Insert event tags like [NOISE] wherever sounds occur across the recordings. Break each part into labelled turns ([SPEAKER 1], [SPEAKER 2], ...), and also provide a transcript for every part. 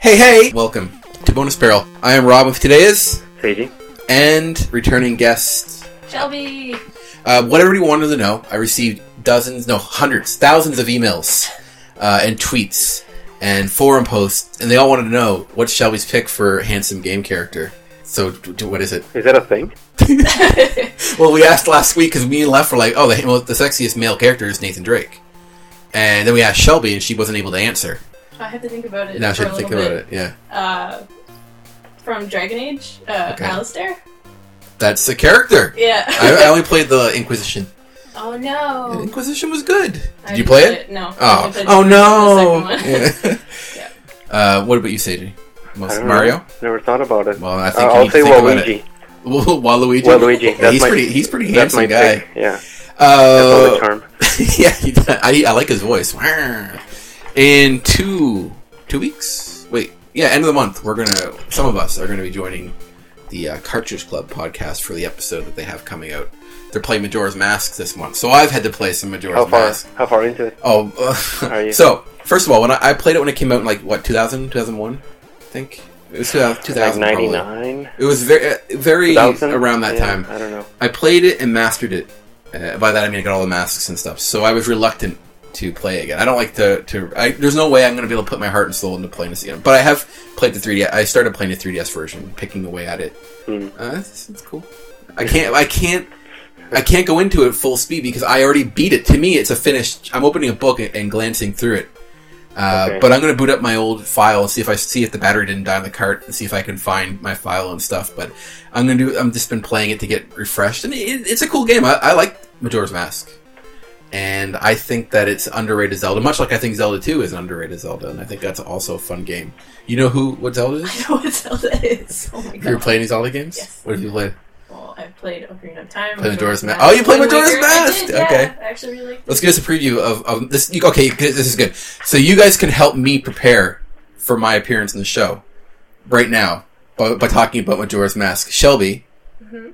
[SPEAKER 1] Hey, hey! Welcome to Bonus Barrel. I am Rob with today is
[SPEAKER 2] Seiji.
[SPEAKER 1] and returning guests.
[SPEAKER 3] Shelby.
[SPEAKER 1] Uh, what everybody wanted to know, I received dozens, no, hundreds, thousands of emails uh, and tweets and forum posts, and they all wanted to know what's Shelby's pick for handsome game character. So, d- d- what is it?
[SPEAKER 2] Is that a thing?
[SPEAKER 1] Well, we asked last week because me and Left were like, oh, the, well, the sexiest male character is Nathan Drake. And then we asked Shelby, and she wasn't able to answer.
[SPEAKER 3] I had to think about it.
[SPEAKER 1] Now
[SPEAKER 3] for
[SPEAKER 1] she had
[SPEAKER 3] a
[SPEAKER 1] to think
[SPEAKER 3] little
[SPEAKER 1] about
[SPEAKER 3] bit.
[SPEAKER 1] it. Yeah.
[SPEAKER 3] Uh, from Dragon Age, uh,
[SPEAKER 1] Okay.
[SPEAKER 3] Alistair.
[SPEAKER 1] That's the character.
[SPEAKER 3] Yeah. [LAUGHS]
[SPEAKER 1] I, I only played the Inquisition.
[SPEAKER 3] oh no.
[SPEAKER 1] Inquisition was good.
[SPEAKER 3] I
[SPEAKER 1] Did you
[SPEAKER 3] didn't
[SPEAKER 1] play
[SPEAKER 3] get
[SPEAKER 1] it?
[SPEAKER 3] No. I
[SPEAKER 1] Oh,
[SPEAKER 3] played
[SPEAKER 1] oh
[SPEAKER 3] the
[SPEAKER 1] no!
[SPEAKER 3] second one.
[SPEAKER 1] Yeah.
[SPEAKER 3] Yeah.
[SPEAKER 1] uh, what about you, Sadie? Most
[SPEAKER 2] I don't
[SPEAKER 1] Mario?
[SPEAKER 2] Know. Never thought about it.
[SPEAKER 1] Well, I
[SPEAKER 2] Uh,
[SPEAKER 1] think you
[SPEAKER 2] I'll
[SPEAKER 1] need
[SPEAKER 2] say
[SPEAKER 1] to think about it. [LAUGHS] Well,
[SPEAKER 2] Waluigi.
[SPEAKER 1] Waluigi.
[SPEAKER 2] Waluigi. That's
[SPEAKER 1] he's
[SPEAKER 2] my,
[SPEAKER 1] pretty. He's pretty
[SPEAKER 2] that's my
[SPEAKER 1] handsome guy.
[SPEAKER 2] pick. Yeah, that's all
[SPEAKER 1] [LAUGHS]
[SPEAKER 2] the
[SPEAKER 1] Uh,
[SPEAKER 2] charm.
[SPEAKER 1] yeah, he, I, I like his voice. In two two weeks, wait, yeah, end of the month, we're gonna. Some of us are gonna be joining the uh, Cartridge Club podcast for the episode that they have coming out. They're playing Majora's Mask this month, so I've had to play some Majora's
[SPEAKER 2] How far?
[SPEAKER 1] Mask.
[SPEAKER 2] How far into it?
[SPEAKER 1] Oh, [LAUGHS]
[SPEAKER 2] Are you-
[SPEAKER 1] so first of all, when I, I played it when it came out in like what 2000, 2001, I think it was 2000,
[SPEAKER 2] Like
[SPEAKER 1] 2000
[SPEAKER 2] ninety
[SPEAKER 1] probably.
[SPEAKER 2] nine.
[SPEAKER 1] It was very, very around that time.
[SPEAKER 2] I don't know.
[SPEAKER 1] I played it and mastered it. Uh, by that I mean I got all the masks and stuff. So I was reluctant to play again. I don't like to. to I, there's no way I'm going to be able to put my heart and soul into playing this again. But I have played the 3D. I started playing the 3DS version, picking away at it.
[SPEAKER 2] Hmm.
[SPEAKER 1] Uh, it's, it's cool. I can't. I can't. I can't go into it full speed because I already beat it. To me, it's a finished. I'm opening a book and, and glancing through it. Uh,
[SPEAKER 2] Okay.
[SPEAKER 1] But I'm going to boot up my old file and see if I see if the battery didn't die on the cart and see if I can find my file and stuff. But I'm going to do. I'm just been playing it to get refreshed, and it, it's a cool game. I, I like Majora's Mask, and I think that it's underrated Zelda, much like I think Zelda 2 is an underrated Zelda, and I think that's also a fun game. You know who what Zelda is?
[SPEAKER 3] [LAUGHS] I know what Zelda is. Oh my
[SPEAKER 1] You were
[SPEAKER 3] god.
[SPEAKER 1] playing these Zelda games?
[SPEAKER 3] Yes.
[SPEAKER 1] What have you played?
[SPEAKER 3] Well, I've played Ocarina of Time.
[SPEAKER 1] Played Majora's Mask. Oh, you played
[SPEAKER 3] Wind
[SPEAKER 1] Majora's
[SPEAKER 3] Waker. I
[SPEAKER 1] Mask!
[SPEAKER 3] did, yeah.
[SPEAKER 1] Okay.
[SPEAKER 3] I actually really liked it.
[SPEAKER 1] Let's give us a preview of, of this. you- Okay, this is good. So you guys can help me prepare for my appearance in the show right now by, by talking about Majora's Mask. Shelby,
[SPEAKER 3] Mhm.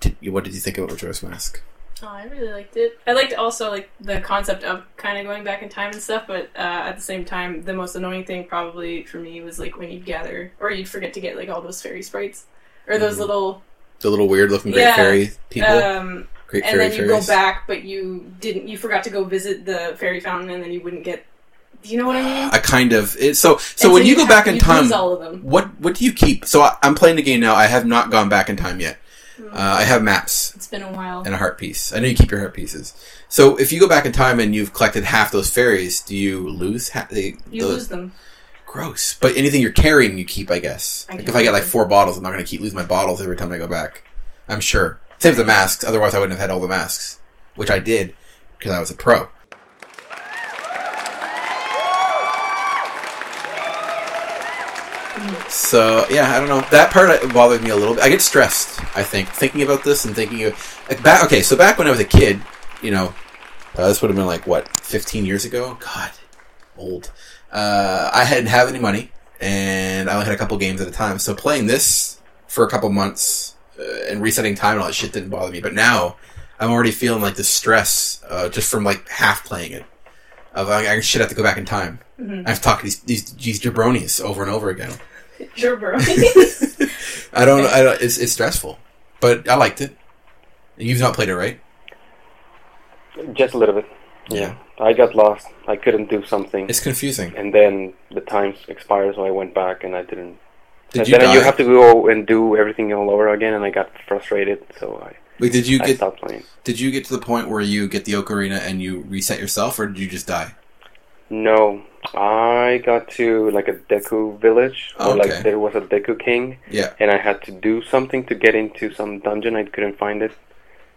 [SPEAKER 1] did you- what did you think about Majora's Mask?
[SPEAKER 3] Oh, I really liked it. I liked also like the concept of kind of going back in time and stuff, but uh, at the same time, the most annoying thing probably for me was like when you'd gather or you'd forget to get like all those fairy sprites or those
[SPEAKER 1] Mhm.
[SPEAKER 3] little
[SPEAKER 1] The little weird-looking great
[SPEAKER 3] Yeah,
[SPEAKER 1] fairy people,
[SPEAKER 3] um,
[SPEAKER 1] great
[SPEAKER 3] and
[SPEAKER 1] fairy
[SPEAKER 3] then you go
[SPEAKER 1] fairies.
[SPEAKER 3] back, but you didn't. You forgot to go visit the fairy fountain, and then you wouldn't get. Do you know what I
[SPEAKER 1] [SIGHS]
[SPEAKER 3] mean?
[SPEAKER 1] I kind of it, so so
[SPEAKER 3] And
[SPEAKER 1] when you,
[SPEAKER 3] you'd
[SPEAKER 1] go
[SPEAKER 3] have-
[SPEAKER 1] back in
[SPEAKER 3] you'd
[SPEAKER 1] time,
[SPEAKER 3] lose all of them.
[SPEAKER 1] what what do you keep? So I, I'm playing the game now. I have not gone back in time yet.
[SPEAKER 3] Hmm.
[SPEAKER 1] Uh, I have maps.
[SPEAKER 3] It's been a while.
[SPEAKER 1] and a heart piece. I know you keep your heart pieces. So if you go back in time and you've collected half those fairies, do you lose half? They,
[SPEAKER 3] You
[SPEAKER 1] those-
[SPEAKER 3] lose them.
[SPEAKER 1] Gross. But anything you're carrying, you keep, I guess.
[SPEAKER 3] I
[SPEAKER 1] like
[SPEAKER 3] don't
[SPEAKER 1] if I get like
[SPEAKER 3] know.
[SPEAKER 1] four bottles, I'm not going to keep lose my bottles every time I go back. I'm sure. Same with the masks. Otherwise, I wouldn't have had all the masks, which I did because I was a pro. So yeah, I don't know. That part uh, bothered me a little bit. I get stressed. I think thinking about this and thinking of like back. Okay, so back when I was a kid, you know, uh, this would have been like what 15 years ago. God, old. Uh, I didn't have any money, and I only had a couple games at a time. So playing this for a couple months uh, and resetting time and all that shit didn't bother me. But now I'm already feeling like the stress uh, just from like half playing it. Of I, I should have to go back in time.
[SPEAKER 3] Mhm.
[SPEAKER 1] I have to talk to these these, these jabronis over and over again.
[SPEAKER 3] Sure,
[SPEAKER 1] [LAUGHS]
[SPEAKER 3] bro.
[SPEAKER 1] I don't. I don't. It's, it's stressful, but I liked it. You've not played it, right?
[SPEAKER 2] Just a little bit.
[SPEAKER 1] Yeah.
[SPEAKER 2] I got lost. I couldn't do something,
[SPEAKER 1] It's confusing.
[SPEAKER 2] and then the time expired, so I went back and I didn't.
[SPEAKER 1] Did
[SPEAKER 2] and
[SPEAKER 1] you,
[SPEAKER 2] then
[SPEAKER 1] die?
[SPEAKER 2] you have to go and do everything all over again, and I got frustrated, so I,
[SPEAKER 1] Wait, did you
[SPEAKER 2] I
[SPEAKER 1] get?
[SPEAKER 2] stopped playing.
[SPEAKER 1] Did you get to the point where you get the ocarina and you reset yourself, or did you just die?
[SPEAKER 2] No, I got to like a Deku village, or
[SPEAKER 1] Okay.
[SPEAKER 2] like there was a Deku king,
[SPEAKER 1] Yeah.
[SPEAKER 2] and I had to do something to get into some dungeon. I couldn't find it,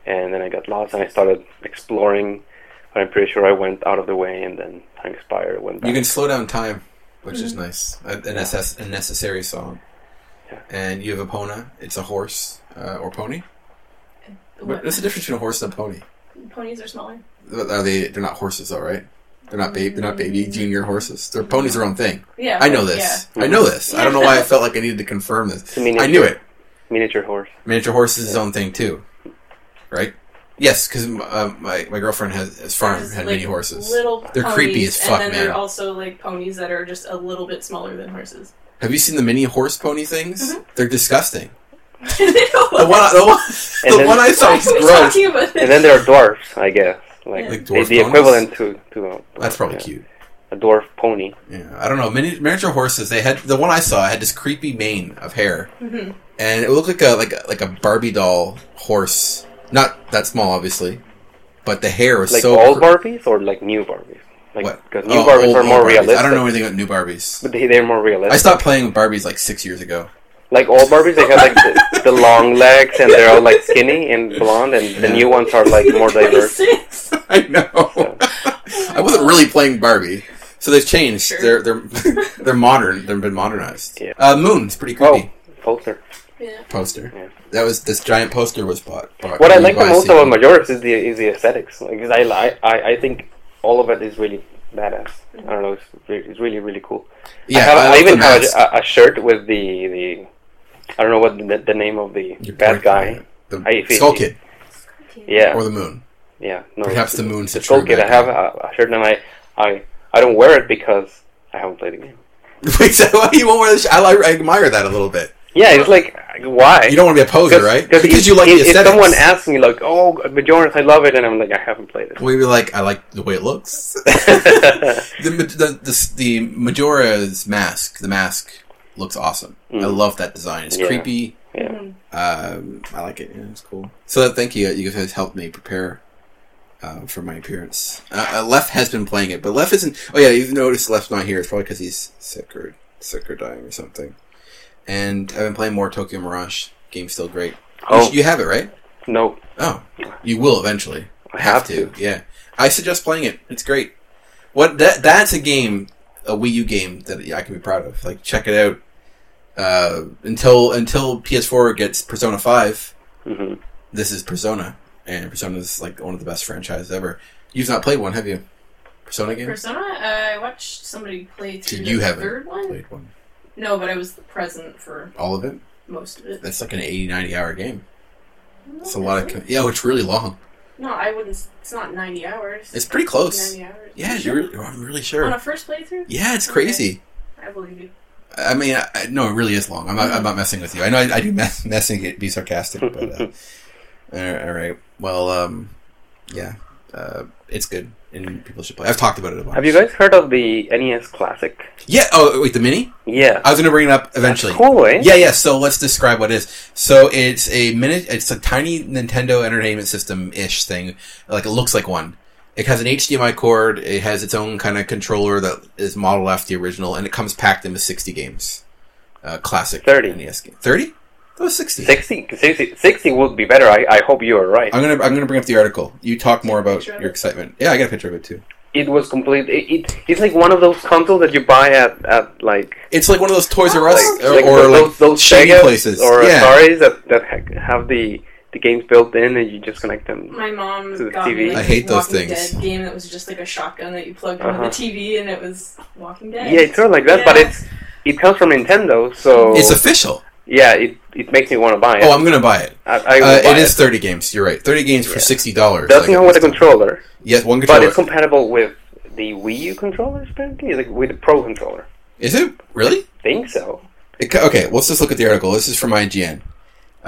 [SPEAKER 2] and then I got lost, and I started exploring. But I'm pretty sure I went out of the way, and then time expired. Went back.
[SPEAKER 1] You can slow down time, which
[SPEAKER 3] Mm-hmm.
[SPEAKER 1] is nice. A, a, necess- a necessary song.
[SPEAKER 2] Yeah.
[SPEAKER 1] And you have a pona. It's a horse uh, or pony. What?
[SPEAKER 3] [LAUGHS] What?
[SPEAKER 1] What's the difference between a horse and a pony?
[SPEAKER 3] Ponies are smaller.
[SPEAKER 1] Are they? They're not horses, though, right? They're not baby. They're not baby junior horses. They're ponies. Their own thing.
[SPEAKER 3] Mm. Yeah.
[SPEAKER 1] I know
[SPEAKER 3] but-
[SPEAKER 1] this. I know this. I don't know why I felt like I needed to
[SPEAKER 3] [LAUGHS]
[SPEAKER 1] confirm this.
[SPEAKER 2] It's a miniature,
[SPEAKER 1] I knew it.
[SPEAKER 2] Miniature horse.
[SPEAKER 1] Miniature horse is his own thing too, right? Yes, because uh, my my girlfriend has, has farm
[SPEAKER 3] There's,
[SPEAKER 1] had
[SPEAKER 3] like,
[SPEAKER 1] mini horses.
[SPEAKER 3] Little
[SPEAKER 1] They're
[SPEAKER 3] ponies,
[SPEAKER 1] creepy as fuck,
[SPEAKER 3] And then
[SPEAKER 1] man.
[SPEAKER 3] there are also like ponies that are just a little bit smaller than horses. [LAUGHS]
[SPEAKER 1] Have you seen the mini horse pony things?
[SPEAKER 3] Mm-hmm.
[SPEAKER 1] They're disgusting. The
[SPEAKER 3] the
[SPEAKER 1] one, the one,
[SPEAKER 2] And
[SPEAKER 1] the
[SPEAKER 2] then-
[SPEAKER 1] one I saw
[SPEAKER 2] [LAUGHS]
[SPEAKER 1] was gross.
[SPEAKER 3] talking about
[SPEAKER 2] And then there are dwarfs, I guess. Like,
[SPEAKER 1] Like
[SPEAKER 2] the,
[SPEAKER 1] dwarf
[SPEAKER 2] the
[SPEAKER 1] ponies?
[SPEAKER 2] equivalent to, to a,
[SPEAKER 1] That's probably
[SPEAKER 2] yeah,
[SPEAKER 1] cute.
[SPEAKER 2] a dwarf pony.
[SPEAKER 1] Yeah, I don't know. Mini, miniature horses. They had the one I saw had this creepy mane of hair,
[SPEAKER 3] hmm
[SPEAKER 1] and it looked like a like a, like a Barbie doll horse. Not that small, obviously, but the hair was
[SPEAKER 2] Like
[SPEAKER 1] so.
[SPEAKER 2] all
[SPEAKER 1] cr-
[SPEAKER 2] Barbies or like new Barbies? Like
[SPEAKER 1] What?
[SPEAKER 2] because new
[SPEAKER 1] Oh,
[SPEAKER 2] Barbies
[SPEAKER 1] old-
[SPEAKER 2] are
[SPEAKER 1] old
[SPEAKER 2] more
[SPEAKER 1] Barbies.
[SPEAKER 2] realistic.
[SPEAKER 1] I don't know anything about new Barbies.
[SPEAKER 2] But they, they're more
[SPEAKER 1] I
[SPEAKER 2] realistic.
[SPEAKER 1] stopped playing with Barbies like six years ago. [LAUGHS]
[SPEAKER 2] Like all Barbies, they have like the, the long legs and they're all like skinny and blonde, and the
[SPEAKER 1] Yeah.
[SPEAKER 2] new ones are like
[SPEAKER 3] [LAUGHS]
[SPEAKER 2] more diverse.
[SPEAKER 1] I know. I wasn't really playing Barbie, so they've changed. They're
[SPEAKER 3] Sure.
[SPEAKER 1] they're [LAUGHS] they're modern. They've been modernized.
[SPEAKER 2] Yeah.
[SPEAKER 1] Uh, Moon's pretty
[SPEAKER 2] Oh,
[SPEAKER 1] creepy
[SPEAKER 2] poster.
[SPEAKER 3] Yeah.
[SPEAKER 1] poster.
[SPEAKER 2] Yeah.
[SPEAKER 1] That was this giant poster was bought. bought
[SPEAKER 2] What I
[SPEAKER 1] you
[SPEAKER 2] like the
[SPEAKER 1] buy
[SPEAKER 2] most
[SPEAKER 1] CD.
[SPEAKER 2] about Majora's is the is the aesthetics. Like 'cause I, li- I I think all of it is really badass. I don't know, it's, re- it's really really cool.
[SPEAKER 1] Yeah,
[SPEAKER 2] I, have, I,
[SPEAKER 1] like
[SPEAKER 2] even
[SPEAKER 1] the
[SPEAKER 2] have
[SPEAKER 1] mask.
[SPEAKER 2] a, a shirt with the the I don't know what the, the name of the
[SPEAKER 1] You're
[SPEAKER 2] bad
[SPEAKER 1] probably-
[SPEAKER 2] guy.
[SPEAKER 1] the
[SPEAKER 2] I- if it-
[SPEAKER 1] Skull Kid
[SPEAKER 3] Mhm.
[SPEAKER 2] Yeah,
[SPEAKER 1] or the Moon. [LAUGHS]
[SPEAKER 2] yeah. No,
[SPEAKER 1] Perhaps the Moon's the
[SPEAKER 2] Skull
[SPEAKER 1] true
[SPEAKER 2] Kid. I
[SPEAKER 1] bad
[SPEAKER 2] have a, a shirt and I I I don't wear it because I haven't played the game.
[SPEAKER 1] guy. Wait, so you won't wear this? I, like, I admire that a little bit.
[SPEAKER 2] Yeah, it's like why
[SPEAKER 1] You don't want to be a poser, right? Because you like the
[SPEAKER 2] if, if
[SPEAKER 1] aesthetics.
[SPEAKER 2] someone asks me like, "Oh, Majora's, I love it," and I'm like, I haven't played it.
[SPEAKER 1] we be like, I like the way it
[SPEAKER 2] [LAUGHS]
[SPEAKER 1] looks. [LAUGHS] the, ma- the, the, the Majora's mask, the mask looks awesome.
[SPEAKER 2] Mm.
[SPEAKER 1] I love that design. It's
[SPEAKER 2] Yeah.
[SPEAKER 1] creepy.
[SPEAKER 2] yeah.
[SPEAKER 1] Um, I like it. Yeah, it's cool. So thank you. You guys helped me prepare uh, for my appearance. Uh, uh, Lef has been playing it, but Lef isn't. Oh yeah, you've noticed Lef's not here. It's probably because he's sick or sick or dying or something. And I've been playing more Tokyo Mirage. Game's still great. You,
[SPEAKER 2] Oh
[SPEAKER 1] sh- you have it right?
[SPEAKER 2] no,
[SPEAKER 1] Oh, you will eventually.
[SPEAKER 2] I have to.
[SPEAKER 1] Yeah, I suggest playing it. It's great. What that that's a game, a Wii U game that I can be proud of. Like check it out. Uh, until until PS4 gets Persona Five,
[SPEAKER 2] hmm
[SPEAKER 1] this is Persona, and Persona is like one of the best franchises ever. You've not played one, have you? Persona games.
[SPEAKER 3] Persona. I watched somebody play through
[SPEAKER 1] You
[SPEAKER 3] the
[SPEAKER 1] haven't
[SPEAKER 3] third one.
[SPEAKER 1] Played one.
[SPEAKER 3] No, but I was present for
[SPEAKER 1] All of it.
[SPEAKER 3] most of it.
[SPEAKER 1] That's like an 80, 90 hour game. It's a lot of co- yeah. It's really long.
[SPEAKER 3] No, I wouldn't. s- It's not ninety hours.
[SPEAKER 1] It's pretty close.
[SPEAKER 3] Ninety hours.
[SPEAKER 1] Yeah,
[SPEAKER 3] Sure?
[SPEAKER 1] you're. Really, I'm really
[SPEAKER 3] on
[SPEAKER 1] sure.
[SPEAKER 3] a first playthrough.
[SPEAKER 1] Yeah, it's crazy.
[SPEAKER 3] I believe you.
[SPEAKER 1] I mean, I, I- no, it really is long. I'm not,
[SPEAKER 2] Mm-hmm.
[SPEAKER 1] I'm not messing with you. I know I, I do mess, [LAUGHS] messing it, be sarcastic, but uh, [LAUGHS] all right, all right. Well, um, yeah, uh, it's good, and people should play. I've talked about it a bunch.
[SPEAKER 2] Have you guys heard of the NES Classic?
[SPEAKER 1] Yeah. Oh, wait, the mini.
[SPEAKER 2] Yeah,
[SPEAKER 1] I was going to bring it up eventually.
[SPEAKER 2] That's cool, eh?
[SPEAKER 1] Yeah, yeah. So let's describe what it is. So it's a minute. It's a tiny Nintendo Entertainment System ish thing. Like it looks like one. It has an HDMI cord. It has its own kind of controller that is modeled after the original, and it comes packed in with sixty games. Uh, classic
[SPEAKER 2] 30.
[SPEAKER 1] NES game. Thirty? That was sixty.
[SPEAKER 2] 60, 60, 60 would be better. I, I hope you are right.
[SPEAKER 1] I'm gonna I'm gonna bring up the article. You talk more about
[SPEAKER 3] Picture of
[SPEAKER 1] your
[SPEAKER 3] it?
[SPEAKER 1] excitement. Yeah, I got a picture of it too.
[SPEAKER 2] It was complete. It, it it's like one of those consoles that you buy at at like.
[SPEAKER 1] It's like one of those Toys R Us
[SPEAKER 3] Oh,
[SPEAKER 1] or,
[SPEAKER 2] like
[SPEAKER 1] or
[SPEAKER 2] those,
[SPEAKER 1] like
[SPEAKER 2] those
[SPEAKER 1] shady
[SPEAKER 2] Segas
[SPEAKER 1] places.
[SPEAKER 2] or
[SPEAKER 1] yeah.
[SPEAKER 2] Ataris that that ha- have the the games built in and you just connect them.
[SPEAKER 3] My mom
[SPEAKER 2] To the
[SPEAKER 3] got
[SPEAKER 2] TV.
[SPEAKER 3] me like,
[SPEAKER 1] I hate
[SPEAKER 3] this
[SPEAKER 1] those
[SPEAKER 3] Walking
[SPEAKER 1] things.
[SPEAKER 3] Dead game that was just like a shotgun that you plugged
[SPEAKER 2] Uh-huh.
[SPEAKER 3] into the TV, and it was Walking Dead.
[SPEAKER 2] Yeah, it's sort of like that, but
[SPEAKER 3] Yeah.
[SPEAKER 2] it's it comes from Nintendo, so
[SPEAKER 1] It's official.
[SPEAKER 2] yeah, it, it makes me want to buy it.
[SPEAKER 1] Oh, I'm gonna buy it.
[SPEAKER 2] I, I will
[SPEAKER 1] Uh,
[SPEAKER 2] buy
[SPEAKER 1] it is 30 games. You're right. 30 games for
[SPEAKER 2] Yeah.
[SPEAKER 1] sixty dollars.
[SPEAKER 2] Doesn't come with a controller,
[SPEAKER 1] Yes, one
[SPEAKER 2] but
[SPEAKER 1] controller.
[SPEAKER 2] it's compatible with the Wii U controllers, apparently, like with the Pro controller.
[SPEAKER 1] is it really?
[SPEAKER 2] Think so.
[SPEAKER 1] It, co- okay, let's just look at the article. This is from IGN.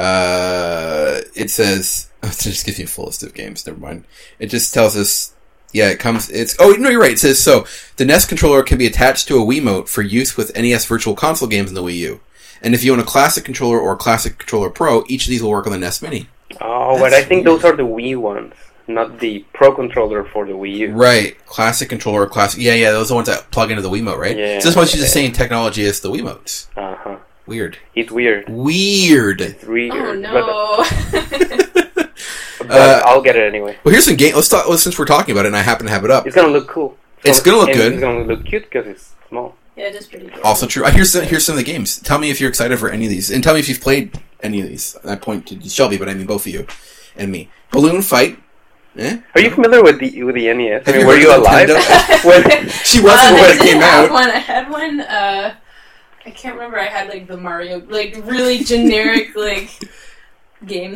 [SPEAKER 1] Uh, it says [LAUGHS] it just gives you a full list of games. Never mind. It just tells us. Yeah, it comes. It's oh no, you're right. It says so. The NES controller can be attached to a Wiimote for use with NES Virtual Console games in the Wii U. And if you own a Classic controller or Classic controller Pro, each of these will work on the NES Mini.
[SPEAKER 2] Oh, but
[SPEAKER 1] That's
[SPEAKER 2] I think those are the Wii ones, not the Pro controller for the Wii U.
[SPEAKER 1] Right, classic controller, or classic. Yeah, yeah, those are the ones that plug into the Wiimote, right?
[SPEAKER 2] Yeah.
[SPEAKER 1] So this one's using the same technology as the Wiimotes.
[SPEAKER 2] Uh huh.
[SPEAKER 1] Weird.
[SPEAKER 2] It's weird.
[SPEAKER 1] Weird. [LAUGHS]
[SPEAKER 2] It's weird.
[SPEAKER 3] Oh
[SPEAKER 2] But,
[SPEAKER 3] no!
[SPEAKER 2] but
[SPEAKER 1] Uh,
[SPEAKER 2] I'll get it anyway.
[SPEAKER 1] Well, here's some game. Let's talk. well, Since we're talking about it, and I happen to have it up.
[SPEAKER 2] It's gonna look cool.
[SPEAKER 1] It's gonna look
[SPEAKER 2] and
[SPEAKER 1] good.
[SPEAKER 2] It's gonna look cute because it's small.
[SPEAKER 3] [LAUGHS] yeah, it is pretty. Cool. [LAUGHS]
[SPEAKER 1] Also true. Uh, Here's some, here's some of the games. Tell me if you're excited for any of these, and tell me if you've played any of these. I point to Shelby, but I mean both of you and me. Balloon Fight. Eh?
[SPEAKER 2] Are you familiar with the with the NES? I
[SPEAKER 1] Have
[SPEAKER 2] mean,
[SPEAKER 1] you
[SPEAKER 2] were
[SPEAKER 1] heard
[SPEAKER 2] you
[SPEAKER 1] of
[SPEAKER 2] alive [LAUGHS]
[SPEAKER 1] Nintendo? [LAUGHS]
[SPEAKER 2] when?
[SPEAKER 1] She
[SPEAKER 3] Uh,
[SPEAKER 1] wasn't
[SPEAKER 3] I
[SPEAKER 1] when it
[SPEAKER 3] did
[SPEAKER 1] came
[SPEAKER 3] have
[SPEAKER 1] out.
[SPEAKER 3] One. I had one.
[SPEAKER 1] [LAUGHS]
[SPEAKER 3] Uh, I can't remember. I had like the Mario, like really generic, like game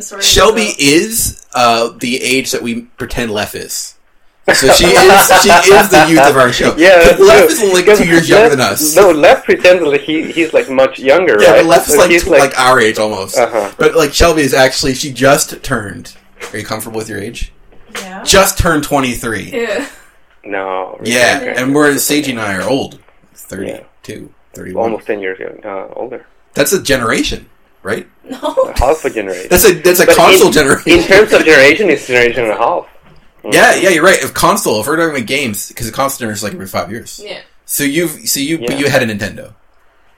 [SPEAKER 2] [LAUGHS]
[SPEAKER 3] sort of.
[SPEAKER 1] Shelby
[SPEAKER 3] so-
[SPEAKER 1] is uh, the age that we pretend Lef is. So
[SPEAKER 2] [LAUGHS]
[SPEAKER 1] she is she is the youth of our show.
[SPEAKER 2] Yeah, that's
[SPEAKER 1] Lef
[SPEAKER 2] true.
[SPEAKER 1] is only
[SPEAKER 2] Because
[SPEAKER 1] two years
[SPEAKER 2] Lef-
[SPEAKER 1] younger than us.
[SPEAKER 2] No, Left pretends that he he's like much younger,
[SPEAKER 1] yeah,
[SPEAKER 2] right?
[SPEAKER 1] but Lef is
[SPEAKER 2] So
[SPEAKER 1] like,
[SPEAKER 2] he's
[SPEAKER 1] tw- like our age almost.
[SPEAKER 2] uh-huh.
[SPEAKER 1] But like Shelby is actually she just turned. Are you comfortable with your age?
[SPEAKER 3] Yeah.
[SPEAKER 1] Just turned twenty three.
[SPEAKER 3] Yeah. [LAUGHS]
[SPEAKER 2] No. really,
[SPEAKER 1] Yeah,
[SPEAKER 2] okay.
[SPEAKER 1] and we're Sage and I are old, 32, 31.
[SPEAKER 2] almost ten years young- uh,
[SPEAKER 1] [LAUGHS]
[SPEAKER 2] older.
[SPEAKER 1] That's a generation, right?
[SPEAKER 3] No.
[SPEAKER 2] A half a generation.
[SPEAKER 1] That's a that's a
[SPEAKER 2] But
[SPEAKER 1] console
[SPEAKER 2] in-
[SPEAKER 1] generation.
[SPEAKER 2] In terms of generation, it's generation and a half.
[SPEAKER 1] [LAUGHS] yeah, yeah, you're right. If console, if we're talking about games, because a console generation is like every five years.
[SPEAKER 3] Yeah.
[SPEAKER 1] So you've so you
[SPEAKER 2] Yeah.
[SPEAKER 1] but you had a Nintendo.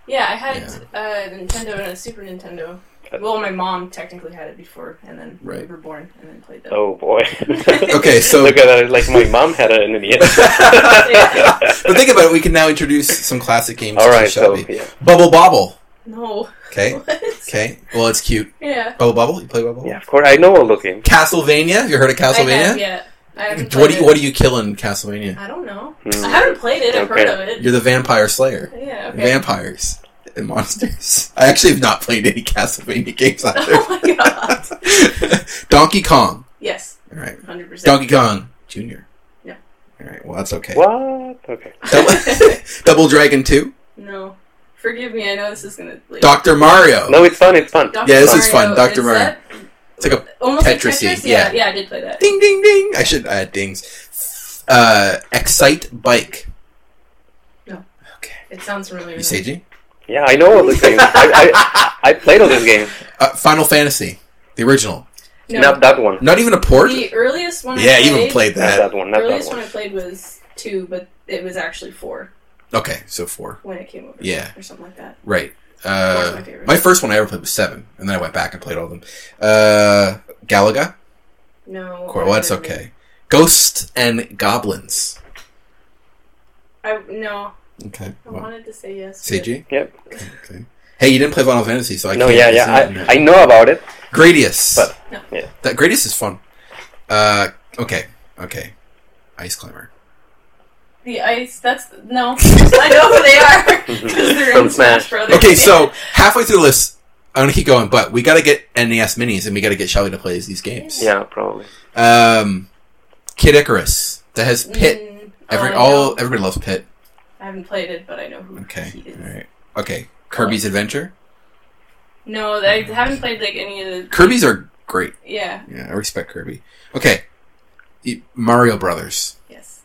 [SPEAKER 3] Yeah, I had a Nintendo and a Super Nintendo. Well, my mom technically had it before, and then
[SPEAKER 1] Right.
[SPEAKER 3] we were born, and then played that.
[SPEAKER 2] Oh boy.
[SPEAKER 1] [LAUGHS] Okay, so-
[SPEAKER 2] look at that. Like my mom had an NES.
[SPEAKER 3] Yeah.
[SPEAKER 1] [LAUGHS] But think about it. We can now introduce some classic games.
[SPEAKER 2] All
[SPEAKER 1] to
[SPEAKER 2] right, so
[SPEAKER 1] Shelby.
[SPEAKER 2] yeah,
[SPEAKER 1] Bubble Bobble.
[SPEAKER 3] No.
[SPEAKER 1] Okay,
[SPEAKER 3] [LAUGHS] What?
[SPEAKER 1] okay. Well, it's cute.
[SPEAKER 3] Yeah.
[SPEAKER 1] Bubble Bobble. You play Bubble? Bobble?
[SPEAKER 2] yeah, of course I know all those games.
[SPEAKER 1] Castlevania. Have you heard of
[SPEAKER 3] I have,
[SPEAKER 1] Castlevania?
[SPEAKER 3] yeah. I haven't
[SPEAKER 1] What do
[SPEAKER 3] played
[SPEAKER 1] you
[SPEAKER 3] it.
[SPEAKER 1] What do you kill in Castlevania?
[SPEAKER 3] I don't know.
[SPEAKER 2] Hmm.
[SPEAKER 3] I haven't played it. I've
[SPEAKER 2] Okay.
[SPEAKER 3] heard of it.
[SPEAKER 1] You're the vampire slayer.
[SPEAKER 3] Yeah. Okay.
[SPEAKER 1] Vampires and monsters. I actually have not played any Castlevania games either.
[SPEAKER 3] [LAUGHS] Oh my god.
[SPEAKER 1] [LAUGHS] Donkey Kong.
[SPEAKER 3] Yes.
[SPEAKER 1] All right.
[SPEAKER 3] Hundred percent.
[SPEAKER 1] Donkey Kong Junior.
[SPEAKER 3] Yeah.
[SPEAKER 1] All right. Well, that's okay.
[SPEAKER 2] What? Okay.
[SPEAKER 3] [LAUGHS]
[SPEAKER 1] Double, Double Dragon Two.
[SPEAKER 3] No. Forgive me. I know this is gonna. Like,
[SPEAKER 1] Doctor Mario.
[SPEAKER 2] No, it's fun. It's fun.
[SPEAKER 3] Dr.
[SPEAKER 1] Yeah, this is
[SPEAKER 3] Mario,
[SPEAKER 1] fun, Dr. Mario.
[SPEAKER 3] that
[SPEAKER 1] It's like a
[SPEAKER 3] almost like
[SPEAKER 1] Tetris-y,
[SPEAKER 3] Tetris.
[SPEAKER 1] yeah.
[SPEAKER 3] Yeah. yeah. I did play that.
[SPEAKER 1] ding ding ding. I should add dings. Uh, Excite Bike.
[SPEAKER 3] It sounds familiar.
[SPEAKER 1] You say G?
[SPEAKER 2] Yeah, I know all those games. I, I, I played all those games.
[SPEAKER 1] Uh, Final Fantasy, the original.
[SPEAKER 3] No.
[SPEAKER 2] Not that one.
[SPEAKER 1] Not even a port.
[SPEAKER 3] The earliest one.
[SPEAKER 1] Yeah,
[SPEAKER 3] I
[SPEAKER 1] you even played
[SPEAKER 2] Not
[SPEAKER 1] that.
[SPEAKER 2] that one.
[SPEAKER 3] The
[SPEAKER 2] Not that
[SPEAKER 3] earliest one
[SPEAKER 2] one.
[SPEAKER 3] I played was two, but it was actually four
[SPEAKER 1] Okay, so four.
[SPEAKER 3] when it came over.
[SPEAKER 1] Yeah.
[SPEAKER 3] Or something like that.
[SPEAKER 1] Right.
[SPEAKER 3] Four's
[SPEAKER 1] Uh,
[SPEAKER 3] my favorite.
[SPEAKER 1] my first one I ever played was seven, and then I went back and played all of them. Uh, Galaga.
[SPEAKER 3] No.
[SPEAKER 1] Cool,
[SPEAKER 3] I
[SPEAKER 1] well, that's
[SPEAKER 3] didn't.
[SPEAKER 1] okay. Ghosts and Goblins.
[SPEAKER 3] I no.
[SPEAKER 1] Okay.
[SPEAKER 3] I
[SPEAKER 1] Well,
[SPEAKER 3] wanted to say yes. but-
[SPEAKER 1] CG.
[SPEAKER 2] Yep.
[SPEAKER 1] Okay. Hey, you didn't play Final Fantasy, so I
[SPEAKER 2] No,
[SPEAKER 1] can't
[SPEAKER 2] yeah,
[SPEAKER 1] use that.
[SPEAKER 2] yeah. I, I know about it.
[SPEAKER 1] Gradius.
[SPEAKER 2] But-
[SPEAKER 3] No.
[SPEAKER 2] yeah.
[SPEAKER 1] That Gradius is fun. Uh, okay, okay. Ice climber.
[SPEAKER 3] The ice. That's no. [LAUGHS] I know who they are because they're
[SPEAKER 2] From
[SPEAKER 3] in Smash
[SPEAKER 2] Smash.
[SPEAKER 3] Brothers.
[SPEAKER 1] Okay, so halfway through the list, I'm gonna keep going, but we gotta get NES minis and we gotta get Shelly to play these games.
[SPEAKER 2] Yeah, probably.
[SPEAKER 1] Um, Kid Icarus that has Pit.
[SPEAKER 3] Mm,
[SPEAKER 1] Every
[SPEAKER 3] oh, I
[SPEAKER 1] all
[SPEAKER 3] know.
[SPEAKER 1] everybody loves Pit.
[SPEAKER 3] I haven't played it, but I know who he
[SPEAKER 1] Okay,
[SPEAKER 3] is. Uh,
[SPEAKER 1] all right. Okay, Kirby's Adventure.
[SPEAKER 3] No, I haven't played like any of the.
[SPEAKER 1] Kirby's are great.
[SPEAKER 3] Yeah.
[SPEAKER 1] Yeah, I respect Kirby. Okay, E- Mario Brothers.
[SPEAKER 3] Yes.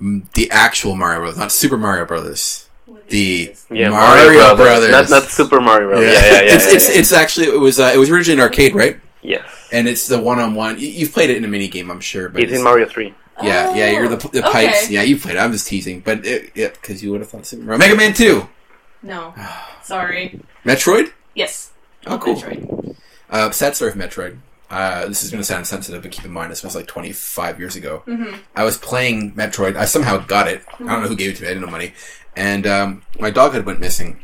[SPEAKER 1] Mm, The actual Mario Brothers, not Super Mario Brothers.
[SPEAKER 3] What is
[SPEAKER 1] The-
[SPEAKER 3] this?
[SPEAKER 2] Yeah,
[SPEAKER 1] Mario Brothers.
[SPEAKER 2] Not not Super Mario Brothers. Yeah, yeah, yeah.
[SPEAKER 1] it's,
[SPEAKER 2] yeah,
[SPEAKER 1] it's,
[SPEAKER 2] yeah.
[SPEAKER 1] it's actually it was uh, it was originally an arcade, right?
[SPEAKER 2] yes.
[SPEAKER 1] And it's the one on one. You've played it in a mini game, I'm sure. But
[SPEAKER 2] It's in Mario Three.
[SPEAKER 1] Yeah, yeah, you're the,
[SPEAKER 3] Oh,
[SPEAKER 1] the pipes.
[SPEAKER 3] okay.
[SPEAKER 1] Yeah, you played. it. I'm just teasing, but it, yeah, because you would have thought Super Mario. Mega Man Two, [SIGHS]
[SPEAKER 3] No, sorry.
[SPEAKER 1] Metroid.
[SPEAKER 3] Yes.
[SPEAKER 1] Oh, cool.
[SPEAKER 3] Metroid.
[SPEAKER 1] Uh, sad story of Metroid. Uh, this is going to sound insensitive, but keep in mind this was like 25 years ago.
[SPEAKER 3] Mhm.
[SPEAKER 1] I was playing Metroid. I somehow got it. I don't know who gave it to me. I didn't know money. And um, my dog had went missing,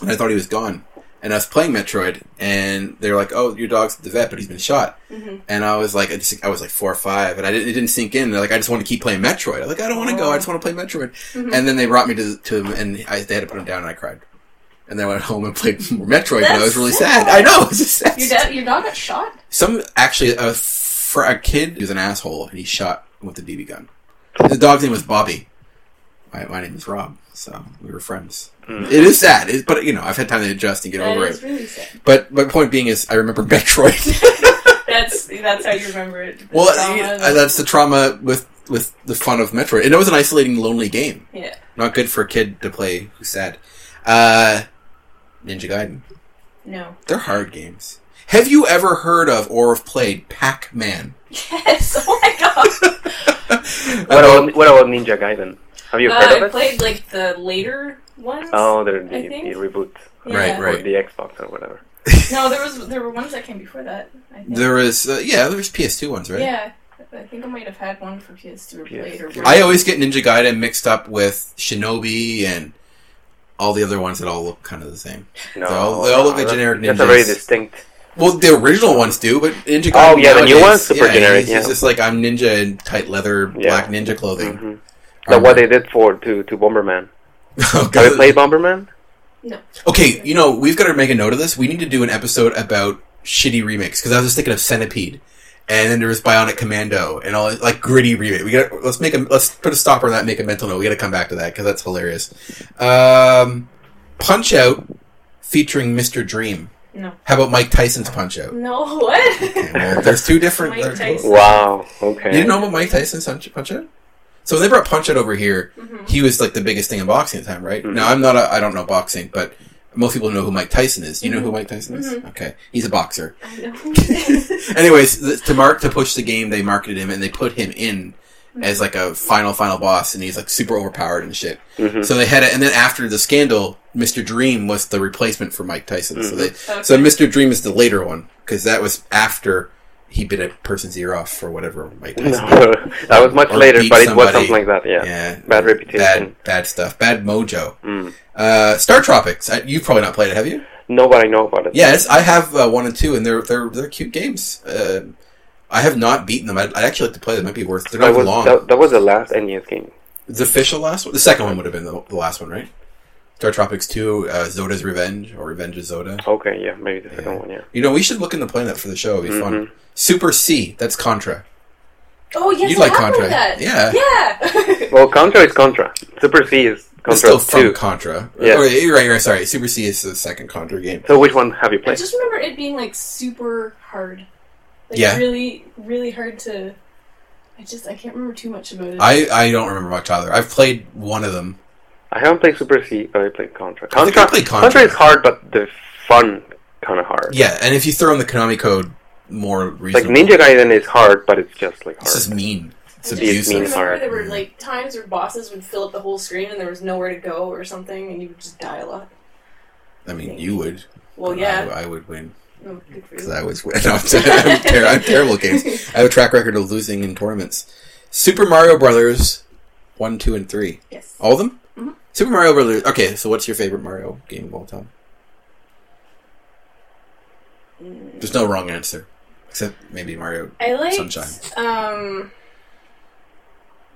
[SPEAKER 1] and I thought he was gone. And I was playing Metroid, and they're like, "Oh, your dog's at the vet, but he's been shot."
[SPEAKER 3] Mhm.
[SPEAKER 1] And I was like, I, just, I was like four or five, and I didn't, it didn't sink in. They're like, "I just want to keep playing Metroid." I'm like, "I don't want to go. I just want to play Metroid."
[SPEAKER 3] Mm-hmm.
[SPEAKER 1] And then they brought me to to him, and I, they had to put him down, and I cried. And then I went home and played more Metroid, and I was
[SPEAKER 3] That's
[SPEAKER 1] really sad.
[SPEAKER 3] sad.
[SPEAKER 1] I know, it's just sad.
[SPEAKER 3] Your dad, your dog got shot.
[SPEAKER 1] Some actually a for a kid who's an asshole and he shot with a BB gun. The dog's name was Bobby. My, my name is Rob, so we were friends.
[SPEAKER 2] Hmm.
[SPEAKER 1] It is sad, it, but you know I've had time to adjust and get
[SPEAKER 3] That
[SPEAKER 1] over
[SPEAKER 3] is
[SPEAKER 1] it.
[SPEAKER 3] really sad.
[SPEAKER 1] But my point being is I remember [LAUGHS]
[SPEAKER 3] [LAUGHS]
[SPEAKER 1] Metroid.
[SPEAKER 3] That's that's how you remember it. The
[SPEAKER 1] [LAUGHS] well,
[SPEAKER 3] trauma
[SPEAKER 1] I-
[SPEAKER 3] of
[SPEAKER 1] I-
[SPEAKER 3] it.
[SPEAKER 1] that's the trauma with with the fun of Metroid, and it was an isolating, lonely game.
[SPEAKER 3] Yeah.
[SPEAKER 1] not good for a kid to play who's sad. Uh, Ninja Gaiden.
[SPEAKER 3] no.
[SPEAKER 1] They're hard games. Have you ever heard of or have played Pac Man?
[SPEAKER 3] Yes. Oh my god.
[SPEAKER 1] [LAUGHS]
[SPEAKER 2] What about what about Ninja Gaiden? Have you heard
[SPEAKER 3] Uh, I
[SPEAKER 2] of it?
[SPEAKER 3] played like the later ones.
[SPEAKER 2] Oh, they're the,
[SPEAKER 3] I think.
[SPEAKER 2] the reboot
[SPEAKER 1] Right,
[SPEAKER 3] Yeah.
[SPEAKER 2] or
[SPEAKER 1] right.
[SPEAKER 2] the Xbox or whatever.
[SPEAKER 3] No, there was there were ones that came before that. I think.
[SPEAKER 1] There is, uh, yeah, there's PS2 ones, right?
[SPEAKER 3] Yeah, I think I might have had one for PS2 or
[SPEAKER 2] PS2.
[SPEAKER 3] later.
[SPEAKER 1] I always get Ninja Gaiden mixed up with Shinobi and all the other ones that all look kind of the same.
[SPEAKER 2] No,
[SPEAKER 1] They all- they all look like
[SPEAKER 2] no, that's-
[SPEAKER 1] generic
[SPEAKER 2] That's uh, a very
[SPEAKER 1] ninjas.
[SPEAKER 2] distinct.
[SPEAKER 1] Well, the original ones do, but Ninja Gaiden.
[SPEAKER 2] Oh, yeah, the new
[SPEAKER 1] nowadays-
[SPEAKER 2] one's super generic,
[SPEAKER 1] It's,
[SPEAKER 2] yeah.
[SPEAKER 1] it's just like I'm ninja in tight leather,
[SPEAKER 2] Yeah.
[SPEAKER 1] black ninja clothing.
[SPEAKER 2] hmm Like what they did for to to Bomberman.
[SPEAKER 1] [LAUGHS] Oh,
[SPEAKER 2] Mm-hmm. Have you
[SPEAKER 1] God.
[SPEAKER 2] played Bomberman?
[SPEAKER 1] Okay, you know we've got to make a note of this. We need to do an episode about shitty remakes because I was just thinking of Centipede, and then there was Bionic Commando and all like gritty remake. We got to let's make a let's put a stopper on that. and Make a mental note. We got to come back to that because that's hilarious. Um, Punch Out featuring Mr. Dream.
[SPEAKER 3] No.
[SPEAKER 1] How about Mike Tyson's Punch
[SPEAKER 3] [LAUGHS]
[SPEAKER 1] Out?
[SPEAKER 3] No,
[SPEAKER 1] [LAUGHS]
[SPEAKER 3] what? Mm-hmm,
[SPEAKER 1] Okay, well, there's two different.
[SPEAKER 3] Mike
[SPEAKER 1] there's-
[SPEAKER 3] Tyson.
[SPEAKER 2] Wow.
[SPEAKER 1] You
[SPEAKER 2] Okay. [LAUGHS]
[SPEAKER 1] didn't know about Mike Tyson's Punch Punch Out? So when they brought Punch Out over here,
[SPEAKER 3] hmm
[SPEAKER 1] he was like the biggest thing in boxing at the time, right?
[SPEAKER 2] Mhm.
[SPEAKER 1] Now I'm not a, I don't know boxing, but most people know who Mike Tyson is. You know who Mike Tyson is?
[SPEAKER 3] Mhm.
[SPEAKER 1] Okay, he's a boxer. [LAUGHS]
[SPEAKER 3] I know.
[SPEAKER 1] Anyways, th- to mark to push the game, they marketed him and they put him in as like a final final boss, and he's like super overpowered and shit.
[SPEAKER 2] Mhm.
[SPEAKER 1] So they had it, and then after the scandal, Mr. Dream was the replacement for Mike Tyson. So
[SPEAKER 2] Mhm.
[SPEAKER 1] they
[SPEAKER 3] Okay.
[SPEAKER 1] so Mr. Dream is the later one because that was after he bit a person's ear off for whatever Mike Tyson. did.
[SPEAKER 2] No, that was much
[SPEAKER 1] Or
[SPEAKER 2] later,
[SPEAKER 1] beat
[SPEAKER 2] but it was
[SPEAKER 1] somebody.
[SPEAKER 2] something like that. Yeah.
[SPEAKER 1] Yeah,
[SPEAKER 2] Bad reputation.
[SPEAKER 1] Bad, bad stuff. Bad mojo.
[SPEAKER 2] Mm.
[SPEAKER 1] Uh, Star Tropics. I, you've probably not played it, have you?
[SPEAKER 2] No, but I know about it.
[SPEAKER 1] Yes, I have uh, one and two, and they're they're they're cute games. Uh, I have not beaten them. I'd, I'd actually like to play them. Might be worth. They're
[SPEAKER 2] That
[SPEAKER 1] not
[SPEAKER 2] was
[SPEAKER 1] long.
[SPEAKER 2] That, that was the last NES game.
[SPEAKER 1] the official last one. The second one would have been the, the last one, right? Star Tropics Two, uh, Zoda's Revenge, or Revenge of Zoda.
[SPEAKER 2] Okay, yeah, maybe the
[SPEAKER 1] Yeah.
[SPEAKER 2] second one. Yeah.
[SPEAKER 1] You know, we should look into playing that for the show. It'd be
[SPEAKER 2] Mhm.
[SPEAKER 1] fun. Super C. That's Contra.
[SPEAKER 3] [LAUGHS] Oh yes,
[SPEAKER 1] You'd
[SPEAKER 3] I
[SPEAKER 1] like
[SPEAKER 3] have heard
[SPEAKER 1] Contra.
[SPEAKER 3] That.
[SPEAKER 1] Yeah.
[SPEAKER 3] Yeah. [LAUGHS]
[SPEAKER 2] Well, Contra is Contra. Super C is
[SPEAKER 1] It's
[SPEAKER 2] Contra
[SPEAKER 1] still from
[SPEAKER 2] Two.
[SPEAKER 1] Contra.
[SPEAKER 2] Yeah. Mm-hmm.
[SPEAKER 1] Or, you're right, you're right. Sorry. Super C is the second Contra game.
[SPEAKER 2] so which one have you
[SPEAKER 3] I
[SPEAKER 2] played?
[SPEAKER 3] just remember it being like super hard. Like
[SPEAKER 1] Yeah.
[SPEAKER 3] really, really hard to. I just I can't remember too much about it.
[SPEAKER 1] I, I don't remember much either. I've played one of them.
[SPEAKER 2] I haven't played Super C, but I played Contra.
[SPEAKER 1] I think I
[SPEAKER 2] Contra,
[SPEAKER 1] played Contra.
[SPEAKER 2] Contra is hard, but the fun kind of hard.
[SPEAKER 1] Yeah, and if you throw in the Konami code, more
[SPEAKER 2] Like
[SPEAKER 1] reasonable.
[SPEAKER 2] Ninja Gaiden is hard, but it's just like
[SPEAKER 1] It's just
[SPEAKER 2] hard.
[SPEAKER 1] mean. It's
[SPEAKER 3] I just
[SPEAKER 2] abuse
[SPEAKER 1] abusive.
[SPEAKER 2] mean.
[SPEAKER 3] remember
[SPEAKER 2] hard.
[SPEAKER 3] there were like times where bosses would fill up the whole screen and there was nowhere to go or something, and you would just die a lot.
[SPEAKER 1] I mean, you would.
[SPEAKER 3] Well,
[SPEAKER 1] I-
[SPEAKER 3] yeah.
[SPEAKER 1] I, would win
[SPEAKER 3] Oh, good for
[SPEAKER 1] because
[SPEAKER 3] you.
[SPEAKER 1] I always win. [LAUGHS]
[SPEAKER 3] [LAUGHS]
[SPEAKER 1] No, I'm, I'm, ter- I'm terrible at games. I have a track record of losing in tournaments. Super Mario Brothers one, two, and three.
[SPEAKER 3] Yes.
[SPEAKER 1] All of them.
[SPEAKER 3] Mhm.
[SPEAKER 1] Super Mario Brothers. Okay, so what's your favorite Mario game of all time?
[SPEAKER 3] Mm.
[SPEAKER 1] There's no wrong answer, except maybe Mario.
[SPEAKER 3] I liked.
[SPEAKER 1] Sunshine.
[SPEAKER 3] Um.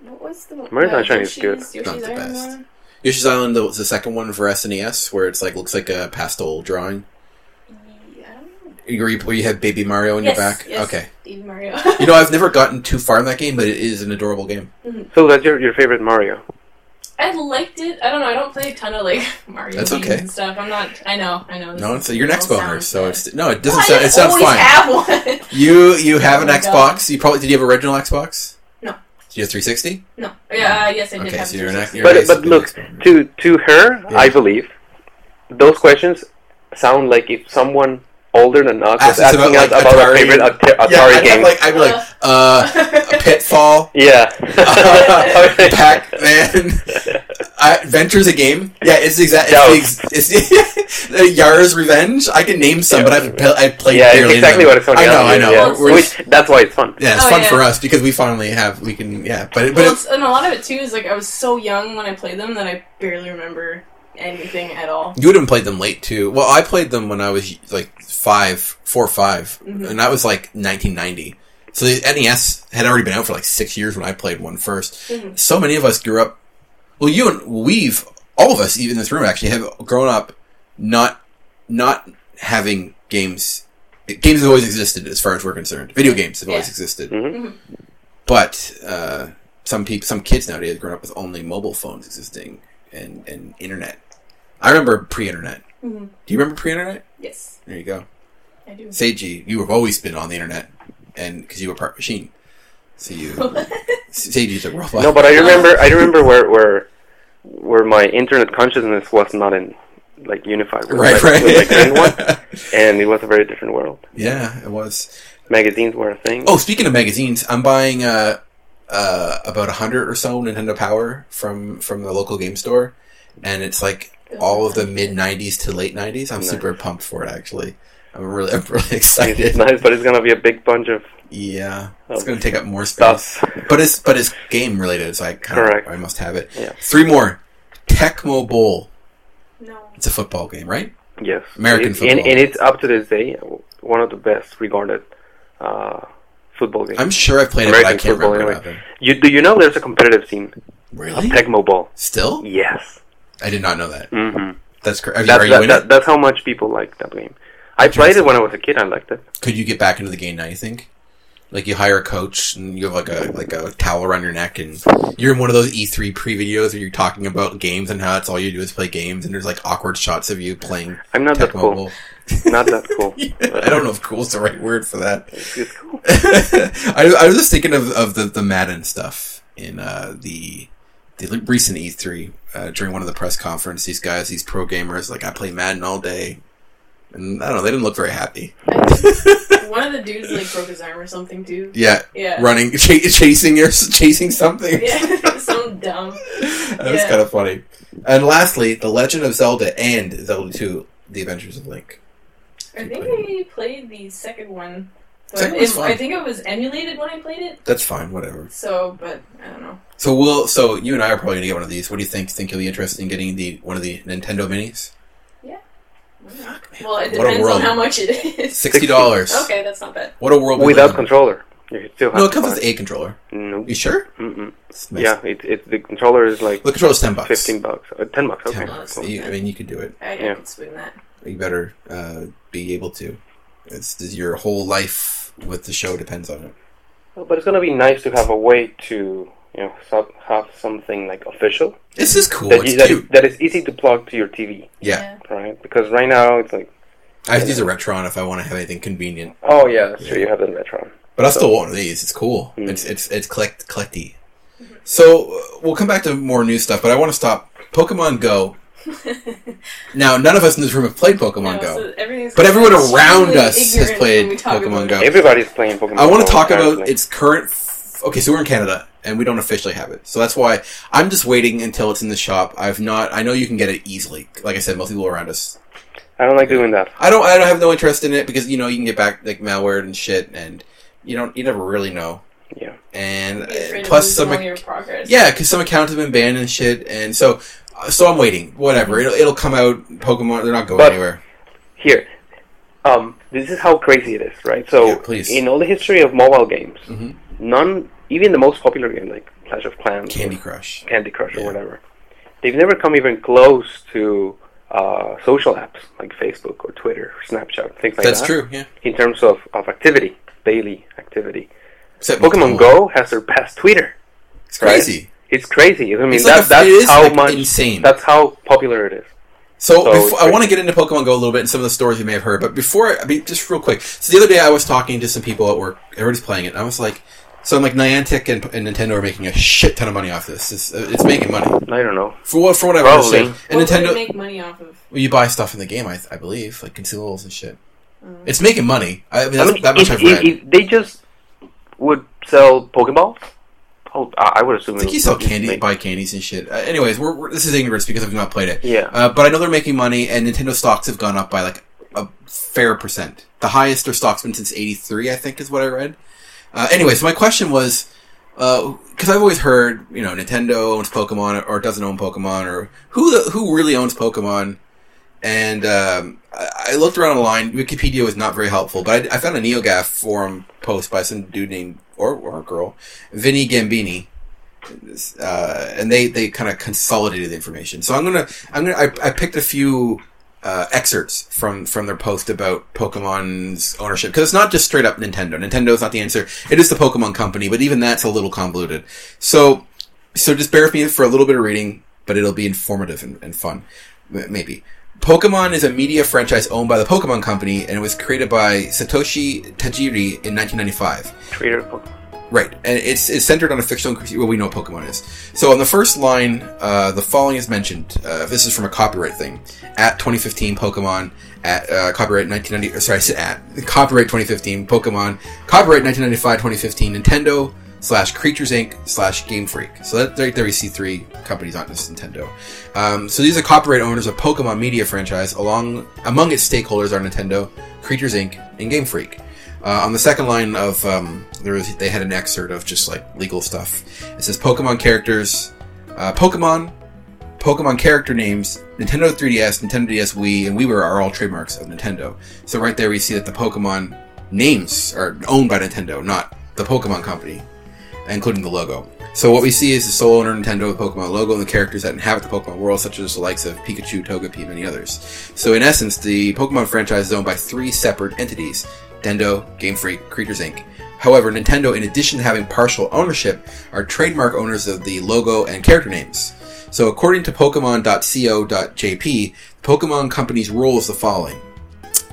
[SPEAKER 3] What was the one?
[SPEAKER 2] Mario
[SPEAKER 3] uh,
[SPEAKER 2] Sunshine is good.
[SPEAKER 3] Yoshi's-
[SPEAKER 1] Not
[SPEAKER 3] Yoshi's
[SPEAKER 1] the
[SPEAKER 3] Iron
[SPEAKER 1] best.
[SPEAKER 3] Man?
[SPEAKER 1] Yoshi's Island the, the second one for SNES, where it's like looks like a pastel drawing.
[SPEAKER 3] Yeah, I don't know.
[SPEAKER 1] You- Where you, where you have Baby Mario in
[SPEAKER 3] Yes,
[SPEAKER 1] your back.
[SPEAKER 3] yes.
[SPEAKER 1] Okay.
[SPEAKER 3] Even Mario.
[SPEAKER 1] You know, I've never gotten too far in that game, but it is an adorable game.
[SPEAKER 2] So that's your, your favorite Mario.
[SPEAKER 3] [LAUGHS] I liked it. I don't know. I don't play a ton of like [LAUGHS] Mario
[SPEAKER 1] That's
[SPEAKER 3] games
[SPEAKER 1] okay.
[SPEAKER 3] and stuff. I'm not. I know. I know. this
[SPEAKER 1] No,
[SPEAKER 3] is-
[SPEAKER 1] it's your
[SPEAKER 3] all
[SPEAKER 1] next boner,
[SPEAKER 3] sounds
[SPEAKER 1] so
[SPEAKER 3] bad.
[SPEAKER 1] it's no, it
[SPEAKER 3] Well,
[SPEAKER 1] doesn't
[SPEAKER 3] [LAUGHS] I
[SPEAKER 1] sound. It
[SPEAKER 3] didn't
[SPEAKER 1] sounds
[SPEAKER 3] always
[SPEAKER 1] fine.
[SPEAKER 3] Have one. [LAUGHS]
[SPEAKER 1] You you have
[SPEAKER 3] Oh
[SPEAKER 1] an
[SPEAKER 3] my
[SPEAKER 1] Xbox. You probably did you have original Xbox?
[SPEAKER 3] No.
[SPEAKER 1] Did you have 360?
[SPEAKER 3] No. Yeah. Uh, yes, I did.
[SPEAKER 1] Okay,
[SPEAKER 3] have
[SPEAKER 1] so you're an
[SPEAKER 3] Yoshi's.
[SPEAKER 1] ex- you're
[SPEAKER 2] But-
[SPEAKER 1] an
[SPEAKER 2] but
[SPEAKER 1] Xbox
[SPEAKER 2] look,
[SPEAKER 1] gamer.
[SPEAKER 2] To to her,
[SPEAKER 1] Yeah.
[SPEAKER 2] I believe those questions sound like if someone older than us
[SPEAKER 1] Ask
[SPEAKER 2] was
[SPEAKER 1] us
[SPEAKER 2] asking
[SPEAKER 1] about,
[SPEAKER 2] us
[SPEAKER 1] like,
[SPEAKER 2] about our
[SPEAKER 1] Atari.
[SPEAKER 2] favorite Ata-
[SPEAKER 1] yeah,
[SPEAKER 2] Atari
[SPEAKER 1] I'd have,
[SPEAKER 2] game.
[SPEAKER 1] like I'd be
[SPEAKER 3] [LAUGHS]
[SPEAKER 1] like uh, Pitfall, [LAUGHS] uh,
[SPEAKER 2] yeah. [LAUGHS]
[SPEAKER 1] Pac-Man, [LAUGHS] uh, Adventure's a game. Yeah, it's exactly it's, the ex- it's the- [LAUGHS] Yara's Revenge. I can name some, but I've pe- I've played.
[SPEAKER 2] yeah,
[SPEAKER 1] barely
[SPEAKER 2] it's
[SPEAKER 1] any
[SPEAKER 2] exactly
[SPEAKER 1] of
[SPEAKER 2] what
[SPEAKER 1] them.
[SPEAKER 2] it sounds
[SPEAKER 1] I
[SPEAKER 2] like.
[SPEAKER 1] know, I know.
[SPEAKER 2] Yeah.
[SPEAKER 1] We're- we're-
[SPEAKER 2] Which, that's why it's fun.
[SPEAKER 1] yeah, it's
[SPEAKER 3] Oh,
[SPEAKER 1] fun
[SPEAKER 3] yeah.
[SPEAKER 1] for us because we finally have we can yeah, but it- but
[SPEAKER 3] well,
[SPEAKER 1] it's
[SPEAKER 3] it's, and a lot of it too is like I was so young when I played them that I barely remember anything at all.
[SPEAKER 1] You would have played them late too. Well, I played them when I was like five, four or 5
[SPEAKER 3] Mhm.
[SPEAKER 1] and that was like 1990. So the NES had already been out for like six years when I played one first.
[SPEAKER 3] Mhm.
[SPEAKER 1] So many of us grew up. Well, you and we've all of us, even in this room, actually have grown up not not having games. Games have always existed, as far as we're concerned. Video games have always
[SPEAKER 3] Yeah.
[SPEAKER 1] existed,
[SPEAKER 2] Mhm.
[SPEAKER 3] Mhm.
[SPEAKER 1] but uh, some people, some kids nowadays, have grown up with only mobile phones existing and and internet. I remember pre-internet.
[SPEAKER 3] Mhm.
[SPEAKER 1] Do you remember pre-internet?
[SPEAKER 3] Yes,
[SPEAKER 1] There you go.
[SPEAKER 3] I do. [LAUGHS]
[SPEAKER 1] Seiji, you have always been on the internet, and because you were part machine, so
[SPEAKER 3] [LAUGHS]
[SPEAKER 1] you Seiji's a robot.
[SPEAKER 2] No, but I remember. I remember where where where my internet consciousness was not in like unified. It was
[SPEAKER 1] [LAUGHS] right,
[SPEAKER 2] like, It was like in
[SPEAKER 1] right.
[SPEAKER 2] one, and it was a very different world.
[SPEAKER 1] [LAUGHS] yeah, it was.
[SPEAKER 2] Magazines were a thing.
[SPEAKER 1] Oh, [LAUGHS] speaking of magazines, I'm buying uh, uh, about a hundred or so Nintendo Power from from the local game store, and it's like all of the mid '90s to late '90s. I'm
[SPEAKER 2] Nice.
[SPEAKER 1] super pumped for it. Actually, I'm really, [LAUGHS] I'm really
[SPEAKER 2] It's
[SPEAKER 1] excited.
[SPEAKER 2] nice, but it's gonna be a big bunch of
[SPEAKER 1] Yeah, it's
[SPEAKER 2] Oh.
[SPEAKER 1] going to take up more space.
[SPEAKER 2] stuff.
[SPEAKER 1] But it's but it's game related, so I kind
[SPEAKER 2] Correct.
[SPEAKER 1] of I must have it.
[SPEAKER 2] Yeah.
[SPEAKER 1] Three more. Tecmo Bowl.
[SPEAKER 3] No.
[SPEAKER 1] It's a football game, right?
[SPEAKER 2] Yes,
[SPEAKER 1] American
[SPEAKER 2] And it- and,
[SPEAKER 1] football.
[SPEAKER 2] and it's up to this day one of the best regarded uh, football games.
[SPEAKER 1] I'm sure I've played it, but I
[SPEAKER 2] American
[SPEAKER 1] can't
[SPEAKER 2] football,
[SPEAKER 1] remember what happened.
[SPEAKER 2] You do you know there's a competitive team of
[SPEAKER 1] Really?
[SPEAKER 2] Tecmo Bowl?
[SPEAKER 1] Still?
[SPEAKER 2] Yes,
[SPEAKER 1] I did not know that.
[SPEAKER 2] mm-hmm.
[SPEAKER 1] That's correct. Are, you-
[SPEAKER 2] that,
[SPEAKER 1] are you
[SPEAKER 2] that,
[SPEAKER 1] in
[SPEAKER 2] that-
[SPEAKER 1] it?
[SPEAKER 2] that's how much people like that game. I played it when I was a kid. I liked it.
[SPEAKER 1] Could you get back into the game now? You think? Like you hire a coach and you have like a like a towel around your neck and you're in one of those E3 pre videos where you're talking about games and how it's all you do is play games and there's like awkward shots of you playing
[SPEAKER 2] I'm not
[SPEAKER 1] Tech
[SPEAKER 2] that cool.
[SPEAKER 1] Mobile.
[SPEAKER 2] Not that
[SPEAKER 1] [LAUGHS]
[SPEAKER 2] cool.
[SPEAKER 1] I don't know if cool's the right word for that. [LAUGHS]
[SPEAKER 2] It's, it's cool.
[SPEAKER 1] I, I was just thinking of, of the, the Madden stuff in uh, the the recent E3 uh, during one of the press conference. These guys, these pro gamers, like I play Madden all day, and I don't know. They didn't look very happy. [LAUGHS]
[SPEAKER 3] One of the dudes like broke his arm or
[SPEAKER 1] [LAUGHS]
[SPEAKER 3] something too.
[SPEAKER 1] Yeah,
[SPEAKER 3] Yeah.
[SPEAKER 1] running, ch- chasing or chasing something.
[SPEAKER 3] Yeah, [LAUGHS] some dumb.
[SPEAKER 1] [LAUGHS] that was
[SPEAKER 3] Yeah.
[SPEAKER 1] kind of funny. And lastly, The Legend of Zelda and Zelda 2: The Adventures of Link.
[SPEAKER 3] I think I played the second one. But
[SPEAKER 1] Second one's
[SPEAKER 3] it-
[SPEAKER 1] fun.
[SPEAKER 3] I think it was emulated when I played it.
[SPEAKER 1] That's fine, whatever.
[SPEAKER 3] So, but I don't know.
[SPEAKER 1] So we'll. So you and I are probably gonna get one of these. What do you think? Think you'll be interested in getting the one of the Nintendo minis? Fuck, man.
[SPEAKER 3] Well, it
[SPEAKER 1] What a
[SPEAKER 3] depends
[SPEAKER 1] world.
[SPEAKER 3] on how much it is.
[SPEAKER 1] Sixty dollars.
[SPEAKER 3] okay, that's not bad.
[SPEAKER 1] What a world we
[SPEAKER 2] Without
[SPEAKER 1] live in.
[SPEAKER 2] controller, you still have
[SPEAKER 1] uh, No, it
[SPEAKER 2] to
[SPEAKER 1] comes
[SPEAKER 2] buy-
[SPEAKER 1] with a controller.
[SPEAKER 2] No.
[SPEAKER 1] You sure?
[SPEAKER 2] Mm-mm.
[SPEAKER 1] It's nice.
[SPEAKER 2] Yeah, it, it, the controller is like
[SPEAKER 1] The controller's ten bucks.
[SPEAKER 2] fifteen bucks, uh, ten bucks. Okay.
[SPEAKER 1] Ten bucks.
[SPEAKER 2] Cool.
[SPEAKER 1] You, I mean, you could do it.
[SPEAKER 3] I, I
[SPEAKER 2] Yeah.
[SPEAKER 3] could swing that.
[SPEAKER 1] You better uh, be able to. It's this- your whole life with the show depends on it.
[SPEAKER 2] Well, But it's gonna be nice to have a way to you know sub, have something like official
[SPEAKER 1] This is cool.
[SPEAKER 2] that,
[SPEAKER 1] it's
[SPEAKER 2] you, that,
[SPEAKER 1] cute.
[SPEAKER 2] that is easy to plug to your TV,
[SPEAKER 1] Yeah.
[SPEAKER 3] [LAUGHS]
[SPEAKER 2] right? Because right now it's like,
[SPEAKER 1] I have to use a Retron if I want to have anything convenient.
[SPEAKER 2] oh yeah, that's true. You have the Metron.
[SPEAKER 1] But I still want one of these. It's cool.
[SPEAKER 2] Mm.
[SPEAKER 1] It's it's it's collect collecty. So uh, we'll come back to more new stuff, but I want to stop Pokemon Go.
[SPEAKER 3] [LAUGHS]
[SPEAKER 1] Now, none of us in this room have played Pokemon
[SPEAKER 3] No,
[SPEAKER 1] Go.
[SPEAKER 3] so everything's
[SPEAKER 1] But everyone
[SPEAKER 3] extremely
[SPEAKER 1] around us has
[SPEAKER 3] ignorant
[SPEAKER 1] played
[SPEAKER 3] when we talk
[SPEAKER 1] Pokemon
[SPEAKER 3] about
[SPEAKER 1] Go.
[SPEAKER 3] it.
[SPEAKER 2] Everybody's playing Pokemon.
[SPEAKER 1] I want to
[SPEAKER 2] Go,
[SPEAKER 1] talk about
[SPEAKER 2] apparently.
[SPEAKER 1] its current. F- okay, so we're in Canada and we don't officially have it, so that's why I'm just waiting until it's in the shop. I've not. I know you can get it easily. Like I said, most people around us.
[SPEAKER 2] I don't like doing that.
[SPEAKER 1] I don't. I don't have no interest in it because you know you can get back like malware and shit, and you don't. You never really know.
[SPEAKER 2] Yeah.
[SPEAKER 1] And
[SPEAKER 3] Be afraid
[SPEAKER 1] uh,
[SPEAKER 3] of
[SPEAKER 1] plus
[SPEAKER 3] losing
[SPEAKER 1] some.
[SPEAKER 3] all your progress.
[SPEAKER 1] Yeah, because some accounts have been banned and shit, and so uh, so I'm waiting. Whatever, it'll, it'll come out. Pokemon, they're not going
[SPEAKER 2] But-
[SPEAKER 1] anywhere.
[SPEAKER 2] Here, um, this is how crazy it is, right? So
[SPEAKER 1] Yeah, please.
[SPEAKER 2] in all the history of mobile games,
[SPEAKER 1] Mhm.
[SPEAKER 2] none, even the most popular game like Clash of Clans,
[SPEAKER 1] Candy Crush.
[SPEAKER 2] Candy Crush,
[SPEAKER 1] Yeah.
[SPEAKER 2] or whatever, they've never come even close to uh, social apps like Facebook or Twitter or Snapchat, things like
[SPEAKER 1] That's
[SPEAKER 2] that.
[SPEAKER 1] true. Yeah.
[SPEAKER 2] In terms of, of activity, daily activity,
[SPEAKER 1] Except
[SPEAKER 2] Pokemon Go has surpassed Twitter.
[SPEAKER 1] It's crazy.
[SPEAKER 2] It's crazy. I mean,
[SPEAKER 1] It's
[SPEAKER 2] that,
[SPEAKER 1] like a-
[SPEAKER 2] that's
[SPEAKER 1] it is,
[SPEAKER 2] how
[SPEAKER 1] like,
[SPEAKER 2] much
[SPEAKER 1] insane.
[SPEAKER 2] That's how popular it is.
[SPEAKER 1] So,
[SPEAKER 2] So
[SPEAKER 1] before,
[SPEAKER 2] it's
[SPEAKER 1] I want to get into Pokemon Go a little bit and some of the stories you may have heard, but before, I mean, just real quick. So the other day I was talking to some people at work, everybody's playing it, and I was like, so I'm like, Niantic and, and Nintendo are making a shit ton of money off this. It's, uh, it's making money.
[SPEAKER 2] I don't know.
[SPEAKER 1] For what, for what I
[SPEAKER 2] Probably.
[SPEAKER 1] understand. And
[SPEAKER 3] What would
[SPEAKER 1] Nintendo,
[SPEAKER 3] we make money off of?
[SPEAKER 1] well, you buy stuff in the game, I, I believe, like consumables and shit. It's making money. I mean, that's,
[SPEAKER 2] I mean,
[SPEAKER 1] that much
[SPEAKER 2] if,
[SPEAKER 1] I've
[SPEAKER 2] if-
[SPEAKER 1] read.
[SPEAKER 2] if they just would sell Pokeballs, oh, I I would assume.
[SPEAKER 1] I think
[SPEAKER 2] it
[SPEAKER 1] you sell
[SPEAKER 2] would
[SPEAKER 1] candy,
[SPEAKER 2] make-
[SPEAKER 1] buy candies and shit. Uh, anyways, we're, we're, this is ignorance because I've not played it.
[SPEAKER 2] Yeah.
[SPEAKER 1] Uh, but I know they're making money, and Nintendo stocks have gone up by like a fair percent. The highest their stocks been since '83, I think, is what I read. Uh, anyway, so my question was because I've always heard, you know, Nintendo owns Pokemon or doesn't own Pokemon, or who the, who really owns Pokemon? And um, I, I looked around online. Wikipedia was not very helpful, but I, I found a NeoGaf forum post by some dude named or, or girl, Vinny Gambini. Uh, and they, they kind of consolidated the information. So I'm gonna I'm gonna I, I picked a few uh, excerpts from from their post about Pokemon's ownership because it's not just straight up Nintendo. Nintendo's not the answer. It is the Pokemon company, but even that's a little convoluted. So so just bear with me for a little bit of reading, but it'll be informative and, and fun, M- maybe. Pokemon is a media franchise owned by the Pokemon Company, and it was created by Satoshi Tajiri in 1995.
[SPEAKER 2] Trader Pokemon.
[SPEAKER 1] Right, and it's, it's centered on a fictional. Well, we know what Pokemon is. So on the first line, uh, the following is mentioned. Uh, this is from a copyright thing. At 2015, Pokemon. At uh, copyright 1990. or Sorry, I said at copyright 2015. Pokemon. Copyright 1995, 2015. Nintendo slash Creatures Inc. slash Game Freak. So that right there, we see three companies, not just Nintendo. Um, so these are copyright owners of Pokemon media franchise. Along among its stakeholders are Nintendo, Creatures Inc., and Game Freak. Uh, on the second line of um, there was, they had an excerpt of just like legal stuff. It says Pokemon characters, uh, Pokemon, Pokemon character names, Nintendo 3DS, Nintendo DS Wii, and WiiWare are all trademarks of Nintendo. So right there, we see that the Pokemon names are owned by Nintendo, not the Pokemon company. including the logo. So what we see is the sole owner Nintendo of the Pokemon logo and the characters that inhabit the Pokemon world, such as the likes of Pikachu, Togepi, and many others. So in essence, the Pokemon franchise is owned by three separate entities: Nintendo, Game Freak, Creatures Inc. However, Nintendo, in addition to having partial ownership, are trademark owners of the logo and character names. So according to Pokemon.co.jp, the Pokemon Company's rule is the following.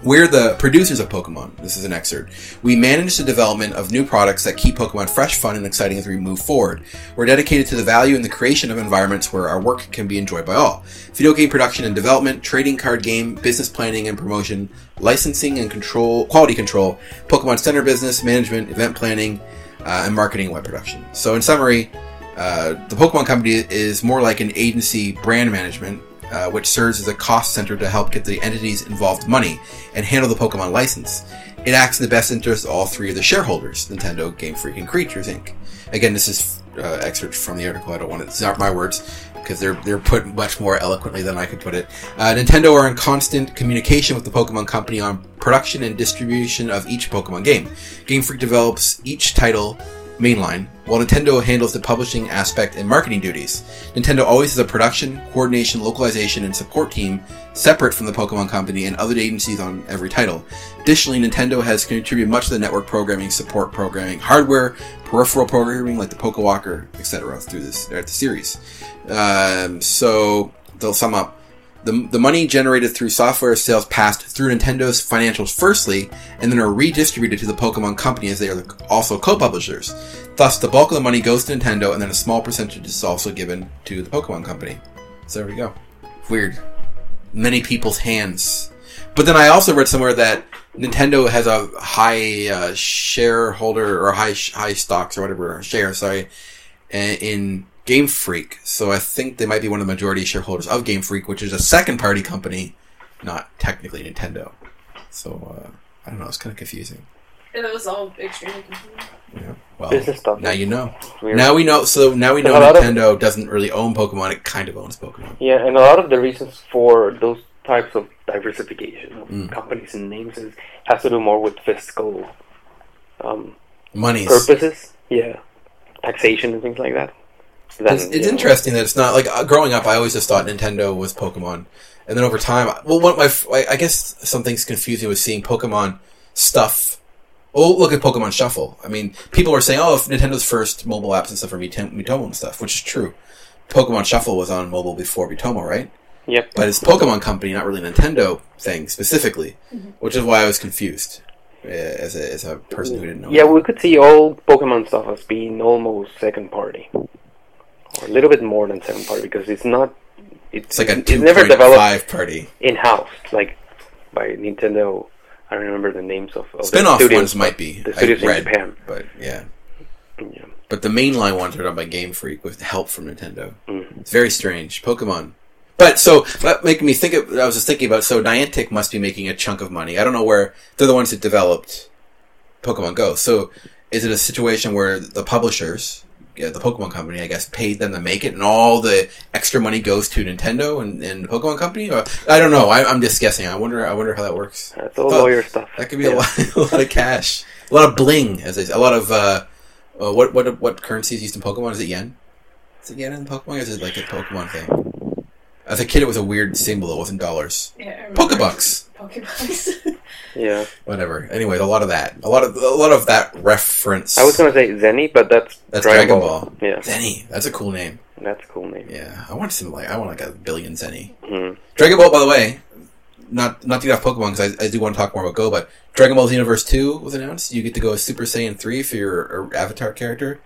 [SPEAKER 1] We're the producers of Pokemon. This is an excerpt. We manage the development of new products that keep Pokemon fresh, fun, and exciting as we move forward. We're dedicated to the value and the creation of environments where our work can be enjoyed by all. Video game production and development, trading card game, business planning and promotion, licensing and control, quality control, Pokemon Center business, management, event planning, uh, and marketing and web production. So, in summary, uh, the Pokemon Company is more like an agency brand management, uh, which serves as a cost center to help get the entities involved money and handle the Pokemon license. It acts in the best interest of all three of the shareholders Nintendo, Game Freak, and Creatures Inc. Again, this is uh, excerpt from the article. I don't want it. It's not my words because they're they're put much more eloquently than I could put it. Uh, Nintendo are in constant communication with the Pokemon Company on production and distribution of each Pokemon game. Game Freak develops each title mainline, while Nintendo handles the publishing aspect and marketing duties. Nintendo always has a production, coordination, localization, and support team separate from the Pokemon Company and other agencies on every title. Additionally, Nintendo has contributed much to the network programming, support programming, hardware, peripheral programming like the PokeWalker, etc. through this at the series. Um, so they'll sum up. The, the money generated through software sales passed through Nintendo's financials firstly, and then are redistributed to the Pokemon Company as they are also co-publishers. Thus, the bulk of the money goes to Nintendo, and then a small percentage is also given to the Pokemon Company. So there we go. Weird. Many people's hands. But then I also read somewhere that Nintendo has a high uh, shareholder or high high stocks or whatever or share. Sorry, in- in Game Freak. So I think they might be one of the majority shareholders of Game Freak, which is a second party company, not technically Nintendo. So uh, I don't know. It's kind of confusing.
[SPEAKER 3] Yeah, that was all extremely confusing.
[SPEAKER 1] Yeah. Well,
[SPEAKER 2] Business stuff.
[SPEAKER 1] Oh, now you know.
[SPEAKER 2] It's weird.
[SPEAKER 1] Now we know. So now we know
[SPEAKER 2] There's a lot of-
[SPEAKER 1] Nintendo doesn't really own Pokemon. It kind of owns Pokemon.
[SPEAKER 2] Yeah, and a lot of the reasons for those types of diversification of
[SPEAKER 1] Mm.
[SPEAKER 2] companies and names is, has to do more with fiscal um,
[SPEAKER 1] Money's.
[SPEAKER 2] purposes. Yeah, taxation and things like that. Then,
[SPEAKER 1] It's, it's
[SPEAKER 2] you know,
[SPEAKER 1] interesting that it's not like uh, growing up. I always just thought Nintendo was Pokemon, and then over time, well, one of my f- I I guess something's confusing with seeing Pokemon stuff. Oh, look at Pokemon Shuffle. I mean, people are saying, "Oh, if Nintendo's first mobile apps and stuff are Mute- Mutomo and stuff," which is true. Pokemon Shuffle was on mobile before Mutomo, right?
[SPEAKER 2] Yep.
[SPEAKER 1] But it's Pokemon Company, not really Nintendo thing specifically,
[SPEAKER 2] Mm-hmm.
[SPEAKER 1] which is why I was confused uh, as a, as a person who didn't know.
[SPEAKER 2] Yeah, we could see all Pokemon stuff as being almost second party, or a little bit more than second party because it's not.
[SPEAKER 1] it's
[SPEAKER 2] It's,
[SPEAKER 1] like a
[SPEAKER 2] it's
[SPEAKER 1] two
[SPEAKER 2] never
[SPEAKER 1] point
[SPEAKER 2] developed
[SPEAKER 1] five party.
[SPEAKER 2] in house, like by Nintendo. I don't remember the names of, of the
[SPEAKER 1] Spin-off
[SPEAKER 2] studios,
[SPEAKER 1] ones might be.
[SPEAKER 2] the
[SPEAKER 1] I
[SPEAKER 2] studios in
[SPEAKER 1] read,
[SPEAKER 2] Japan.
[SPEAKER 1] but yeah.
[SPEAKER 2] Yeah.
[SPEAKER 1] But the mainline ones are done by Game Freak with help from Nintendo.
[SPEAKER 2] Mhm.
[SPEAKER 1] It's very strange. Pokemon. But so that making me think of I was just thinking about so Niantic must be making a chunk of money. I don't know where they're the ones that developed Pokemon Go. So is it a situation where the publishers, yeah, the Pokemon company, I guess, paid them to make it, and all the extra money goes to Nintendo and, and the Pokemon company? Or, I don't know. I, I'm just guessing. I wonder. I wonder how that works.
[SPEAKER 2] That's all
[SPEAKER 1] Oh,
[SPEAKER 2] lawyer stuff.
[SPEAKER 1] That could be
[SPEAKER 2] Yeah.
[SPEAKER 1] a, lot, [LAUGHS] a lot of cash, a lot of bling, as they say, a lot of uh, uh, what what what currency is used in Pokemon? Is it yen? Is it yen in Pokemon? Or is it like a Pokemon thing? As a kid, it was a weird symbol. It wasn't dollars.
[SPEAKER 3] Yeah, I remember.
[SPEAKER 1] Pokebucks,
[SPEAKER 3] Pokebucks.
[SPEAKER 2] Yeah,
[SPEAKER 1] whatever. Anyway, a lot of that, a lot of a lot of that reference.
[SPEAKER 2] I was gonna say Zenny, but that's,
[SPEAKER 1] That's Dragon Ball.
[SPEAKER 2] Yeah,
[SPEAKER 1] Zenny. That's a cool name.
[SPEAKER 2] that's a cool name.
[SPEAKER 1] Yeah, I want some like I want like a billion Zenny.
[SPEAKER 2] Mm.
[SPEAKER 1] Dragon Ball, by the way, not not to get off Pokemon because I, I do want to talk more about Go, but Dragon Ball Z Universe Two was announced. You get to go as Super Saiyan Three for your uh, avatar character.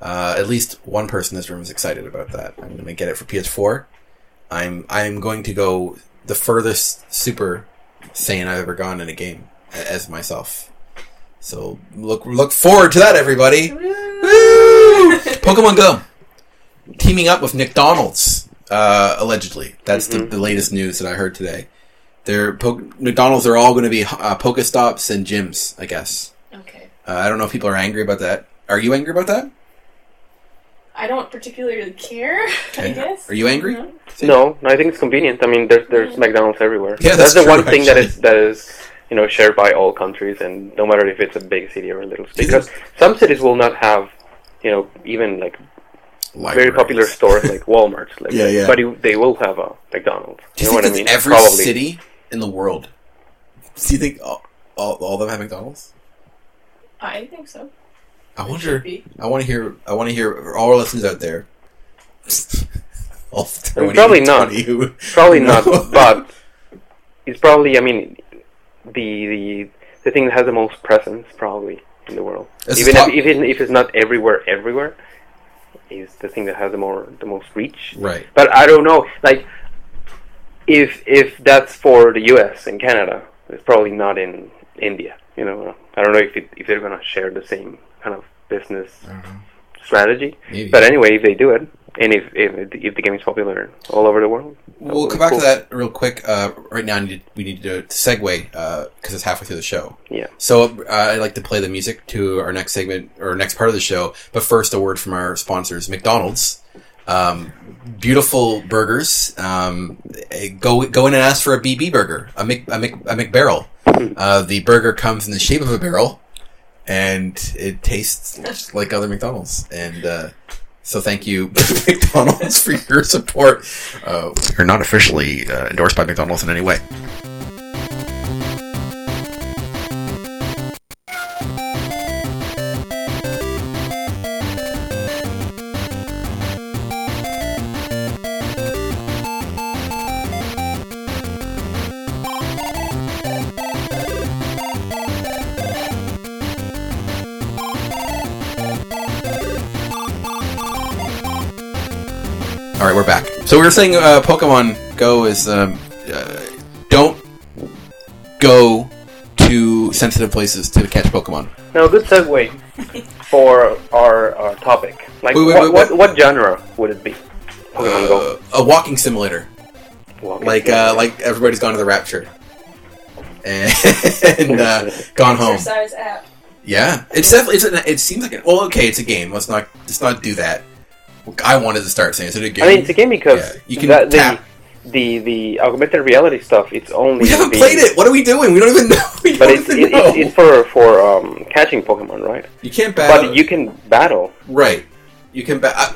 [SPEAKER 1] Uh, at least one person in this room is excited about that. I'm going to get it for PS4. I'm I'm going to go the furthest Super Saiyan I've ever gone in a game a- as myself. So look look forward to that, everybody. Woo! Pokemon Go teaming up with McDonald's uh, allegedly. That's
[SPEAKER 2] Mhm.
[SPEAKER 1] the, the latest news that I heard today. They're po- McDonald's are all going to be uh, Pokestops and gyms, I guess.
[SPEAKER 3] [LAUGHS] okay.
[SPEAKER 1] Uh, I don't know if people are angry about that. Are you angry about that?
[SPEAKER 3] I don't particularly care, I
[SPEAKER 1] Okay.
[SPEAKER 3] guess.
[SPEAKER 1] Are you angry?
[SPEAKER 3] No.
[SPEAKER 2] No, I think it's convenient. I mean, there's there's
[SPEAKER 3] Yeah.
[SPEAKER 2] McDonald's everywhere.
[SPEAKER 1] Yeah, that's
[SPEAKER 2] that's, the
[SPEAKER 1] true,
[SPEAKER 2] one thing that
[SPEAKER 1] actually.
[SPEAKER 2] is that is you know shared by all countries, and no matter if it's a big city or a little city,
[SPEAKER 1] Isn't-
[SPEAKER 2] because some cities will not have you know, even like very
[SPEAKER 1] Libraries.
[SPEAKER 2] popular stores like Walmart.
[SPEAKER 1] [LAUGHS]
[SPEAKER 2] Like,
[SPEAKER 1] Yeah, yeah.
[SPEAKER 2] But it, they will have a McDonald's.
[SPEAKER 1] Do you, think
[SPEAKER 2] know what I
[SPEAKER 1] that's
[SPEAKER 2] mean?
[SPEAKER 1] every
[SPEAKER 2] Probably.
[SPEAKER 1] city in the world? Do you think all, all, all of them have McDonald's?
[SPEAKER 3] I think so.
[SPEAKER 1] I
[SPEAKER 3] It
[SPEAKER 1] wonder.
[SPEAKER 3] should be.
[SPEAKER 1] I want to hear. I want to hear all our listeners out there. [LAUGHS] all 20,
[SPEAKER 2] Probably not.
[SPEAKER 1] 20 who- [LAUGHS]
[SPEAKER 2] Probably
[SPEAKER 1] No.
[SPEAKER 2] not. [LAUGHS] But it's probably. I mean, the the the thing that has the most presence probably in the world.
[SPEAKER 1] This is
[SPEAKER 2] even if,
[SPEAKER 1] top-
[SPEAKER 2] even if it's not everywhere, everywhere is the thing that has the more the most reach.
[SPEAKER 1] right.
[SPEAKER 2] But I don't know. Like, if if that's for the U.S. and Canada, it's probably not in India. You know, I don't know if it, if they're gonna share the same kind of business
[SPEAKER 1] I don't know.
[SPEAKER 2] strategy.
[SPEAKER 1] Maybe.
[SPEAKER 2] But anyway, if they do it, and if if, it- if the game is popular all over the world,
[SPEAKER 1] We'll come back to that real quick. Uh, right now, I need to, we need to do a segue because it's halfway through the show.
[SPEAKER 2] Yeah.
[SPEAKER 1] So uh, I'd like to play the music to our next segment or next part of the show. But first, a word from our sponsors, McDonald's. Um, beautiful burgers. Um, eh, go go in and ask for a BB burger, a Mc, a, Mc, a McBarrel.
[SPEAKER 2] Hmm.
[SPEAKER 1] Uh, the burger comes in the shape of a barrel, and it tastes just like other McDonald's. And uh, so thank you, [LAUGHS] McDonald's, for your support. Uh, we are not officially uh, endorsed by McDonald's in any way. All right, we're back. So we were saying uh, Pokemon Go is um, uh, don't go to sensitive places to catch Pokemon.
[SPEAKER 2] Now, good segue for our, our topic. Like,
[SPEAKER 1] Wait, wait,
[SPEAKER 2] what,
[SPEAKER 1] wait,
[SPEAKER 2] what
[SPEAKER 1] wait.
[SPEAKER 2] what genre would it be? Pokemon Go.
[SPEAKER 1] Uh, a walking simulator,
[SPEAKER 2] Walking
[SPEAKER 1] like
[SPEAKER 2] Simulator.
[SPEAKER 1] uh, like everybody's gone to the Rapture [LAUGHS] and uh, gone home.
[SPEAKER 3] Exercise app.
[SPEAKER 1] Yeah, it's definitely it's an, it seems like an, well okay it's a game. Let's not let's not do that. I wanted to start saying it's a game.
[SPEAKER 2] I mean, it's a game because
[SPEAKER 1] Yeah, you can
[SPEAKER 2] that,
[SPEAKER 1] tap.
[SPEAKER 2] the, the the augmented reality stuff. It's only
[SPEAKER 1] we haven't
[SPEAKER 2] the-
[SPEAKER 1] played it. What are we doing? We don't even know. [LAUGHS] We
[SPEAKER 2] but
[SPEAKER 1] don't
[SPEAKER 2] it's
[SPEAKER 1] even
[SPEAKER 2] it,
[SPEAKER 1] know. Uh,
[SPEAKER 2] it's it's for for um, catching Pokemon, right?
[SPEAKER 1] you can't battle.
[SPEAKER 2] But you can battle,
[SPEAKER 1] Right. You can. Ba- I,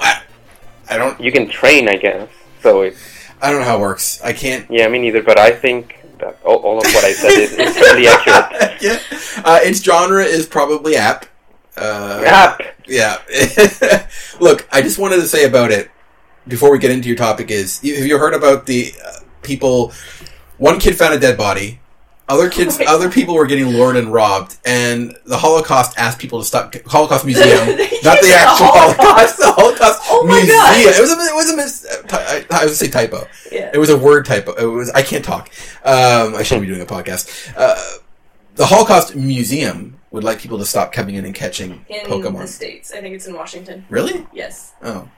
[SPEAKER 1] I, I don't.
[SPEAKER 2] you can train, I guess. So it's
[SPEAKER 1] I don't know how it works. I can't.
[SPEAKER 2] yeah, me neither. But I think that all, all of what I said is, is
[SPEAKER 1] [LAUGHS]
[SPEAKER 2] fairly accurate.
[SPEAKER 1] yeah. Uh, its genre is probably app. Uh,
[SPEAKER 2] App.
[SPEAKER 1] Yeah. [LAUGHS] Look, I just wanted to say about it before we get into your topic is you- have you heard about the uh, people? One kid found a dead body. Other
[SPEAKER 3] [LAUGHS]
[SPEAKER 1] kids,
[SPEAKER 3] Wait.
[SPEAKER 1] other people were getting lured and robbed, and the Holocaust asked people to stop. Holocaust Museum,
[SPEAKER 3] [LAUGHS] They
[SPEAKER 1] not
[SPEAKER 3] used
[SPEAKER 1] the
[SPEAKER 3] the
[SPEAKER 1] actual
[SPEAKER 3] Holocaust.
[SPEAKER 1] Holocaust. The Holocaust
[SPEAKER 3] Oh my
[SPEAKER 1] Museum.
[SPEAKER 3] God.
[SPEAKER 1] It was a, it was a mis. uh, I, I would say typo.
[SPEAKER 3] Yeah.
[SPEAKER 1] It was a word typo. It was I can't talk. Um, I shouldn't be doing a podcast. Uh, the Holocaust Museum would like people to stop coming in and catching
[SPEAKER 3] In
[SPEAKER 1] Pokemon.
[SPEAKER 3] the states, I think it's in Washington.
[SPEAKER 1] Really?
[SPEAKER 3] Yes.
[SPEAKER 1] Oh,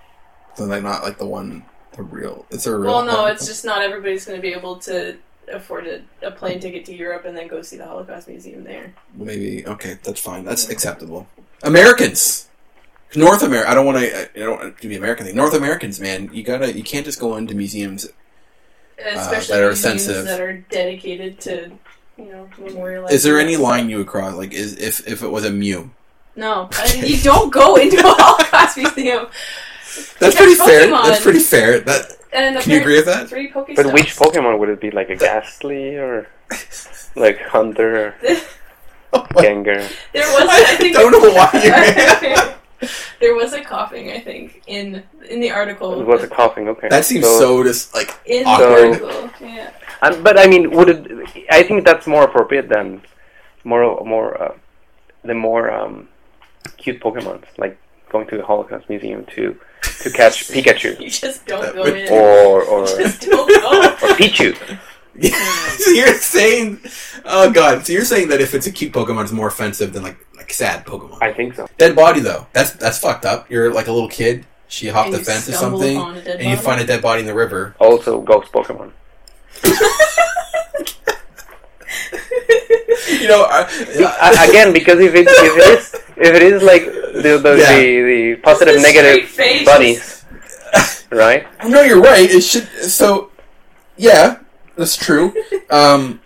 [SPEAKER 1] so they're not like the one, the real. It's a real.
[SPEAKER 3] Well, no,
[SPEAKER 1] Holocaust?
[SPEAKER 3] it's just not everybody's going to be able to afford a, a plane ticket to Europe and then go see the Holocaust Museum there.
[SPEAKER 1] maybe okay. That's fine. That's acceptable. Americans, North America. I don't want to. I don't want to be American thing. North Americans, man, you gotta. You can't just go into museums.
[SPEAKER 3] Especially
[SPEAKER 1] Uh, that are
[SPEAKER 3] museums
[SPEAKER 1] sensitive.
[SPEAKER 3] that are dedicated to, you know, memorializing.
[SPEAKER 1] Is there
[SPEAKER 3] that
[SPEAKER 1] any
[SPEAKER 3] stuff.
[SPEAKER 1] line you would cross? Like, is if if it was a mew? [LAUGHS]
[SPEAKER 3] No, I mean, you don't go into a Holocaust Museum.
[SPEAKER 1] That's
[SPEAKER 3] Yeah,
[SPEAKER 1] pretty fair.
[SPEAKER 3] Pokemon.
[SPEAKER 1] That's pretty fair. That
[SPEAKER 3] And
[SPEAKER 1] Can you agree with that? [LAUGHS]
[SPEAKER 3] Three Pokestops.
[SPEAKER 2] But which
[SPEAKER 3] [LAUGHS]
[SPEAKER 2] Pokemon would it be? Like a Ghastly or like Hunter or
[SPEAKER 1] Oh
[SPEAKER 2] Gengar?
[SPEAKER 3] There was,
[SPEAKER 1] I
[SPEAKER 3] I,
[SPEAKER 1] [LAUGHS]
[SPEAKER 3] think,
[SPEAKER 1] don't know why
[SPEAKER 3] [LAUGHS]
[SPEAKER 1] [LAUGHS]
[SPEAKER 3] there was a coughing, I think, in in the article.
[SPEAKER 2] It was a coughing. Okay.
[SPEAKER 1] That seems so, just like
[SPEAKER 3] in the
[SPEAKER 1] awkward.
[SPEAKER 3] article. Yeah.
[SPEAKER 2] Um, but I mean, would it? I think that's more appropriate than more more uh, the more um, cute Pokemons, like going to the Holocaust Museum to to catch Pikachu
[SPEAKER 3] You just don't
[SPEAKER 1] That
[SPEAKER 3] go
[SPEAKER 1] would-
[SPEAKER 3] in.
[SPEAKER 2] or or or
[SPEAKER 3] just
[SPEAKER 1] [LAUGHS]
[SPEAKER 3] don't go.
[SPEAKER 2] Pichu.
[SPEAKER 1] so you're saying, oh god, so you're saying that if it's a cute Pokemon, it's more offensive than like like sad Pokemon.
[SPEAKER 2] I think so.
[SPEAKER 1] dead body though, that's that's fucked up. You're like a little kid. She hopped
[SPEAKER 3] And
[SPEAKER 1] the
[SPEAKER 3] you
[SPEAKER 1] fence or
[SPEAKER 3] stumble
[SPEAKER 1] something,
[SPEAKER 3] upon a dead
[SPEAKER 1] and you
[SPEAKER 3] body?
[SPEAKER 1] find a dead body in the river. [LAUGHS]
[SPEAKER 2] Also, ghost Pokemon.
[SPEAKER 1] You know, I,
[SPEAKER 2] I, again, because if it if it is if it is like the the,
[SPEAKER 1] Yeah.
[SPEAKER 2] the, the
[SPEAKER 3] Just
[SPEAKER 2] positive
[SPEAKER 3] a straight
[SPEAKER 2] negative
[SPEAKER 1] [LAUGHS]
[SPEAKER 3] face.
[SPEAKER 2] bunnies, right?
[SPEAKER 1] I know you're right. It should. So, yeah, that's true. Um,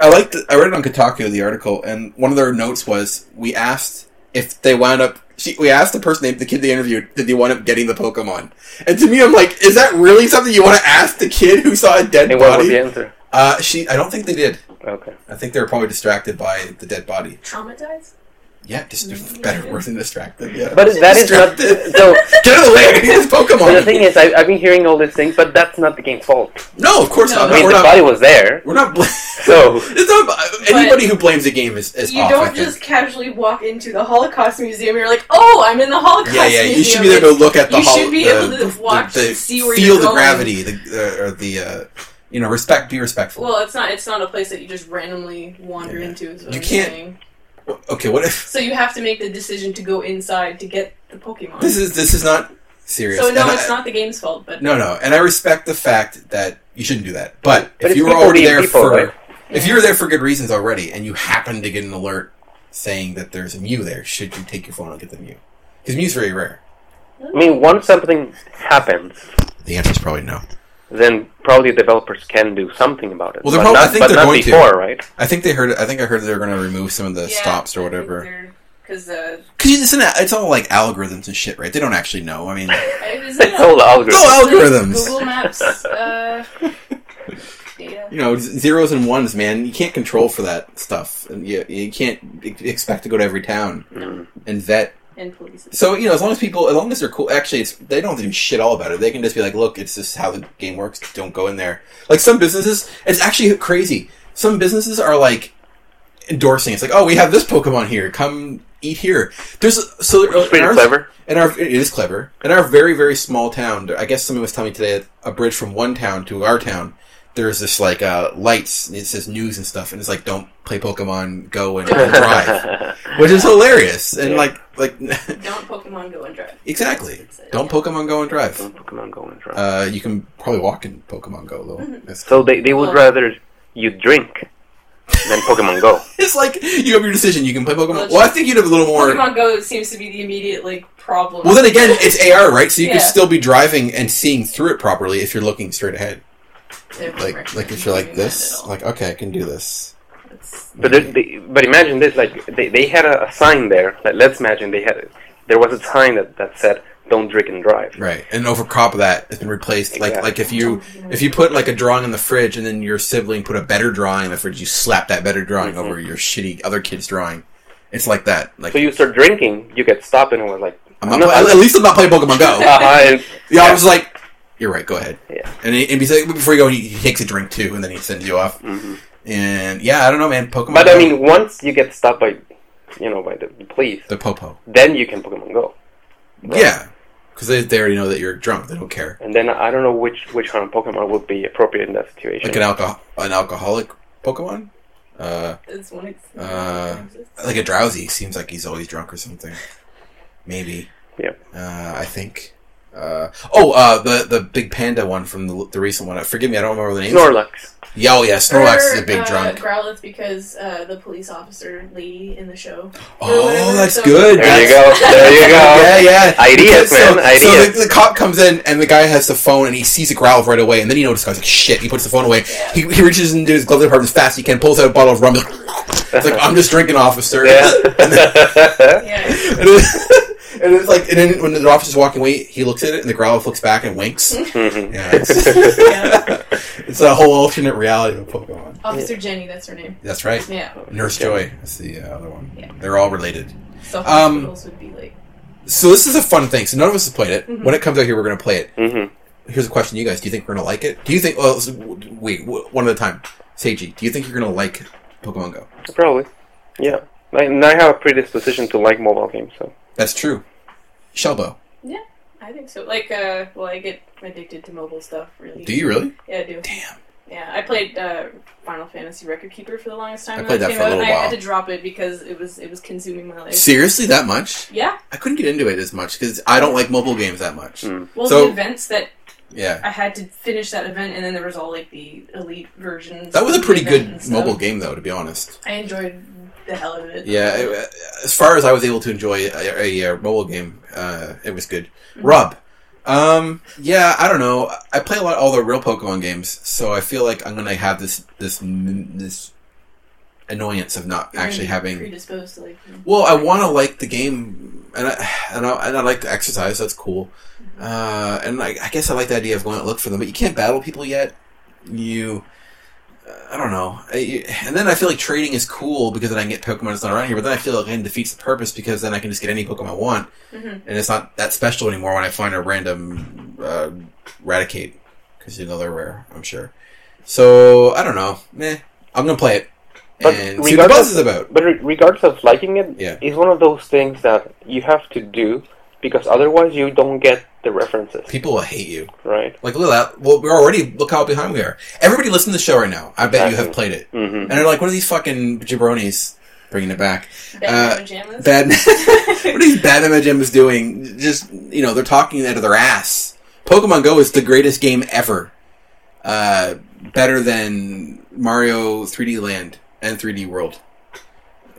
[SPEAKER 1] I liked. I read it on Kotaku the article, and one of their notes was we asked if they wound up She, we asked the person, named the kid they interviewed, did they wind up getting the Pokemon? And to me, I'm like, is that really something you want to ask the kid who saw a dead
[SPEAKER 2] And what was the
[SPEAKER 1] body?
[SPEAKER 2] answer?
[SPEAKER 1] Uh, she, I don't think they did.
[SPEAKER 2] Okay.
[SPEAKER 1] I think they were probably distracted by the dead body.
[SPEAKER 3] Traumatized?
[SPEAKER 1] Yeah, just
[SPEAKER 3] [LAUGHS]
[SPEAKER 1] a better word than distracted. Yeah,
[SPEAKER 2] But that is not
[SPEAKER 1] Distracted.
[SPEAKER 2] [LAUGHS] so.
[SPEAKER 1] Get out of the way! I need this Pokemon.
[SPEAKER 2] But the thing is, I, I've been hearing all these things, but that's not the game's fault.
[SPEAKER 1] no, of course
[SPEAKER 3] No,
[SPEAKER 1] not.
[SPEAKER 2] I mean,
[SPEAKER 1] we're not.
[SPEAKER 2] the body was there.
[SPEAKER 1] we're
[SPEAKER 2] [LAUGHS]
[SPEAKER 1] not. Bl-
[SPEAKER 2] So-
[SPEAKER 1] [LAUGHS] it's not anybody who blames the game is, is
[SPEAKER 3] You
[SPEAKER 1] off. I
[SPEAKER 3] don't
[SPEAKER 1] think.
[SPEAKER 3] just casually walk into the Holocaust Museum. You're like, oh, I'm in the Holocaust
[SPEAKER 1] yeah, yeah.
[SPEAKER 3] Museum.
[SPEAKER 1] You should be there to
[SPEAKER 3] It's-
[SPEAKER 1] look at the
[SPEAKER 3] you
[SPEAKER 1] hol-
[SPEAKER 3] should be
[SPEAKER 1] the,
[SPEAKER 3] able to
[SPEAKER 1] the-
[SPEAKER 3] watch
[SPEAKER 1] the,
[SPEAKER 3] and see where
[SPEAKER 1] feel
[SPEAKER 3] you're
[SPEAKER 1] the
[SPEAKER 3] going.
[SPEAKER 1] gravity, the, the or the uh, you know respect, be respectful.
[SPEAKER 3] Well, it's not. It's not a place that you just randomly wander
[SPEAKER 1] Yeah.
[SPEAKER 3] into. Is what
[SPEAKER 1] You
[SPEAKER 3] I'm
[SPEAKER 1] can't-
[SPEAKER 3] saying.
[SPEAKER 1] okay, what if [LAUGHS]
[SPEAKER 3] So you have to make the decision to go inside to get the Pokemon.
[SPEAKER 1] this is this is not serious?
[SPEAKER 3] so no,
[SPEAKER 1] And
[SPEAKER 3] it's
[SPEAKER 1] I-
[SPEAKER 3] not the game's fault, but
[SPEAKER 1] No, no, and I respect the fact that you shouldn't do that. But
[SPEAKER 2] But
[SPEAKER 1] if
[SPEAKER 2] it's
[SPEAKER 1] you were
[SPEAKER 2] people
[SPEAKER 1] already
[SPEAKER 2] being
[SPEAKER 1] there
[SPEAKER 2] people,
[SPEAKER 1] for,
[SPEAKER 2] right?
[SPEAKER 1] if you were there for good reasons already, and you happen to get an alert saying that there's a Mew there, should you take your phone and get the Mew? Because Mew's very rare.
[SPEAKER 2] I mean, once something happens,
[SPEAKER 1] The answer is probably no.
[SPEAKER 2] then probably developers can do something about it.
[SPEAKER 1] Well, they're
[SPEAKER 2] but
[SPEAKER 1] probably-
[SPEAKER 2] not,
[SPEAKER 1] I think
[SPEAKER 2] but
[SPEAKER 1] they're
[SPEAKER 2] not
[SPEAKER 1] going to.
[SPEAKER 2] before, right?
[SPEAKER 1] [LAUGHS] I think they heard. I think I heard they were going to remove some of the
[SPEAKER 3] Yeah,
[SPEAKER 1] stops or whatever.
[SPEAKER 3] Because uh,
[SPEAKER 1] Because it's, an- it's all like algorithms and shit, right? They don't actually know. I mean,
[SPEAKER 3] it's
[SPEAKER 2] It's all algorithm.
[SPEAKER 1] No, algorithms.
[SPEAKER 3] Google Maps.
[SPEAKER 1] [LAUGHS]
[SPEAKER 3] Uh, data.
[SPEAKER 1] you know, z- zeros and ones, man. You can't control for that stuff, and you, you can't e- expect to go to every town
[SPEAKER 2] Mm.
[SPEAKER 1] and vet
[SPEAKER 3] and police.
[SPEAKER 1] So e you know, as long as people, as long as they're cool, actually, it's, they don't have to do shit all about it. They can just be like, "Look, it's just how the game works. Don't go in there." Like some businesses, it's actually crazy. Some businesses are like endorsing. It's like, "Oh, we have this Pokemon here. Come eat here." There's so
[SPEAKER 2] It's pretty
[SPEAKER 1] in our-
[SPEAKER 2] clever.
[SPEAKER 1] In our it is clever. In our very very small town, I guess someone was telling me today that a bridge from one town to our town. There's this like uh, lights. And it says news and stuff, and it's like, "Don't play Pokemon Go
[SPEAKER 2] [LAUGHS]
[SPEAKER 1] and drive," which is hilarious. And
[SPEAKER 2] Yeah.
[SPEAKER 1] like like. [LAUGHS]
[SPEAKER 3] Don't Pokemon Go and drive.
[SPEAKER 1] Exactly. Don't Pokemon Go and drive.
[SPEAKER 2] Pokemon Go and drive.
[SPEAKER 1] Uh, you can probably walk in Pokemon Go though. That's-
[SPEAKER 2] so they, they would
[SPEAKER 3] Oh.
[SPEAKER 2] rather you drink than Pokemon Go.
[SPEAKER 1] [LAUGHS] It's like you have your decision. You can play Pokemon.
[SPEAKER 3] Well,
[SPEAKER 1] Well, I think you'd have a little more.
[SPEAKER 3] Pokemon Go seems to be the immediate like problem.
[SPEAKER 1] Well, then again, it's AR, right? So you could
[SPEAKER 3] Yeah.
[SPEAKER 1] still be driving and seeing through it properly if you're looking straight ahead.
[SPEAKER 3] They're not
[SPEAKER 1] Like, like if you're like
[SPEAKER 3] recommending
[SPEAKER 1] this,
[SPEAKER 3] that at all.
[SPEAKER 1] like okay, I can do this.
[SPEAKER 3] It's-
[SPEAKER 2] But there- they, but imagine this, like they, they had a, a sign there. Like, let's imagine they had there was a sign that, that said "Don't drink and drive."
[SPEAKER 1] Right, and over top of that, it's been replaced. Like,
[SPEAKER 2] Exactly.
[SPEAKER 1] like if you if you put like a drawing in the fridge, and then your sibling put a better drawing in the fridge, you slap that better drawing
[SPEAKER 2] Mhm.
[SPEAKER 3] Mm-hmm.
[SPEAKER 1] over your shitty other kid's drawing. It's like that. Like,
[SPEAKER 2] So you start drinking, you get stopped, and it was like,
[SPEAKER 1] I'm not,
[SPEAKER 2] no,
[SPEAKER 1] pla- at least I'm not playing
[SPEAKER 2] [LAUGHS]
[SPEAKER 1] Pokemon Go.
[SPEAKER 2] uh-huh, and-
[SPEAKER 1] Yeah, I was like, "You're right. Go ahead."
[SPEAKER 2] Yeah.
[SPEAKER 1] And, he, and he's like, before you go, he, he takes a drink too, and then he sends you off.
[SPEAKER 2] Mhm.
[SPEAKER 1] And yeah, I don't know, man. Pokemon.
[SPEAKER 2] But
[SPEAKER 1] Go,
[SPEAKER 2] I mean, once you get stopped by, you know, by the police,
[SPEAKER 1] the Popo.
[SPEAKER 2] then you can Pokemon Go. Right.
[SPEAKER 1] Yeah, because they, they already know that you're drunk. They don't care.
[SPEAKER 2] And then I don't know which which kind of Pokemon would be appropriate in that situation.
[SPEAKER 1] Like an alcohol, an alcoholic Pokemon. Uh,
[SPEAKER 3] It's one ex-
[SPEAKER 1] Uh, like a drowsy seems like he's always drunk or something. Maybe.
[SPEAKER 2] Yeah.
[SPEAKER 1] Uh, I think. Uh, oh, uh, the the big panda one from the, the recent one. Uh, Forgive me, I don't remember the name.
[SPEAKER 2] Snorlax.
[SPEAKER 1] Yeah, oh yeah, Snorlax is
[SPEAKER 3] Or,
[SPEAKER 1] a big
[SPEAKER 3] uh,
[SPEAKER 1] drunk.
[SPEAKER 3] Growlithe because uh, the police officer lady in the show.
[SPEAKER 1] Oh,
[SPEAKER 3] whatever,
[SPEAKER 1] that's
[SPEAKER 3] so-
[SPEAKER 1] good.
[SPEAKER 2] There
[SPEAKER 1] That's-
[SPEAKER 2] you go. There you
[SPEAKER 1] [LAUGHS]
[SPEAKER 2] go.
[SPEAKER 1] Yeah, yeah.
[SPEAKER 2] Ideas,
[SPEAKER 1] so,
[SPEAKER 2] man.
[SPEAKER 1] so
[SPEAKER 2] Ideas.
[SPEAKER 1] the, the cop comes in, and the guy has the phone, and he sees a growl right away, and then he notices the guy's like, shit. He puts the phone away. He, he reaches into his glove compartment as fast as he can, pulls out a bottle of rum. Like, it's like, I'm just drinking, officer. [LAUGHS] and, then,
[SPEAKER 2] [LAUGHS] Yeah.
[SPEAKER 1] [LAUGHS]
[SPEAKER 3] Yeah.
[SPEAKER 1] and it- and it's like, and then when the officer's walking away, he looks at it, and the growl looks back and winks.
[SPEAKER 2] Mhm.
[SPEAKER 1] Yeah,
[SPEAKER 2] [LAUGHS]
[SPEAKER 1] it's,
[SPEAKER 3] Yeah.
[SPEAKER 1] it's a whole alternate reality of Pokemon.
[SPEAKER 3] Officer Jenny, that's her name.
[SPEAKER 1] That's right.
[SPEAKER 3] Yeah.
[SPEAKER 1] Nurse Joy. That's the uh, other one.
[SPEAKER 3] Yeah.
[SPEAKER 1] They're all related.
[SPEAKER 3] So
[SPEAKER 1] Um,
[SPEAKER 3] hospitals would be like.
[SPEAKER 1] So this is a fun thing. So none of us have played it.
[SPEAKER 3] Mhm.
[SPEAKER 1] When it comes out here, we're going to play it.
[SPEAKER 2] Mhm.
[SPEAKER 1] here's a question to you guys. Do you think we're gonna like it? Do you think? Well, s- w- wait, w- one at a time. Seiji, do you think you're gonna like Pokemon Go?
[SPEAKER 2] Probably. Yeah. I, and I have a predisposition to like mobile games, so
[SPEAKER 1] That's true. Shelbo,
[SPEAKER 3] I think so. Like, uh, well, I get addicted to mobile stuff. Really?
[SPEAKER 1] do you really?
[SPEAKER 3] Yeah, I do.
[SPEAKER 1] Damn.
[SPEAKER 3] Yeah, I played uh, Final Fantasy Record Keeper for the longest time.
[SPEAKER 1] I
[SPEAKER 3] when
[SPEAKER 1] played that
[SPEAKER 3] came
[SPEAKER 1] for a
[SPEAKER 3] out,
[SPEAKER 1] little
[SPEAKER 3] and I
[SPEAKER 1] while.
[SPEAKER 3] had to drop it because it was it was consuming my life.
[SPEAKER 1] Seriously, that much?
[SPEAKER 3] yeah.
[SPEAKER 1] I couldn't get into it as much because I don't like mobile games that much.
[SPEAKER 2] Mm.
[SPEAKER 3] Well,
[SPEAKER 1] So-
[SPEAKER 3] the events that
[SPEAKER 1] Yeah,
[SPEAKER 3] I had to finish that event, and then there was all like the elite versions.
[SPEAKER 1] that was a
[SPEAKER 3] of the
[SPEAKER 1] pretty
[SPEAKER 3] event
[SPEAKER 1] good
[SPEAKER 3] and stuff.
[SPEAKER 1] mobile game, though, to be honest.
[SPEAKER 3] I enjoyed the hell out of it.
[SPEAKER 1] Yeah, uh, I- as far as I was able to enjoy a, a, a mobile game, uh, it was good. Rob. Um. Yeah, I don't know. I play a lot all the real Pokemon games, so I feel like I'm gonna have this this this annoyance of not
[SPEAKER 3] Mm-hmm.
[SPEAKER 1] actually having.
[SPEAKER 3] predisposed to like. you know-
[SPEAKER 1] Well, I want to like the game, and I and I, and I like to exercise. That's cool. Uh, and I, I guess I like the idea of going out look for them, but you can't battle people yet. You, uh, I don't know. I, you- and then I feel like trading is cool because then I can get Pokemon that's not around here. But then I feel like it defeats the purpose because then I can just get any Pokemon I want,
[SPEAKER 3] Mhm.
[SPEAKER 1] and it's not that special anymore when I find a random uh, Raticate because you know they're rare. I'm sure. So I don't know. Meh. I'm gonna play it
[SPEAKER 2] But
[SPEAKER 1] and see what the
[SPEAKER 2] regardless-
[SPEAKER 1] buzz is about.
[SPEAKER 2] But re- regardless of liking it,
[SPEAKER 1] Yeah.
[SPEAKER 2] it's one of those things that you have to do because otherwise you don't get the references,
[SPEAKER 1] People will hate you.
[SPEAKER 2] right?
[SPEAKER 1] Like, look at that. Well, we're already, look how behind we are. Everybody listening to the show right now. I bet you have played it.
[SPEAKER 2] Mm-hmm.
[SPEAKER 1] And they're like, what are these fucking jabronis bringing it back?
[SPEAKER 3] Batman
[SPEAKER 1] Uh,
[SPEAKER 3] pajamas.
[SPEAKER 1] Bad, [LAUGHS]
[SPEAKER 3] [LAUGHS]
[SPEAKER 1] what are these bad MGMs doing? Just, you know, they're talking out of their ass. Pokemon Go is the greatest game ever. Uh, better than Mario 3D Land and 3D World.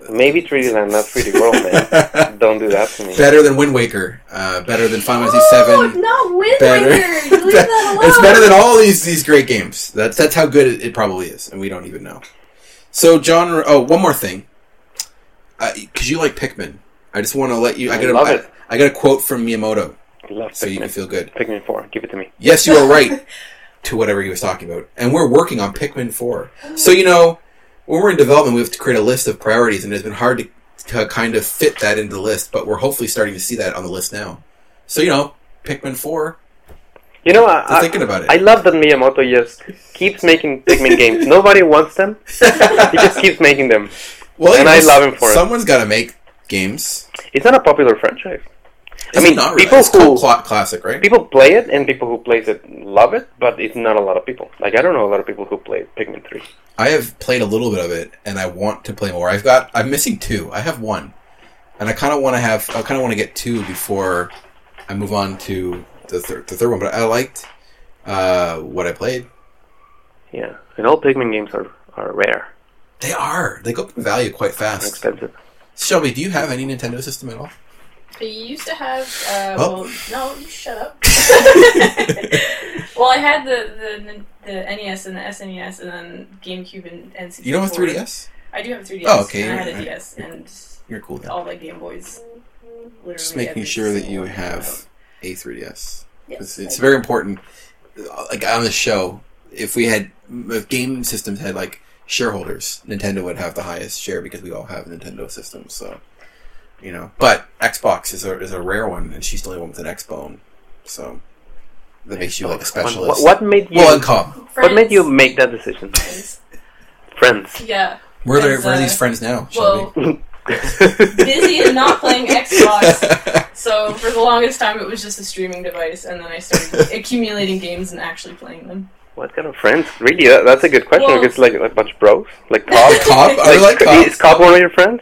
[SPEAKER 2] Maybe 3D Land, not 3D
[SPEAKER 1] [LAUGHS]
[SPEAKER 2] World, man.
[SPEAKER 1] better
[SPEAKER 2] Don't do that to me.
[SPEAKER 1] than Wind Waker. Uh, better than Final
[SPEAKER 3] oh,
[SPEAKER 1] Fantasy VII.
[SPEAKER 3] not Wind
[SPEAKER 1] better.
[SPEAKER 3] Waker. Leave that
[SPEAKER 1] [LAUGHS]
[SPEAKER 3] alone.
[SPEAKER 1] it's better than all these these great games. That's that's how good it, it probably is, and we don't even know. So, John. Oh, one more thing, because you like Pikmin, I just want to let you. I
[SPEAKER 2] I
[SPEAKER 1] got
[SPEAKER 2] love
[SPEAKER 1] a,
[SPEAKER 2] it.
[SPEAKER 1] I, I got a quote from Miyamoto,
[SPEAKER 2] I love
[SPEAKER 1] so you can
[SPEAKER 2] Pikmin.
[SPEAKER 1] feel good.
[SPEAKER 2] Pikmin 4, give it to me.
[SPEAKER 1] Yes,
[SPEAKER 3] [LAUGHS]
[SPEAKER 1] you are right to whatever he was talking about, and we're working on Pikmin Four. So you know, when we're in development, we have to create a list of priorities, and it's been hard to, to kind of fit that into the list. But we're hopefully starting to see that on the list now. So you know, Pikmin Four.
[SPEAKER 2] You know, I,
[SPEAKER 1] They're
[SPEAKER 2] I,
[SPEAKER 1] thinking about it.
[SPEAKER 2] I love that Miyamoto just keeps making Pikmin games. Nobody wants them. [LAUGHS] He just keeps making them.
[SPEAKER 1] Well,
[SPEAKER 2] And
[SPEAKER 1] you
[SPEAKER 2] I
[SPEAKER 1] know,
[SPEAKER 2] love him for it.
[SPEAKER 1] Someone's got to make games.
[SPEAKER 2] It's not a popular franchise. I
[SPEAKER 1] Is
[SPEAKER 2] mean,
[SPEAKER 1] it not
[SPEAKER 2] people
[SPEAKER 1] It's called
[SPEAKER 2] who-
[SPEAKER 1] Cla- classic, right?
[SPEAKER 2] People play it, and people who plays it love it, but it's not a lot of people. Like, I don't know a lot of people who play Pikmin 3.
[SPEAKER 1] I have played a little bit of it, and I want to play more. I've got. I'm missing two. I have one, and I kind of want to have. I kind of want to get two before I move on to the third, the third one. But I liked uh, what I played.
[SPEAKER 2] Yeah. And all Pikmin games are, are rare
[SPEAKER 1] They are. They go up in value quite
[SPEAKER 2] and
[SPEAKER 1] fast.
[SPEAKER 2] expensive.
[SPEAKER 1] Shelby, do you have any Nintendo system at all?
[SPEAKER 3] You used to have. Uh,
[SPEAKER 1] Oh.
[SPEAKER 3] well, no, you
[SPEAKER 1] [LAUGHS]
[SPEAKER 3] shut up. [LAUGHS] well, I had the, the the NES and the SNES and then GameCube and N64.
[SPEAKER 1] You don't have 3DS.
[SPEAKER 3] I do have 3DS.
[SPEAKER 1] Oh, okay,
[SPEAKER 3] And I had
[SPEAKER 1] you're
[SPEAKER 3] a
[SPEAKER 1] right.
[SPEAKER 3] DS and
[SPEAKER 1] You're cool. Then.
[SPEAKER 3] all the Game Boys. Literally
[SPEAKER 1] Just making
[SPEAKER 3] every
[SPEAKER 1] sure that
[SPEAKER 3] single
[SPEAKER 1] you
[SPEAKER 3] one came
[SPEAKER 1] have
[SPEAKER 3] out.
[SPEAKER 1] a 3DS.
[SPEAKER 3] Yes,
[SPEAKER 1] It's, it's
[SPEAKER 3] I
[SPEAKER 1] very important. uh, Like on the show, if we had if game systems had like shareholders, Nintendo would have the highest share because we all have Nintendo systems. So, you know, but Xbox is a is a rare one, and she's the only one with an Xbone. So that makes you like a specialist.
[SPEAKER 2] What, what made you
[SPEAKER 1] Well, and Com.
[SPEAKER 3] Friends.
[SPEAKER 2] What made you make that decision?
[SPEAKER 3] Friends. [LAUGHS]
[SPEAKER 2] Friends.
[SPEAKER 3] Yeah.
[SPEAKER 1] Where are they,
[SPEAKER 3] That's,
[SPEAKER 1] where are
[SPEAKER 3] uh,
[SPEAKER 1] these friends now?
[SPEAKER 3] Well,
[SPEAKER 1] Shelby?
[SPEAKER 3] busy and not playing Xbox. So for the longest time, it was just a streaming device, and then
[SPEAKER 1] [LAUGHS]
[SPEAKER 3] I started accumulating games and actually playing them.
[SPEAKER 2] what kind of friends? Really, that, that's a good question.
[SPEAKER 3] Well-
[SPEAKER 2] Like, it's like a bunch of bros, like
[SPEAKER 1] [LAUGHS]
[SPEAKER 2] Cobb.
[SPEAKER 1] [LAUGHS] Cobb? Are they like cops?
[SPEAKER 2] is Cobb one of your friends?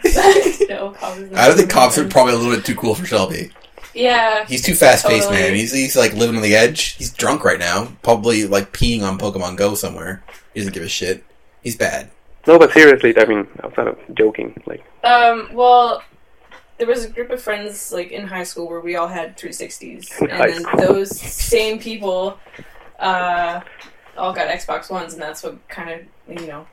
[SPEAKER 3] [LAUGHS] no, cops is not
[SPEAKER 1] I don't think
[SPEAKER 3] one of
[SPEAKER 1] cops
[SPEAKER 3] my
[SPEAKER 1] are
[SPEAKER 3] friends.
[SPEAKER 1] probably a little bit too cool for Shelby.
[SPEAKER 3] Yeah.
[SPEAKER 1] He's too fast paced,
[SPEAKER 3] Totally.
[SPEAKER 1] man. He's, he's like living on the edge. He's drunk right now, probably like peeing on Pokemon Go somewhere. He doesn't give a shit. He's bad.
[SPEAKER 2] No, but seriously, I mean, outside of joking, like,
[SPEAKER 3] Um. Well, there was a group of friends like in high school where we all had 360s,
[SPEAKER 2] In
[SPEAKER 3] and
[SPEAKER 2] high
[SPEAKER 3] then
[SPEAKER 2] school.
[SPEAKER 3] those same people, uh, all got Xbox Ones, and that's what kind of you know.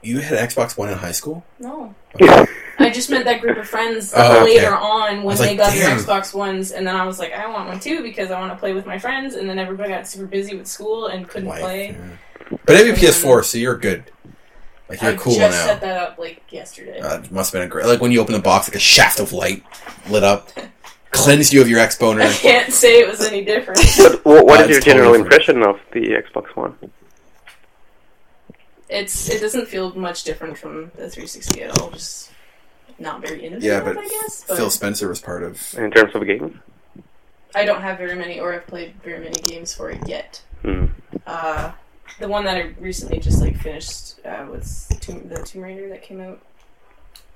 [SPEAKER 1] You had Xbox One in high school?
[SPEAKER 3] No.
[SPEAKER 2] I
[SPEAKER 3] I just met that group of friends
[SPEAKER 1] Oh, okay.
[SPEAKER 3] later on
[SPEAKER 1] I
[SPEAKER 3] when
[SPEAKER 1] was
[SPEAKER 3] they
[SPEAKER 1] like,
[SPEAKER 3] got their
[SPEAKER 1] "Damn."
[SPEAKER 3] Xbox Ones, and then I was like, I want one too because I want to play with my friends. And then everybody got super busy with school and couldn't
[SPEAKER 1] Life,
[SPEAKER 3] play.
[SPEAKER 1] yeah. But it'd be PS4, so you're good. Like you're
[SPEAKER 3] I
[SPEAKER 1] cool
[SPEAKER 3] just
[SPEAKER 1] now.
[SPEAKER 3] set that up like yesterday.
[SPEAKER 1] Uh, it must have been a great. Like when you open the box, like a shaft of light lit up, [LAUGHS] cleansed you of your ex
[SPEAKER 3] [LAUGHS]
[SPEAKER 1] boner.
[SPEAKER 3] [LAUGHS] I can't say it was any
[SPEAKER 1] [LAUGHS]
[SPEAKER 3] different.
[SPEAKER 2] But wh- what
[SPEAKER 1] Uh,
[SPEAKER 2] is your
[SPEAKER 1] it's
[SPEAKER 2] general
[SPEAKER 1] totally
[SPEAKER 2] impression of the Xbox One?
[SPEAKER 3] it's it doesn't feel much different from the 360 at all. Just not very innovative,
[SPEAKER 1] Yeah, but
[SPEAKER 3] I guess. But
[SPEAKER 1] Phil Spencer was part of.
[SPEAKER 2] In terms of games?
[SPEAKER 3] I don't have very many, or I've played very many games for it yet.
[SPEAKER 2] Hmm.
[SPEAKER 3] Uh, the one that I recently just like finished uh, was Tomb- the Tomb Raider that came out.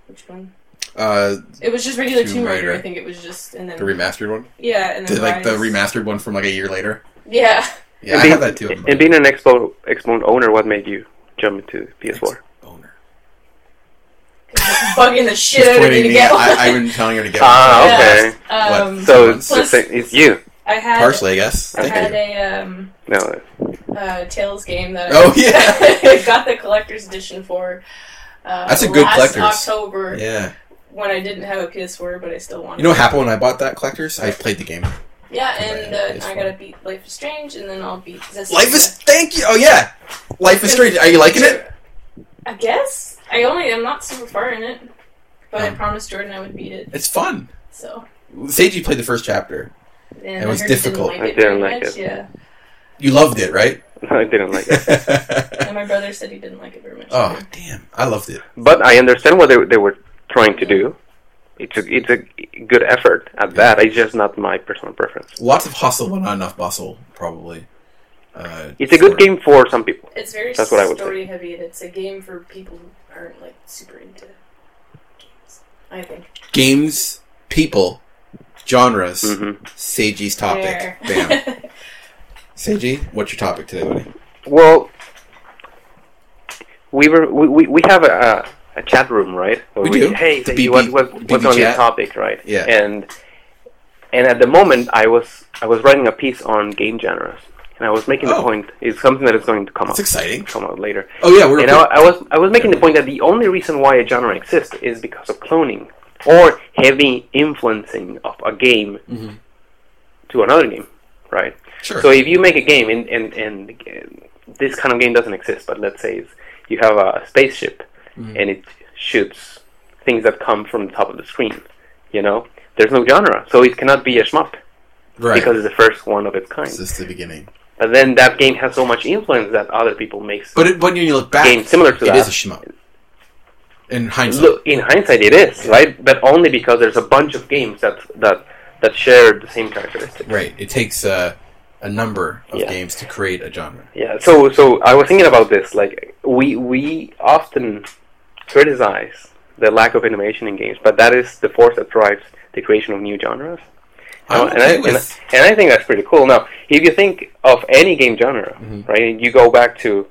[SPEAKER 3] Which one?
[SPEAKER 1] Uh,
[SPEAKER 3] It was just regular
[SPEAKER 1] Tomb
[SPEAKER 3] Tomb Raider.
[SPEAKER 1] Raider.
[SPEAKER 3] I think it was just and then
[SPEAKER 1] the remastered one?
[SPEAKER 3] yeah, and then
[SPEAKER 1] The, like the
[SPEAKER 3] Rise.
[SPEAKER 1] remastered one from like a year later?
[SPEAKER 3] Yeah, [LAUGHS]
[SPEAKER 1] Yeah, I
[SPEAKER 2] being,
[SPEAKER 1] have that too. in my
[SPEAKER 2] And being an Xbox, Xbox owner, what made you jump into PS4?
[SPEAKER 1] boner.
[SPEAKER 3] bugging the shit
[SPEAKER 1] She's
[SPEAKER 3] out of me
[SPEAKER 1] pointing
[SPEAKER 3] to
[SPEAKER 1] me.
[SPEAKER 3] get one.
[SPEAKER 1] I,
[SPEAKER 3] [LAUGHS]
[SPEAKER 1] I've been telling her to
[SPEAKER 2] [LAUGHS]
[SPEAKER 1] get
[SPEAKER 2] Ah,
[SPEAKER 1] one.
[SPEAKER 2] okay.
[SPEAKER 1] What?
[SPEAKER 3] Um,
[SPEAKER 2] So it's,
[SPEAKER 3] Plus-
[SPEAKER 2] the same, it's you.
[SPEAKER 3] I had
[SPEAKER 1] Partially, I guess.
[SPEAKER 3] I
[SPEAKER 1] Thank
[SPEAKER 3] had
[SPEAKER 1] you.
[SPEAKER 3] a um,
[SPEAKER 2] No, [LAUGHS]
[SPEAKER 3] uh, Tails game that I
[SPEAKER 1] Oh yeah.
[SPEAKER 3] [LAUGHS] got the collector's edition for Uh,
[SPEAKER 1] That's a good
[SPEAKER 3] last
[SPEAKER 1] collector's.
[SPEAKER 3] October
[SPEAKER 1] Yeah.
[SPEAKER 3] when I didn't have a PS4, but I still wanted.
[SPEAKER 1] You know what
[SPEAKER 3] it.
[SPEAKER 1] happened when I bought that collector's? I played the game.
[SPEAKER 3] Yeah,
[SPEAKER 1] Because I had
[SPEAKER 3] and
[SPEAKER 1] a
[SPEAKER 3] uh, I
[SPEAKER 1] PS4.
[SPEAKER 3] gotta beat Life is Strange, and then I'll beat this.
[SPEAKER 1] Life is thank you. Oh yeah, Life is Strange. Are you liking it?
[SPEAKER 3] I guess I only I'm not super far in it, but I
[SPEAKER 1] Um.
[SPEAKER 3] promised Jordan I would beat it.
[SPEAKER 1] It's fun.
[SPEAKER 3] So
[SPEAKER 1] Seiji played the first chapter.
[SPEAKER 3] and
[SPEAKER 1] It
[SPEAKER 3] I
[SPEAKER 1] was
[SPEAKER 3] heard
[SPEAKER 1] difficult.
[SPEAKER 3] Didn't
[SPEAKER 2] I
[SPEAKER 3] like it
[SPEAKER 2] didn't
[SPEAKER 3] very
[SPEAKER 2] like it.
[SPEAKER 3] much,
[SPEAKER 1] [LAUGHS]
[SPEAKER 3] Yeah,
[SPEAKER 1] You loved it,
[SPEAKER 2] [LAUGHS]
[SPEAKER 1] right?
[SPEAKER 2] I didn't like
[SPEAKER 1] [LAUGHS]
[SPEAKER 2] it.
[SPEAKER 3] and my brother said he didn't like it very much.
[SPEAKER 1] oh damn, I loved it.
[SPEAKER 2] But I understand what they, they were trying to do. It's a, it's a good effort at that. It's just not my personal preference.
[SPEAKER 1] Lots of hustle, but not enough bustle, probably. Uh,
[SPEAKER 2] It's a good
[SPEAKER 1] for-
[SPEAKER 2] game for some people.
[SPEAKER 3] It's very
[SPEAKER 2] That's what I would say.
[SPEAKER 3] story heavy, and it's a game for people who aren't like super into games. I think.
[SPEAKER 1] Games, people, genres.
[SPEAKER 2] hmm
[SPEAKER 1] Seiji's topic.
[SPEAKER 3] There.
[SPEAKER 2] [LAUGHS]
[SPEAKER 1] Bam. Seiji, what's your topic today, buddy?
[SPEAKER 2] Well, we were we, we, we have a, a chat room, right? Where
[SPEAKER 1] We do.
[SPEAKER 2] Hey,
[SPEAKER 1] The
[SPEAKER 2] hey,
[SPEAKER 1] BB
[SPEAKER 2] what, what, what's
[SPEAKER 1] BB
[SPEAKER 2] on your
[SPEAKER 1] chat.
[SPEAKER 2] topic, right?
[SPEAKER 1] Yeah.
[SPEAKER 2] And and at the moment, I was I was writing a piece on game genres, and I was making the
[SPEAKER 1] Oh.
[SPEAKER 2] point it's something that is going to come
[SPEAKER 1] That's
[SPEAKER 2] up
[SPEAKER 1] exciting.
[SPEAKER 2] come out later.
[SPEAKER 1] Oh yeah, we're
[SPEAKER 2] And I, I was I was making the point that the only reason why a genre exists is because of cloning or heavy influencing of a game
[SPEAKER 1] Mhm.
[SPEAKER 2] to another game, right?
[SPEAKER 1] sure.
[SPEAKER 2] So if you make a game and, and, and uh, this kind of game doesn't exist, but let's say it's, you have a spaceship
[SPEAKER 1] Mm-hmm.
[SPEAKER 2] and it shoots things that come from the top of the screen, you know, there's no genre, so it cannot be a shmup
[SPEAKER 1] right.
[SPEAKER 2] because it's the first one of its kind.
[SPEAKER 1] this is the beginning.
[SPEAKER 2] But then that game has so much influence that other people make.
[SPEAKER 1] But it, when you look back,
[SPEAKER 2] Game similar to
[SPEAKER 1] it
[SPEAKER 2] that.
[SPEAKER 1] is a shmup. In hindsight,
[SPEAKER 2] Look, in hindsight, it is right, but only because there's a bunch of games that that that share the same characteristics.
[SPEAKER 1] right? It takes uh, a number of
[SPEAKER 2] Yeah.
[SPEAKER 1] games to create a genre.
[SPEAKER 2] Yeah. So so I was thinking about this. Like we we often criticize the lack of innovation in games, but that is the force that drives the creation of new genres.
[SPEAKER 1] I'm
[SPEAKER 2] Oh, and, I,
[SPEAKER 1] okay
[SPEAKER 2] and,
[SPEAKER 1] with.
[SPEAKER 2] I- and I think that's pretty cool. Now, if you think of any game genre,
[SPEAKER 1] Mhm.
[SPEAKER 2] right, and you go back to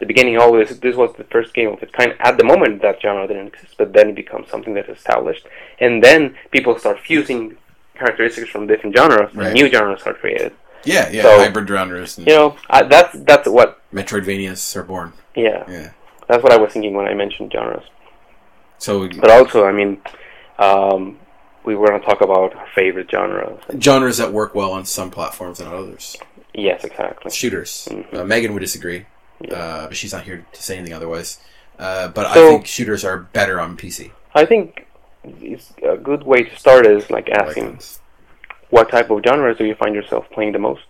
[SPEAKER 2] the beginning, oh, this, this was the first game of its kind. At the moment, that genre didn't exist, but then it becomes something that's established. And then people start fusing characteristics from different genres,
[SPEAKER 1] Right. Mm-hmm.
[SPEAKER 2] and new genres are created.
[SPEAKER 1] Yeah, yeah.
[SPEAKER 2] So-
[SPEAKER 1] hybrid genres and
[SPEAKER 2] You know, I, that's, that's what,
[SPEAKER 1] Metroidvanias are born.
[SPEAKER 2] yeah,
[SPEAKER 1] Yeah.
[SPEAKER 2] that's what I was thinking when I mentioned genres.
[SPEAKER 1] So
[SPEAKER 2] But also, I mean, um, we were going to talk about our favorite genres.
[SPEAKER 1] genres that work well on some platforms and not others.
[SPEAKER 2] Yes, exactly.
[SPEAKER 1] Shooters.
[SPEAKER 2] Mhm.
[SPEAKER 1] Uh, Megan would disagree,
[SPEAKER 2] Yeah.
[SPEAKER 1] uh, but she's not here to say anything otherwise. Uh, but I
[SPEAKER 2] So-
[SPEAKER 1] think shooters are better on PC.
[SPEAKER 2] I think it's a good way to start is like
[SPEAKER 1] I like
[SPEAKER 2] asking
[SPEAKER 1] those.
[SPEAKER 2] what type of genres do you find yourself playing the most?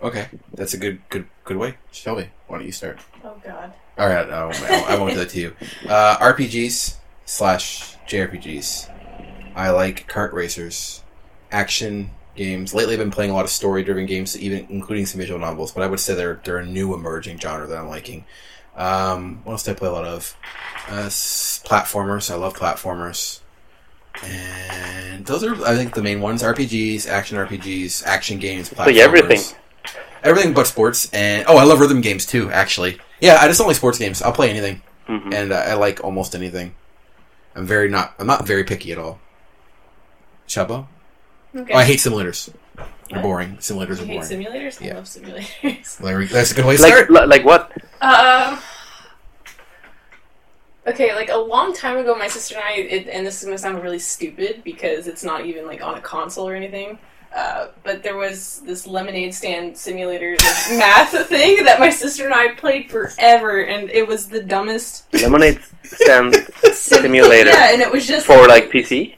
[SPEAKER 1] Okay, that's a good, good, good way. Shelby, why don't you start?
[SPEAKER 3] [LAUGHS] Oh God.
[SPEAKER 1] All right, I won't, I won't- I won't do that to you. Uh, RPGs slash JRPGs. I like kart racers, action games. Lately, I've been playing a lot of story-driven games, even including some visual novels. But I would say they're they're a new emerging genre that I'm liking. Um, what else do I play a lot of? Uh, s- platformers. I love platformers. And those are, I think, the main ones: RPGs, action RPGs, action games.
[SPEAKER 2] like everything.
[SPEAKER 1] platformers. Everything but sports. And oh, I love rhythm games too. Actually, yeah, I just don't like sports games. I'll play anything,
[SPEAKER 2] Mhm.
[SPEAKER 1] and uh, I like almost anything. I'm very not. I'm not very picky at all. Chubbo?
[SPEAKER 3] Okay.
[SPEAKER 1] Oh, I hate simulators. They're
[SPEAKER 3] What?
[SPEAKER 1] boring. Simulators
[SPEAKER 3] You
[SPEAKER 1] are
[SPEAKER 3] hate
[SPEAKER 1] boring.
[SPEAKER 3] simulators?
[SPEAKER 1] Yeah.
[SPEAKER 3] I love simulators. [LAUGHS]
[SPEAKER 1] There we- That's a good way to
[SPEAKER 2] Like,
[SPEAKER 1] start.
[SPEAKER 2] li- like what?
[SPEAKER 3] um, okay, like a long time ago, my sister and I, it, and this is going to sound really stupid because it's not even like on a console or anything. Uh, but there was this lemonade stand simulator like,
[SPEAKER 2] [LAUGHS]
[SPEAKER 3] math thing that my sister and I played forever, and it was
[SPEAKER 2] [LAUGHS]
[SPEAKER 3] the dumbest
[SPEAKER 2] Lemonade
[SPEAKER 3] [LAUGHS]
[SPEAKER 2] stand
[SPEAKER 3] sim-
[SPEAKER 2] Simulator.
[SPEAKER 3] Yeah, and it was just
[SPEAKER 2] for like PC?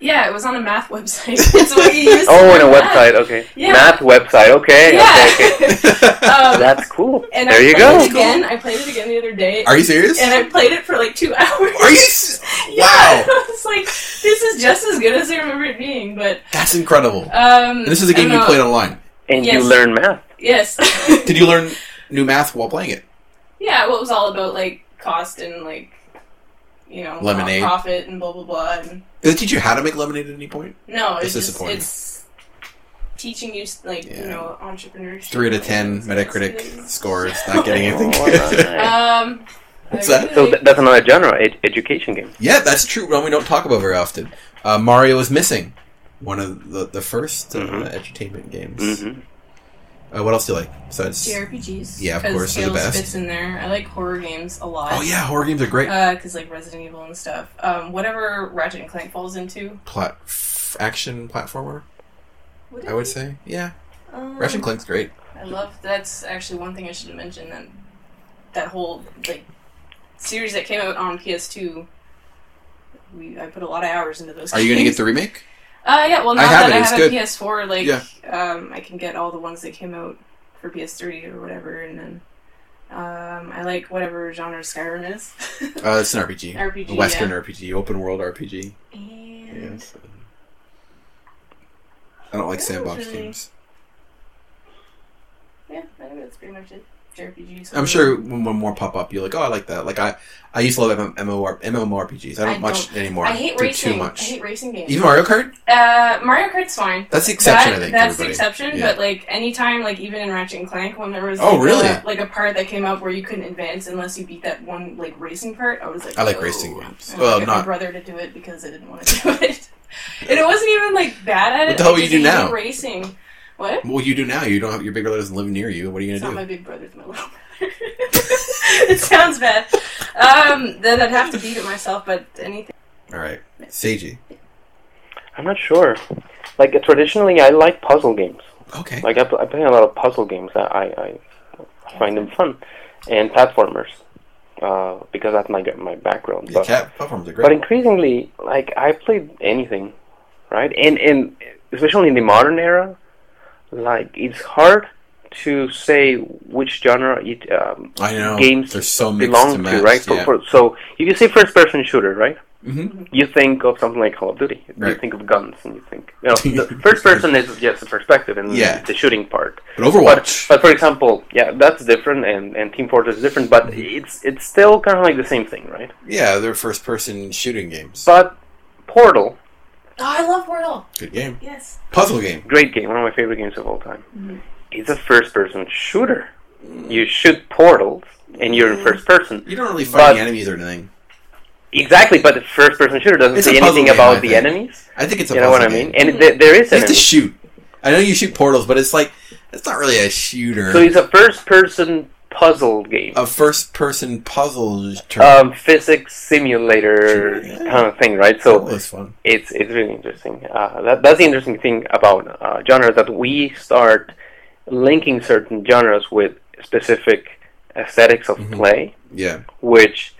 [SPEAKER 3] yeah, it was on a math website. [LAUGHS] it's what you used.
[SPEAKER 2] Oh,
[SPEAKER 3] for
[SPEAKER 2] on a
[SPEAKER 3] math.
[SPEAKER 2] website. Okay,
[SPEAKER 3] Yeah.
[SPEAKER 2] math website. Okay,
[SPEAKER 3] Yeah. [LAUGHS]
[SPEAKER 2] okay, okay.
[SPEAKER 3] Um,
[SPEAKER 2] That's cool.
[SPEAKER 3] And
[SPEAKER 2] there
[SPEAKER 3] I
[SPEAKER 2] you
[SPEAKER 3] played
[SPEAKER 2] go.
[SPEAKER 3] It again, I played it again the other day,
[SPEAKER 1] [LAUGHS] Are you serious?
[SPEAKER 3] and I played it for like two [LAUGHS] hours.
[SPEAKER 1] Are you? s-
[SPEAKER 3] [LAUGHS] Yeah,
[SPEAKER 1] Wow.
[SPEAKER 3] I was like, this is just as good as I remember it being. But
[SPEAKER 1] That's incredible.
[SPEAKER 3] um,
[SPEAKER 1] And this is a
[SPEAKER 3] I
[SPEAKER 1] game
[SPEAKER 3] don't
[SPEAKER 1] you
[SPEAKER 3] know.
[SPEAKER 1] played online.
[SPEAKER 2] And you
[SPEAKER 3] Yes.
[SPEAKER 2] learn math.
[SPEAKER 3] Yes.
[SPEAKER 1] [LAUGHS] Did you learn new math while playing it?
[SPEAKER 3] [LAUGHS] yeah, well, it was all about like cost and like you know
[SPEAKER 1] Lemonade.
[SPEAKER 3] profit and blah blah blah. And
[SPEAKER 1] Did it teach you how to make lemonade at any point?
[SPEAKER 3] no,
[SPEAKER 1] That's
[SPEAKER 3] it's just,
[SPEAKER 1] disappointing.
[SPEAKER 3] it's teaching you like you
[SPEAKER 1] Yeah.
[SPEAKER 3] know entrepreneurship.
[SPEAKER 1] Three out of ten
[SPEAKER 3] and
[SPEAKER 1] Metacritic
[SPEAKER 3] business.
[SPEAKER 1] scores.
[SPEAKER 3] [LAUGHS]
[SPEAKER 1] Not getting anything.
[SPEAKER 2] Oh, nice.
[SPEAKER 3] Um.
[SPEAKER 1] What's
[SPEAKER 3] I
[SPEAKER 1] that?
[SPEAKER 3] really-
[SPEAKER 2] so th- that's another genre, ed- education game.
[SPEAKER 1] [LAUGHS] Yeah, that's true. One we don't talk about very often. Uh, Mario is missing. One of the the first uh,
[SPEAKER 2] Mhm.
[SPEAKER 1] entertainment games.
[SPEAKER 2] hmm
[SPEAKER 1] Uh, what else do you like besides?
[SPEAKER 3] JRPGs.
[SPEAKER 1] Yeah, of
[SPEAKER 3] 'cause
[SPEAKER 1] course, they're the
[SPEAKER 3] Tales
[SPEAKER 1] best.
[SPEAKER 3] fits in there. I like horror games a lot.
[SPEAKER 1] Oh yeah, horror games are great.
[SPEAKER 3] Because like Resident Evil and stuff. Um, whatever Ratchet and Clank falls into.
[SPEAKER 1] Plat f- action platformer,
[SPEAKER 3] Would
[SPEAKER 1] I would say. Yeah,
[SPEAKER 3] Um,
[SPEAKER 1] Ratchet and Clank's great.
[SPEAKER 3] I love. That's actually one thing I should have mentioned. That that whole like series that came out on PS2. We, I put a lot of hours into those.
[SPEAKER 1] Are you
[SPEAKER 3] games.
[SPEAKER 1] gonna get the remake?
[SPEAKER 3] [LAUGHS] Uh, yeah, well,
[SPEAKER 1] I
[SPEAKER 3] now
[SPEAKER 1] have
[SPEAKER 3] that
[SPEAKER 1] it,
[SPEAKER 3] I
[SPEAKER 1] it's
[SPEAKER 3] have
[SPEAKER 1] good.
[SPEAKER 3] a PS4, like,
[SPEAKER 1] Yeah.
[SPEAKER 3] um, I can get all the ones that came out for PS3 or whatever, and then um, I like whatever genre Skyrim is. [LAUGHS]
[SPEAKER 1] Uh, it's an RPG,
[SPEAKER 3] RPG,
[SPEAKER 1] a Western RPG, open world RPG.
[SPEAKER 3] and
[SPEAKER 1] Yes. I don't like sandbox
[SPEAKER 3] Really?
[SPEAKER 1] games.
[SPEAKER 3] yeah, I think that's pretty much it. JRPGs.
[SPEAKER 1] I'm sure when when more pop up, you're like, oh, I like that. Like I, I used to love M- MMOR- MMORPGs. I don't
[SPEAKER 3] I
[SPEAKER 1] much anymore.
[SPEAKER 3] I hate
[SPEAKER 1] Do
[SPEAKER 3] racing.
[SPEAKER 1] too
[SPEAKER 3] I
[SPEAKER 1] much.
[SPEAKER 3] hate racing games.
[SPEAKER 1] Even Mario Kart.
[SPEAKER 3] Uh, Mario Kart's fine.
[SPEAKER 1] That's the exception.
[SPEAKER 3] That-
[SPEAKER 1] I think
[SPEAKER 3] that's
[SPEAKER 1] everybody.
[SPEAKER 3] the exception,
[SPEAKER 1] Yeah.
[SPEAKER 3] but like anytime, like even in Ratchet and Clank, when there was
[SPEAKER 1] Oh,
[SPEAKER 3] like,
[SPEAKER 1] really?
[SPEAKER 3] a, like a part that came up where you couldn't advance unless you beat that one like racing part, I was like,
[SPEAKER 1] I like
[SPEAKER 3] "No."
[SPEAKER 1] racing games.
[SPEAKER 3] I
[SPEAKER 1] Well,
[SPEAKER 3] got my
[SPEAKER 1] not
[SPEAKER 3] brother to do it because I didn't want to [LAUGHS] do it, and it wasn't even like bad at it.
[SPEAKER 1] What the hell
[SPEAKER 3] I
[SPEAKER 1] would you
[SPEAKER 3] just
[SPEAKER 1] do
[SPEAKER 3] hated
[SPEAKER 1] now?
[SPEAKER 3] Racing. What?
[SPEAKER 1] Well, you do now. You don't have your big brother doesn't live near you. What are you
[SPEAKER 3] It's not
[SPEAKER 1] gonna
[SPEAKER 3] my big brother. It's my little brother. [LAUGHS] it sounds bad. Um, then I'd have to beat it myself, but anything.
[SPEAKER 1] do? All right, Seiji.
[SPEAKER 2] I'm not sure. Like uh, traditionally, I like puzzle games.
[SPEAKER 1] Okay.
[SPEAKER 2] Like I, pl- I play a lot of puzzle games. I, I, I find them fun, and platformers, uh, because that's my my background.
[SPEAKER 1] Yeah,
[SPEAKER 2] But,
[SPEAKER 1] cat platforms are
[SPEAKER 2] but
[SPEAKER 1] great.
[SPEAKER 2] increasingly, like I played anything, right? And and especially in the modern era, like it's hard to say which genre it um,
[SPEAKER 1] I know.
[SPEAKER 2] games
[SPEAKER 1] There's so mixed
[SPEAKER 2] belongs
[SPEAKER 1] and
[SPEAKER 2] to,
[SPEAKER 1] matched,
[SPEAKER 2] right? For-
[SPEAKER 1] yeah.
[SPEAKER 2] for- so if you say first-person shooter, right?
[SPEAKER 1] Mhm.
[SPEAKER 2] you think of something like Call of Duty. You
[SPEAKER 1] Right.
[SPEAKER 2] think of guns, and you think you know,
[SPEAKER 1] [LAUGHS]
[SPEAKER 2] the first person is just the perspective and
[SPEAKER 1] Yeah.
[SPEAKER 2] the shooting part.
[SPEAKER 1] But Overwatch.
[SPEAKER 2] But for example, yeah, that's different, and, and Team Fortress is different, but
[SPEAKER 1] Mm-hmm.
[SPEAKER 2] it's it's still kind of like the same thing, right?
[SPEAKER 1] yeah, they're first person shooting games.
[SPEAKER 2] But Portal,
[SPEAKER 3] Oh, I love Wordle.
[SPEAKER 1] Good game.
[SPEAKER 3] Yes.
[SPEAKER 1] Puzzle game.
[SPEAKER 2] great game, one of my favorite games of all time. It's a first-person shooter. You shoot portals, and you're in first person.
[SPEAKER 1] You don't really fight
[SPEAKER 2] But-
[SPEAKER 1] the enemies or anything.
[SPEAKER 2] Exactly, but the first-person shooter doesn't
[SPEAKER 1] It's a
[SPEAKER 2] say
[SPEAKER 1] puzzle
[SPEAKER 2] anything
[SPEAKER 1] game, I
[SPEAKER 2] about the
[SPEAKER 1] think.
[SPEAKER 2] enemies.
[SPEAKER 1] I think it's a
[SPEAKER 2] You know what I
[SPEAKER 1] puzzle
[SPEAKER 2] mean?
[SPEAKER 1] game.
[SPEAKER 2] And th- there is
[SPEAKER 1] You have to
[SPEAKER 2] enemies.
[SPEAKER 1] shoot. I know you shoot portals, but it's like it's not really a shooter.
[SPEAKER 2] So it's a first-person puzzle game.
[SPEAKER 1] a first person puzzle. Turn.
[SPEAKER 2] um, physics simulator
[SPEAKER 1] Yeah.
[SPEAKER 2] kind of thing, right?
[SPEAKER 1] that
[SPEAKER 2] So
[SPEAKER 1] was fun.
[SPEAKER 2] it's it's really interesting. Uh, that, that's the interesting thing about uh, genres that we start linking certain genres with specific aesthetics of
[SPEAKER 1] Mhm.
[SPEAKER 2] play,
[SPEAKER 1] Yeah.
[SPEAKER 2] which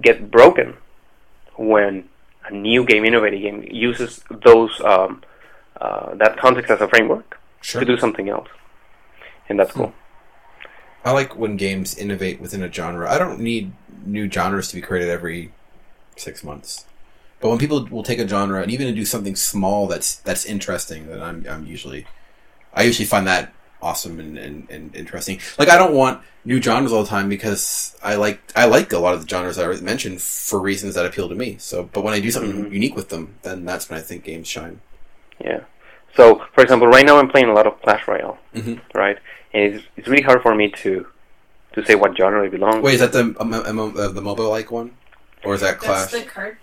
[SPEAKER 2] get broken when a new game, innovative game, uses those um, uh, that context as a framework
[SPEAKER 1] Sure.
[SPEAKER 2] to do something else, and that's cool.
[SPEAKER 1] I like when games innovate within a genre. I don't need new genres to be created every six months. But when people will take a genre and even do something small that's that's interesting, then I'm I'm usually I usually find that awesome and, and, and interesting. Like I don't want new genres all the time because I like I like a lot of the genres I already mentioned for reasons that appeal to me. So but when I do something
[SPEAKER 2] Mhm.
[SPEAKER 1] unique with them, then that's when I think games shine.
[SPEAKER 2] Yeah. So, for example, right now I'm playing a lot of Clash Royale,
[SPEAKER 1] Mhm.
[SPEAKER 2] right? And it's, it's really hard for me to to say what genre it belongs.
[SPEAKER 1] Wait, is that the um, um, uh, the mobile like one? Or is that Clash?
[SPEAKER 3] That's the card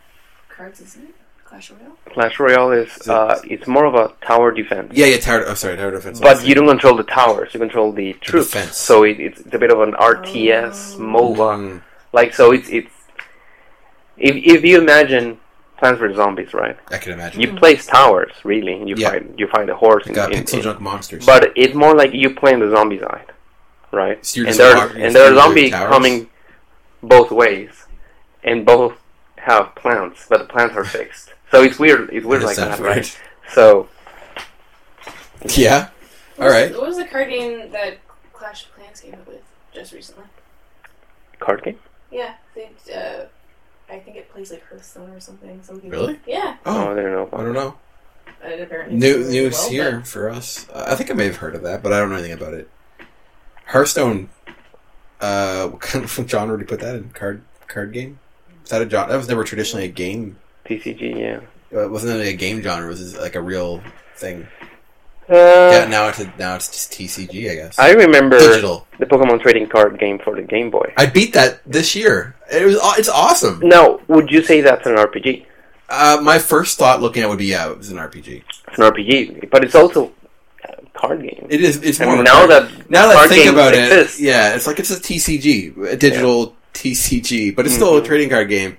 [SPEAKER 3] cards, isn't it? Clash Royale.
[SPEAKER 2] Clash Royale is
[SPEAKER 1] Is it-
[SPEAKER 2] uh, it's more of a tower defense,
[SPEAKER 1] yeah, yeah, Tower. Oh, sorry, Tower Defense.
[SPEAKER 2] but you don't control the towers; you control the troops.
[SPEAKER 1] defense.
[SPEAKER 2] So it, it's, it's a bit of an RTS
[SPEAKER 3] Oh.
[SPEAKER 2] MOBA.
[SPEAKER 1] Mm.
[SPEAKER 2] Like so, it's it's if if you imagine Plants vs Zombies, right?
[SPEAKER 1] I can imagine.
[SPEAKER 2] You place towers really, and you
[SPEAKER 1] Yeah.
[SPEAKER 2] find you find a horse.
[SPEAKER 1] Got
[SPEAKER 2] in,
[SPEAKER 1] pixel
[SPEAKER 2] in,
[SPEAKER 1] junk monsters.
[SPEAKER 2] But it's more like you play on the zombie side, right?
[SPEAKER 1] So you're
[SPEAKER 2] and
[SPEAKER 1] just
[SPEAKER 2] there are,
[SPEAKER 1] walking
[SPEAKER 2] and there are
[SPEAKER 1] through the
[SPEAKER 2] zombies
[SPEAKER 1] towers?
[SPEAKER 2] coming both ways, and both have plants, but the plants are fixed. So it's weird. It's weird
[SPEAKER 1] That
[SPEAKER 2] like
[SPEAKER 1] sounds
[SPEAKER 2] that,
[SPEAKER 1] weird.
[SPEAKER 2] right? So
[SPEAKER 1] [LAUGHS] yeah. All
[SPEAKER 3] What was-
[SPEAKER 1] right.
[SPEAKER 3] What was the card game that Clash of Clans came up with just recently?
[SPEAKER 2] card game.
[SPEAKER 3] Yeah, they, uh, I think it plays like Hearthstone or something. Some people.
[SPEAKER 1] Really?
[SPEAKER 3] Yeah.
[SPEAKER 2] Oh,
[SPEAKER 1] Oh,
[SPEAKER 2] I don't know.
[SPEAKER 1] I
[SPEAKER 2] About
[SPEAKER 1] don't know.
[SPEAKER 3] It apparently
[SPEAKER 1] New
[SPEAKER 3] does
[SPEAKER 1] news
[SPEAKER 3] well,
[SPEAKER 1] here for us. Uh, I think I may have heard of that, but I don't know anything about it. Hearthstone. Uh, [LAUGHS] what kind of genre do you put that in? Card card game? Is that a genre? That was never traditionally a game.
[SPEAKER 2] TCG, yeah.
[SPEAKER 1] Uh, It wasn't really a game genre. It was just, like a real thing.
[SPEAKER 2] Uh,
[SPEAKER 1] Yeah. Now it's a, now it's just TCG, I guess.
[SPEAKER 2] I remember
[SPEAKER 1] Digital.
[SPEAKER 2] the Pokemon trading card game for the Game Boy.
[SPEAKER 1] I beat that this year. It was aw- it's awesome.
[SPEAKER 2] Now, would you say that's an RPG?
[SPEAKER 1] Uh, my first thought looking at it would be yeah, it was an RPG.
[SPEAKER 2] It's an RPG, but it's also uh, card game.
[SPEAKER 1] It is. It's
[SPEAKER 2] and
[SPEAKER 1] more of a
[SPEAKER 2] now
[SPEAKER 1] card-
[SPEAKER 2] that
[SPEAKER 1] now that I
[SPEAKER 2] card
[SPEAKER 1] think
[SPEAKER 2] games
[SPEAKER 1] about
[SPEAKER 2] exist.
[SPEAKER 1] it, yeah, it's like it's a TCG, a digital TCG, but it's still a
[SPEAKER 2] Mhm.
[SPEAKER 1] trading card game.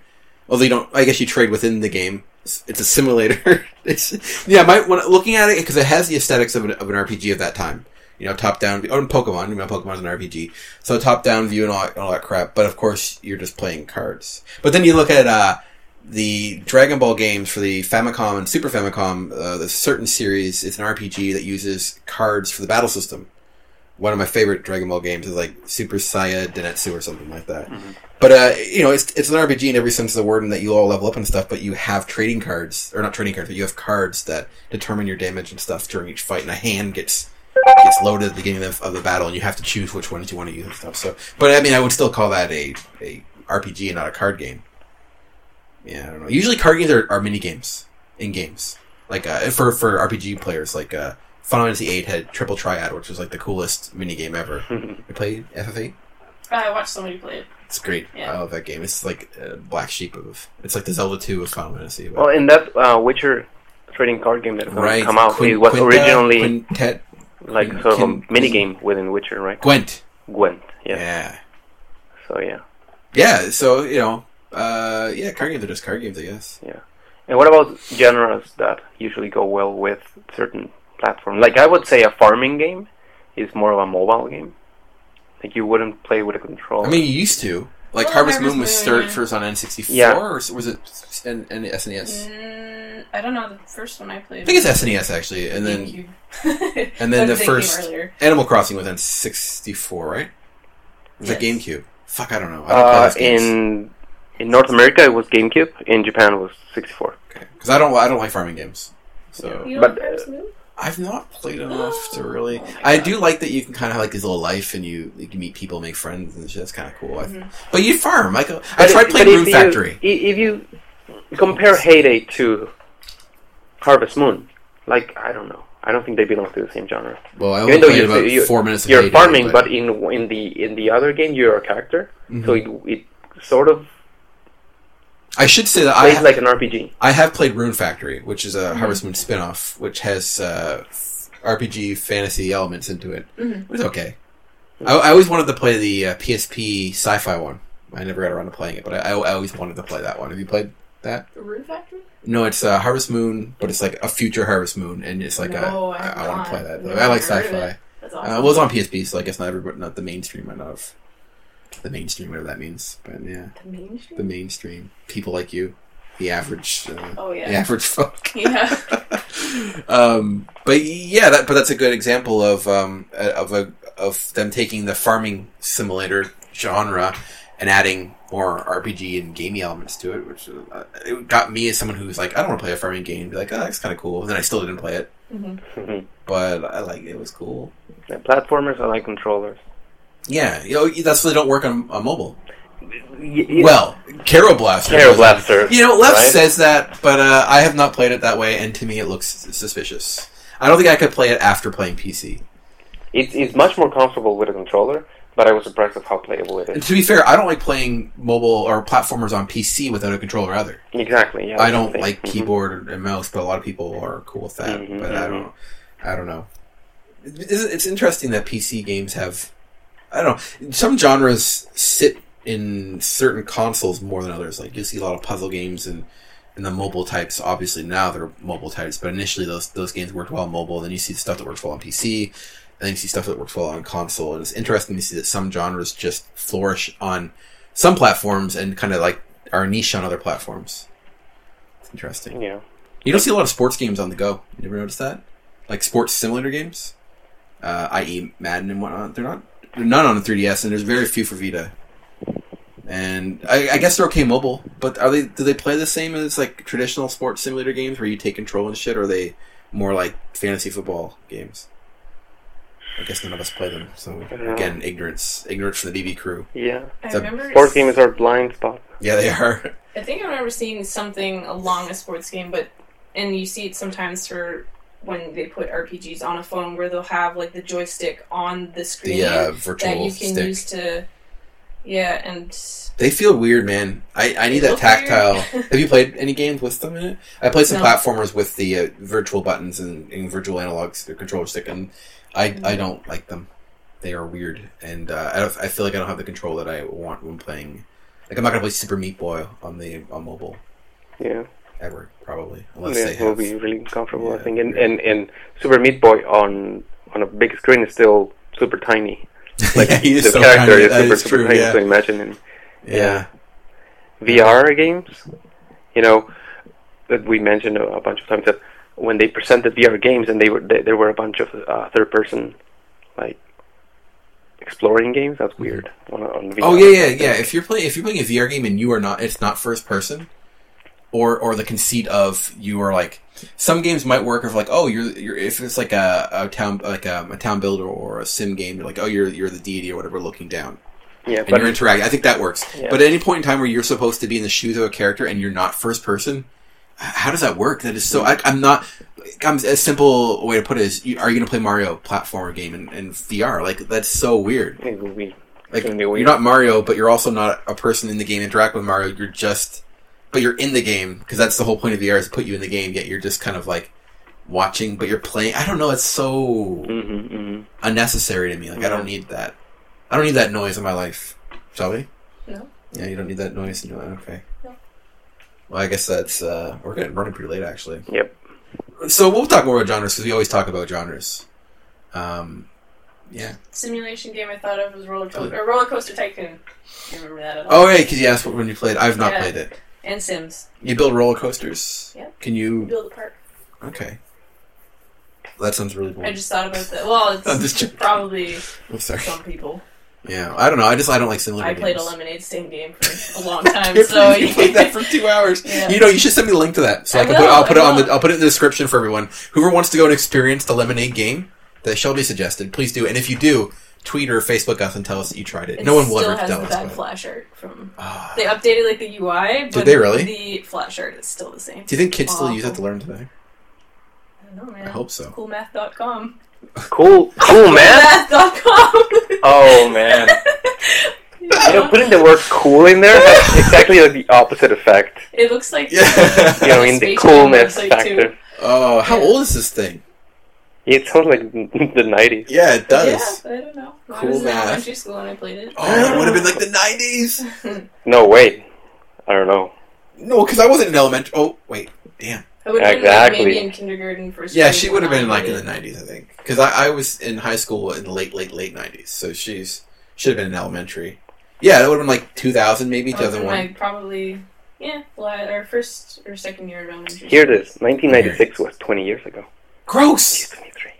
[SPEAKER 1] Although you don't, I guess you trade within the game. It's, it's a simulator. [LAUGHS] it's yeah. My when looking at it because it has the aesthetics of an, of an RPG of that time. You know, top down. Oh, and Pokemon. You know, Pokemon's an RPG, so top down view and all, that- all that crap. But of course, you're just playing cards. But then you look at uh, the Dragon Ball games for the Famicom and Super Famicom. Uh, there's a certain series. It's an RPG that uses cards for the battle system one of my favorite Dragon Ball games is like Super Saiya Denetsu or something like that. But uh, you know, it's it's an RPG in every sense of the word, and that you all level up and stuff. But you have trading cards, or not trading cards, but you have cards that determine your damage and stuff during each fight. And a hand gets gets loaded at the beginning of, of the battle, and you have to choose which ones you want to use and stuff. So, but I mean, I would still call that a a RPG and not a card game. Yeah, I don't know. Usually, card games are, are mini games in games, like uh, for for RPG players, like. Uh, Final Fantasy VIII had Triple Triad, which was like the coolest mini game ever.
[SPEAKER 2] [LAUGHS]
[SPEAKER 1] We played FF8.
[SPEAKER 3] I watched somebody play it.
[SPEAKER 1] It's great.
[SPEAKER 3] Yeah.
[SPEAKER 1] I love that game. It's like uh, Black Sheep of. It's like the Zelda 2 of Final Fantasy.
[SPEAKER 2] well,
[SPEAKER 1] But,
[SPEAKER 2] in that uh, Witcher trading card game that's going
[SPEAKER 1] right.
[SPEAKER 2] to come out,
[SPEAKER 1] Quin-
[SPEAKER 2] it was
[SPEAKER 1] Quinta,
[SPEAKER 2] originally
[SPEAKER 1] Quintet,
[SPEAKER 2] like
[SPEAKER 1] Quin-
[SPEAKER 2] sort of
[SPEAKER 1] Quin-
[SPEAKER 2] a mini game within Witcher, right?
[SPEAKER 1] Gwent.
[SPEAKER 2] Gwent, yeah.
[SPEAKER 1] Yeah.
[SPEAKER 2] So yeah,
[SPEAKER 1] Yeah. So you know, uh, yeah, card games are just card games, I guess.
[SPEAKER 2] and what about genres that usually go well with certain platforms? Like I would say, a farming game is more of a mobile game. Like you wouldn't play with a controller.
[SPEAKER 1] I mean, you used to. Like Harvest
[SPEAKER 3] Well, Harvest
[SPEAKER 1] Moon was
[SPEAKER 3] Moon,
[SPEAKER 1] start
[SPEAKER 3] yeah.
[SPEAKER 1] first on N64,
[SPEAKER 2] Yeah.
[SPEAKER 1] or s- was it s- N- N- SNES?
[SPEAKER 3] Mm, I don't know the first one I played.
[SPEAKER 1] I think it's SNES actually, and then
[SPEAKER 3] GameCube.
[SPEAKER 1] [LAUGHS] and then
[SPEAKER 3] That
[SPEAKER 1] the
[SPEAKER 3] was a game
[SPEAKER 1] first-
[SPEAKER 3] earlier.
[SPEAKER 1] Animal Crossing was N64, right? Was it
[SPEAKER 3] Yes.
[SPEAKER 1] GameCube? Fuck, I don't know. I don't
[SPEAKER 2] uh,
[SPEAKER 1] play those games
[SPEAKER 2] in in North America, it was GameCube. In Japan, it was 64.
[SPEAKER 1] because I don't. I don't like farming games. So
[SPEAKER 3] You don't
[SPEAKER 2] But,
[SPEAKER 3] have
[SPEAKER 1] uh,
[SPEAKER 3] Harvest Moon?
[SPEAKER 1] I've not played enough to really.
[SPEAKER 3] Oh my
[SPEAKER 1] I
[SPEAKER 3] God.
[SPEAKER 1] do like that you can kind of have like this little life, and you, you can meet people, make friends, and shit. That's kind of cool. I-
[SPEAKER 3] Mm-hmm.
[SPEAKER 1] But you farm. Like uh, I
[SPEAKER 2] But
[SPEAKER 1] tried
[SPEAKER 2] if-
[SPEAKER 1] playing
[SPEAKER 2] but
[SPEAKER 1] Rune
[SPEAKER 2] if you-
[SPEAKER 1] Factory.
[SPEAKER 2] i- If you compare Heyday to Harvest Moon, like I don't know, I don't think they belong to the same genre.
[SPEAKER 1] Well, I only
[SPEAKER 2] even though
[SPEAKER 1] played
[SPEAKER 2] you-
[SPEAKER 1] about
[SPEAKER 2] you-
[SPEAKER 1] four minutes. Of
[SPEAKER 2] You're
[SPEAKER 1] Heyday,
[SPEAKER 2] farming, but in in the in the other game, you're a character,
[SPEAKER 1] Mhm. Mm-hmm.
[SPEAKER 2] so it, it sort of
[SPEAKER 1] I should say that I
[SPEAKER 2] plays
[SPEAKER 1] have,
[SPEAKER 2] like an RPG.
[SPEAKER 1] I have played Rune Factory, which is
[SPEAKER 2] Mm-hmm.
[SPEAKER 1] a Harvest Moon spin-off, which has uh, RPG fantasy elements into it.
[SPEAKER 3] Mm-hmm.
[SPEAKER 1] It was okay. I, I always wanted to play the uh, PSP sci-fi one. I never got around to playing it, but I, I always wanted to play that one. Have you played that?
[SPEAKER 3] Rune Factory?
[SPEAKER 1] No, it's uh, Harvest Moon, but it's like a future Harvest Moon, and it's like
[SPEAKER 3] No,
[SPEAKER 1] a,
[SPEAKER 3] I
[SPEAKER 1] I,
[SPEAKER 3] have
[SPEAKER 1] I want
[SPEAKER 3] not.
[SPEAKER 1] to play that.
[SPEAKER 3] No,
[SPEAKER 1] I like
[SPEAKER 3] I've heard of
[SPEAKER 1] sci-fi.
[SPEAKER 3] it. That's awesome.
[SPEAKER 1] Uh, well, it's on PSP, so I guess not everybody, not the mainstream, might not have the mainstream, whatever that means. But yeah,
[SPEAKER 3] the mainstream?
[SPEAKER 1] the mainstream people like you, the average, uh,
[SPEAKER 3] oh,
[SPEAKER 1] the
[SPEAKER 3] yeah.
[SPEAKER 1] average [LAUGHS] folk.
[SPEAKER 3] [LAUGHS] Yeah.
[SPEAKER 1] [LAUGHS] um, but yeah, that but that's a good example of um, uh, of a of them taking the farming simulator genre and adding more RPG and gamey elements to it, which uh, it got me as someone who's like, I don't want to play a farming game. Be like, oh, that's kind of cool. And then I still didn't play it,
[SPEAKER 3] Mhm.
[SPEAKER 1] but I like it was cool.
[SPEAKER 2] Yeah, platformers are like controllers.
[SPEAKER 1] Yeah, you know, that's why they don't work on, on mobile.
[SPEAKER 2] Y- y-
[SPEAKER 1] Well, Carol Blaster.
[SPEAKER 2] Terror
[SPEAKER 1] doesn't.
[SPEAKER 2] Blaster.
[SPEAKER 1] You know, Left
[SPEAKER 2] right?
[SPEAKER 1] says that, but uh, I have not played it that way, and to me, it looks suspicious. I don't think I could play it after playing PC.
[SPEAKER 2] It's, it's much more comfortable with a controller, but I was surprised of how playable it
[SPEAKER 1] And
[SPEAKER 2] is.
[SPEAKER 1] to be fair, I don't like playing mobile or platformers on PC without a controller either.
[SPEAKER 2] Exactly. Yeah.
[SPEAKER 1] I
[SPEAKER 2] that's the
[SPEAKER 1] don't
[SPEAKER 2] thing.
[SPEAKER 1] like
[SPEAKER 2] Mhm.
[SPEAKER 1] keyboard and mouse, but a lot of people are cool with that.
[SPEAKER 2] Mhm,
[SPEAKER 1] But I
[SPEAKER 2] mhm.
[SPEAKER 1] don't. I don't know. It's, it's interesting that PC games have. I don't know. Some genres sit in certain consoles more than others. Like you see a lot of puzzle games and and the mobile types. Obviously now they're mobile types, but initially those those games worked well on mobile. Then you see stuff that works well on PC. And then you see stuff that works well on console. And it's interesting to see that some genres just flourish on some platforms and kind of like are niche on other platforms. It's interesting.
[SPEAKER 2] Yeah.
[SPEAKER 1] You don't see a lot of sports games on the go. You never notice that? Like sports simulator games, uh, i.e., Madden and whatnot. They're not. They're none on the 3DS, and there's very few for Vita. And I, I guess they're okay mobile, but are they? Do they play the same as like traditional sports simulator games where you take control and shit? Or are they more like fantasy football games? I guess none of us play them. So
[SPEAKER 2] Yeah.
[SPEAKER 1] again, ignorance, ignorance from the BB crew.
[SPEAKER 2] Yeah.
[SPEAKER 3] I
[SPEAKER 1] So-
[SPEAKER 3] remember.
[SPEAKER 2] Board games are blind spot.
[SPEAKER 1] Yeah, they are. [LAUGHS]
[SPEAKER 3] I think I remember seeing something along a sports game, but and you see it sometimes for when they put RPGs on a phone, where they'll have like the joystick on the screen
[SPEAKER 1] The uh,
[SPEAKER 3] that
[SPEAKER 1] virtual
[SPEAKER 3] you can
[SPEAKER 1] stick.
[SPEAKER 3] use to Yeah, and
[SPEAKER 1] They feel weird, man. I, I need
[SPEAKER 3] They
[SPEAKER 1] that
[SPEAKER 3] look
[SPEAKER 1] tactile.
[SPEAKER 3] weird.
[SPEAKER 1] Have you played any games with them in it? I played some
[SPEAKER 3] No.
[SPEAKER 1] platformers with the uh, virtual buttons and, and virtual analogs, the controller stick, and I, I don't like them. They are weird, and uh, I, don't, I feel like I don't have the control that I want when playing. Like I'm not gonna play Super Meat Boy on the on mobile
[SPEAKER 2] Yeah,
[SPEAKER 1] ever, probably, unless
[SPEAKER 2] yeah
[SPEAKER 1] they
[SPEAKER 2] it will
[SPEAKER 1] have. [LAUGHS]
[SPEAKER 2] be really comfortable, I
[SPEAKER 1] Yeah,
[SPEAKER 2] think. And,
[SPEAKER 1] yeah.
[SPEAKER 2] and and Super Meat Boy on on a big screen is still super tiny. Like
[SPEAKER 1] Yeah, he
[SPEAKER 2] [LAUGHS] the
[SPEAKER 1] is so
[SPEAKER 2] character
[SPEAKER 1] tiny.
[SPEAKER 2] is
[SPEAKER 1] That
[SPEAKER 2] super
[SPEAKER 1] is
[SPEAKER 2] super
[SPEAKER 1] true,
[SPEAKER 2] tiny.
[SPEAKER 1] yeah.
[SPEAKER 2] So imagine in
[SPEAKER 1] yeah,
[SPEAKER 2] VR games, you know, that we mentioned a, a bunch of times that when they presented VR games and they were they, there were a bunch of uh, third person like exploring games. That's weird. On, on VR.
[SPEAKER 1] Mm-hmm. Oh yeah, yeah, yeah. If you're playing, if you're playing a VR game and you are not, it's not first person, or or the conceit of you are like some games might work if like oh you're you're if it's like a, a town like um, a town builder or a sim game you're like oh you're you're the deity or whatever looking down
[SPEAKER 2] yeah,
[SPEAKER 1] and
[SPEAKER 2] but
[SPEAKER 1] you're interacting. I think that works.
[SPEAKER 2] Yeah.
[SPEAKER 1] But at any point in time where you're supposed to be in the shoes of a character and you're not first person, h- how does that work? That is so. I, I'm not. I'm, a simple way to put it is: you, Are you going to play Mario platformer game in, in VR? Like that's so weird.
[SPEAKER 2] it would be
[SPEAKER 1] Like
[SPEAKER 2] It's gonna be
[SPEAKER 1] you're
[SPEAKER 2] weird.
[SPEAKER 1] not Mario, but you're also not a person in the game interacting with Mario. You're just, but you're in the game because that's the whole point of VR is to put you in the game. Yet you're just kind of like watching, but you're playing. I don't know. It's so
[SPEAKER 2] Mhm,
[SPEAKER 1] mm-hmm.
[SPEAKER 2] mhm.
[SPEAKER 1] unnecessary to me. Like I don't need that. I don't need that noise in my life. Shall we?
[SPEAKER 3] No.
[SPEAKER 1] Yeah, you don't need that noise. You know, okay.
[SPEAKER 3] No.
[SPEAKER 1] Well, I guess that's uh, we're getting running pretty late actually.
[SPEAKER 2] Yep.
[SPEAKER 1] So we'll talk more about genres because we always talk about genres. Um, yeah.
[SPEAKER 3] [LAUGHS] simulation game I thought of was Roller Coaster, or Roller Coaster Tycoon. I can't remember that at all.
[SPEAKER 1] Oh, yeah, because you asked what when you played. I've not
[SPEAKER 3] Yeah.
[SPEAKER 1] played it.
[SPEAKER 3] And Sims.
[SPEAKER 1] You build roller coasters.
[SPEAKER 3] Yeah.
[SPEAKER 1] Can you?
[SPEAKER 3] Build a park.
[SPEAKER 1] Okay. That sounds really
[SPEAKER 3] I
[SPEAKER 1] boring.
[SPEAKER 3] just thought about that. Well,
[SPEAKER 1] [LAUGHS] I'm
[SPEAKER 3] it's
[SPEAKER 1] just joking. [LAUGHS]
[SPEAKER 3] probably
[SPEAKER 1] I'm sorry.
[SPEAKER 3] some people.
[SPEAKER 1] Yeah, I don't know. I just I don't like simulator
[SPEAKER 3] I played a
[SPEAKER 1] games. [LAUGHS]
[SPEAKER 3] lemonade stand game for a long time, so
[SPEAKER 1] you played
[SPEAKER 3] [LAUGHS]
[SPEAKER 1] that for two hours.
[SPEAKER 3] Yeah.
[SPEAKER 1] You know, you should send me a link to that so I,
[SPEAKER 3] I
[SPEAKER 1] can put.
[SPEAKER 3] will,
[SPEAKER 1] I'll put
[SPEAKER 3] I
[SPEAKER 1] it on the.
[SPEAKER 3] will.
[SPEAKER 1] I'll put it in the description for everyone. Whoever wants to go and experience the lemonade game that Shelby suggested, please do. And if you do, tweet or Facebook us and tell us that you tried it.
[SPEAKER 3] It
[SPEAKER 1] no one will
[SPEAKER 3] still
[SPEAKER 1] ever
[SPEAKER 3] has
[SPEAKER 1] tell
[SPEAKER 3] the
[SPEAKER 1] us.
[SPEAKER 3] bad
[SPEAKER 1] about it.
[SPEAKER 3] flash art from.
[SPEAKER 1] Ah.
[SPEAKER 3] They updated like the UI, but
[SPEAKER 1] they really?
[SPEAKER 3] the flash art is still the same.
[SPEAKER 1] Do you think kids still use it to
[SPEAKER 3] Awful.
[SPEAKER 1] learn today?
[SPEAKER 3] I don't know, man.
[SPEAKER 1] I hope so.
[SPEAKER 3] Coolmath.com.
[SPEAKER 2] Cool, cool, man.
[SPEAKER 3] [LAUGHS] Math.com.
[SPEAKER 2] Oh man, you know, putting the word "cool" in there has exactly like, the opposite effect.
[SPEAKER 3] it looks like
[SPEAKER 1] Yeah.
[SPEAKER 2] [LAUGHS] You know, in the
[SPEAKER 3] Space
[SPEAKER 2] coolness
[SPEAKER 3] Jam website, too.
[SPEAKER 2] factor.
[SPEAKER 1] Oh, how
[SPEAKER 3] Yeah.
[SPEAKER 1] old is this thing?
[SPEAKER 2] It sounds like [LAUGHS] the nineties.
[SPEAKER 1] Yeah, it does.
[SPEAKER 3] Yeah, I don't know. I
[SPEAKER 1] Cool
[SPEAKER 3] was in
[SPEAKER 1] math.
[SPEAKER 3] elementary school and I played [LAUGHS] it.
[SPEAKER 1] Oh, it would have been like the nineties.
[SPEAKER 2] No, wait. I don't know.
[SPEAKER 1] No, because I wasn't in elementary. Oh, wait.
[SPEAKER 3] I would have
[SPEAKER 2] Exactly.
[SPEAKER 3] been like, maybe in kindergarten, first.
[SPEAKER 1] Yeah,
[SPEAKER 3] grade
[SPEAKER 1] she
[SPEAKER 3] when
[SPEAKER 1] would have
[SPEAKER 3] I
[SPEAKER 1] been like in
[SPEAKER 3] played
[SPEAKER 1] the
[SPEAKER 3] it.
[SPEAKER 1] nineties, I think, because I, I was in high school in the late, late, late nineties. So she's should have been in elementary. Yeah, that would have been like two thousand, maybe two
[SPEAKER 3] I was in
[SPEAKER 1] thousand one.
[SPEAKER 3] my probably yeah, la- or first or second year of elementary.
[SPEAKER 2] Here it
[SPEAKER 3] school.
[SPEAKER 2] is. Nineteen ninety-six was twenty years ago.
[SPEAKER 1] Gross.
[SPEAKER 2] Twenty-three.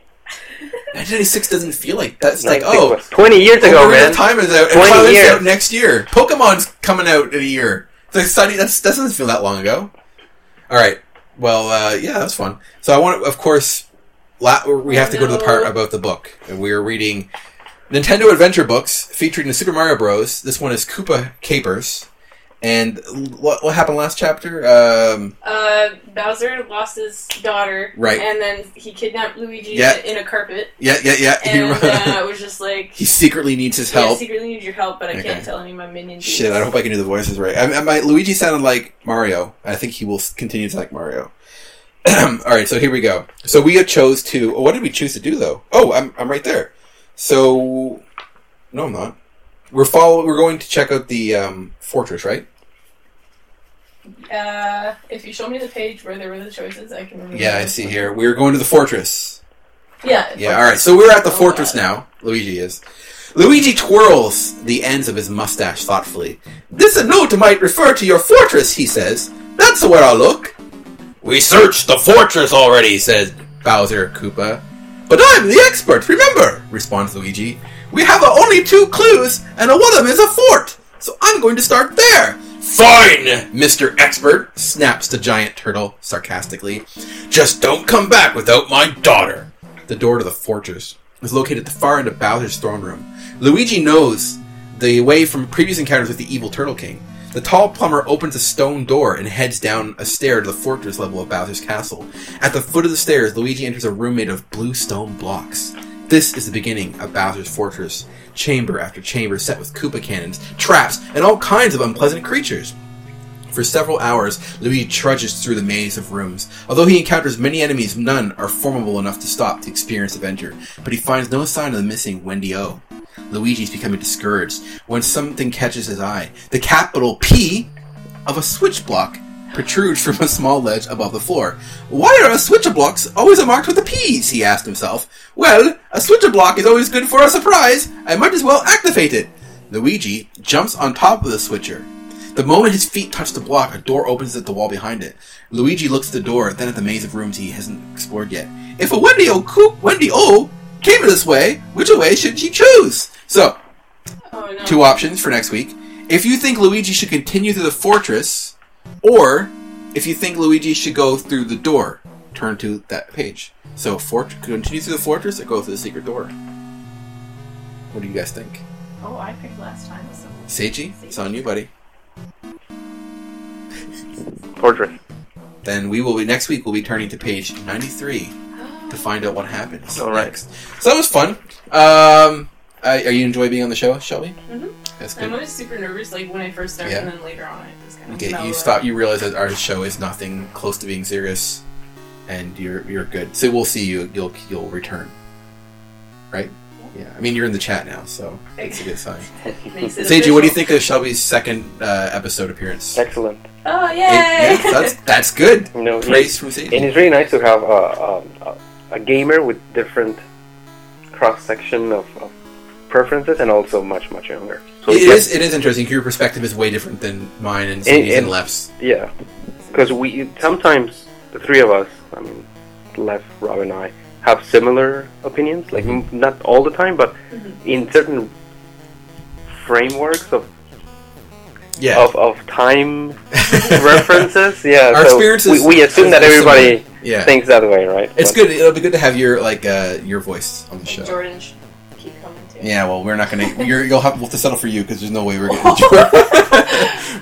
[SPEAKER 1] Nineteen ninety six doesn't feel like that. It's like
[SPEAKER 2] 96
[SPEAKER 1] oh,
[SPEAKER 2] was twenty years
[SPEAKER 1] oh,
[SPEAKER 2] ago,
[SPEAKER 1] we're gonna
[SPEAKER 2] man.
[SPEAKER 1] time is out.
[SPEAKER 2] 20
[SPEAKER 1] Twenty years
[SPEAKER 2] years.
[SPEAKER 1] out next year. Pokemon's coming out in a year. The study that's, that doesn't feel that long ago. All right. Well, uh, yeah, that's fun. So I want, to, of course, la- we have to go to the part
[SPEAKER 3] No.
[SPEAKER 1] about the book, and we are reading Nintendo Adventure books featured in Super Mario Bros. This one is Koopa Capers, and l- what, what happened last chapter? Um,
[SPEAKER 3] Uh, Bowser lost his daughter,
[SPEAKER 1] Right.
[SPEAKER 3] And then he kidnapped Luigi
[SPEAKER 1] Yeah.
[SPEAKER 3] in a carpet,
[SPEAKER 1] yeah, yeah, yeah. [LAUGHS] He,
[SPEAKER 3] and uh, was just
[SPEAKER 1] [LAUGHS]
[SPEAKER 3] like,
[SPEAKER 1] he secretly needs his
[SPEAKER 3] "Yeah, I
[SPEAKER 1] help.
[SPEAKER 3] secretly need your help, but I
[SPEAKER 1] Okay.
[SPEAKER 3] can't tell any of my minions."
[SPEAKER 1] Shit, I hope I can do the voices right. I, I, my, Luigi sounded like Mario. I think he will s- continue to like Mario. [CLEARS THROAT] All right, so here we go. So we have chose to. oh, What did we choose to do though? Oh, I'm I'm right there. So no, I'm not. We're follow. We're going to check out the um, fortress, right?
[SPEAKER 3] Uh, if you show me the page where there were the choices, I can remember.
[SPEAKER 1] Yeah, I see here. We're going to the fortress.
[SPEAKER 3] Yeah,
[SPEAKER 1] Yeah. All right. So we're at the
[SPEAKER 3] Oh,
[SPEAKER 1] fortress
[SPEAKER 3] God.
[SPEAKER 1] now. Luigi is. Luigi twirls the ends of his mustache thoughtfully. This note might refer to your fortress, he says. That's where I'll look. We searched the fortress already, says Bowser Koopa. But I'm the expert, remember, responds Luigi. We have only two clues, and one of them is a fort, so I'm going to start there. Fine, Mr. Expert, snaps the giant turtle sarcastically. Just don't come back without my daughter. The door to the fortress is located at the far end of Bowser's throne room. Luigi knows the way from previous encounters with the evil Turtle King. The tall plumber opens a stone door and heads down a stair to the fortress level of Bowser's castle. At the foot of the stairs, Luigi enters a room made of blue stone blocks. This is the beginning of Bowser's fortress. Chamber after chamber set with Koopa cannons, traps, and all kinds of unpleasant creatures. For several hours, Luigi trudges through the maze of rooms. Although he encounters many enemies, none are formidable enough to stop the experienced adventure, but he finds no sign of the missing Wendy O. Luigi's becoming discouraged when something catches his eye. The capital P of a switch block protrudes from a small ledge above the floor. Why are switcher blocks always marked with the P's? he asked himself. Well, a switcher block is always good for a surprise. I might as well activate it. Luigi jumps on top of the switcher. The moment his feet touch the block, a door opens at the wall behind it. Luigi looks at the door, then at the maze of rooms he hasn't explored yet. If a Wendy O Coop Wendy O came this way, which way should she choose? So,
[SPEAKER 3] Oh no.
[SPEAKER 1] two options for next week. If you think Luigi should continue through the fortress, or if you think Luigi should go through the door, turn to that page. So, fort- continue through the fortress or go through the secret door. What do you guys think?
[SPEAKER 3] Oh, I picked last time. So. [GASPS]
[SPEAKER 1] Seiji, it's on you, buddy.
[SPEAKER 2] Fortress.
[SPEAKER 1] Then we will be next week. We'll be turning to page ninety-three to find out what happens
[SPEAKER 2] All right.
[SPEAKER 1] next. So that was fun. Um, I, are you enjoy being on the show, Shelby?
[SPEAKER 3] Mhm.
[SPEAKER 1] That's good.
[SPEAKER 3] I'm always super nervous, like when I first start,
[SPEAKER 1] Yeah.
[SPEAKER 3] and then later on, I just kind of.
[SPEAKER 1] Okay, you stop. You realize that our show is nothing close to being serious, and you're you're good. So we'll see you. You'll you'll return, right? Yeah. I mean, you're in the chat now, so
[SPEAKER 3] [LAUGHS]
[SPEAKER 1] it's a good sign. Seiji, what do you think of Shelby's second uh, episode appearance?
[SPEAKER 2] Excellent.
[SPEAKER 3] Oh
[SPEAKER 1] It-
[SPEAKER 3] yay!
[SPEAKER 1] yeah,
[SPEAKER 3] [LAUGHS]
[SPEAKER 1] that's that's good.
[SPEAKER 2] You know, it-
[SPEAKER 1] Praise from
[SPEAKER 2] and
[SPEAKER 1] Seiji.
[SPEAKER 2] it's really nice to have a, a, a- a gamer with different cross section of, of preferences and also much much younger. So
[SPEAKER 1] It
[SPEAKER 2] yeah,
[SPEAKER 1] is it is interesting. Your perspective is way different than mine and
[SPEAKER 2] And-
[SPEAKER 1] Seiji and
[SPEAKER 2] and-
[SPEAKER 1] Left's.
[SPEAKER 2] Yeah, because we sometimes the three of us, I mean, Lev, Rob, and I have similar opinions. Like
[SPEAKER 1] Mm-hmm.
[SPEAKER 2] m not all the time, but in certain frameworks of
[SPEAKER 1] Yeah.
[SPEAKER 2] of, of time
[SPEAKER 1] [LAUGHS]
[SPEAKER 2] Oh, references. Yeah,
[SPEAKER 1] Our
[SPEAKER 2] so
[SPEAKER 1] experiences-
[SPEAKER 2] We, we assume that
[SPEAKER 1] are
[SPEAKER 2] everybody
[SPEAKER 1] [LAUGHS] yeah.
[SPEAKER 2] thinks that way, right?
[SPEAKER 1] It's
[SPEAKER 2] But-
[SPEAKER 1] good. It'll be good to have your like uh, your voice on the show.
[SPEAKER 3] Jordan should keep coming too.
[SPEAKER 1] Yeah, well, we're not
[SPEAKER 3] [LAUGHS]
[SPEAKER 1] gonna. You're, you'll have, we'll have to settle for you because there's no way we're gonna. Jordan, [LAUGHS]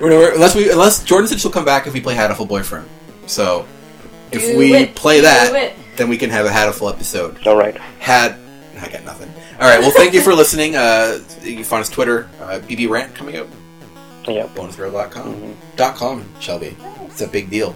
[SPEAKER 1] we're, nowhere- unless we, unless Jordan said she'll come back if we play Hatful Boyfriend. So if
[SPEAKER 3] Do
[SPEAKER 1] we
[SPEAKER 3] it,
[SPEAKER 1] play
[SPEAKER 3] do
[SPEAKER 1] that,
[SPEAKER 3] it.
[SPEAKER 1] then we can have a Hatful episode.
[SPEAKER 2] All right.
[SPEAKER 1] Had I got nothing. All right. Well, thank you for [LAUGHS] listening. Uh, you can find us Twitter, uh, BB Rant coming up,
[SPEAKER 2] Yeah.
[SPEAKER 1] bonusbarrel.com.
[SPEAKER 2] Mhm.
[SPEAKER 1] dot com, Shelby. It's a big deal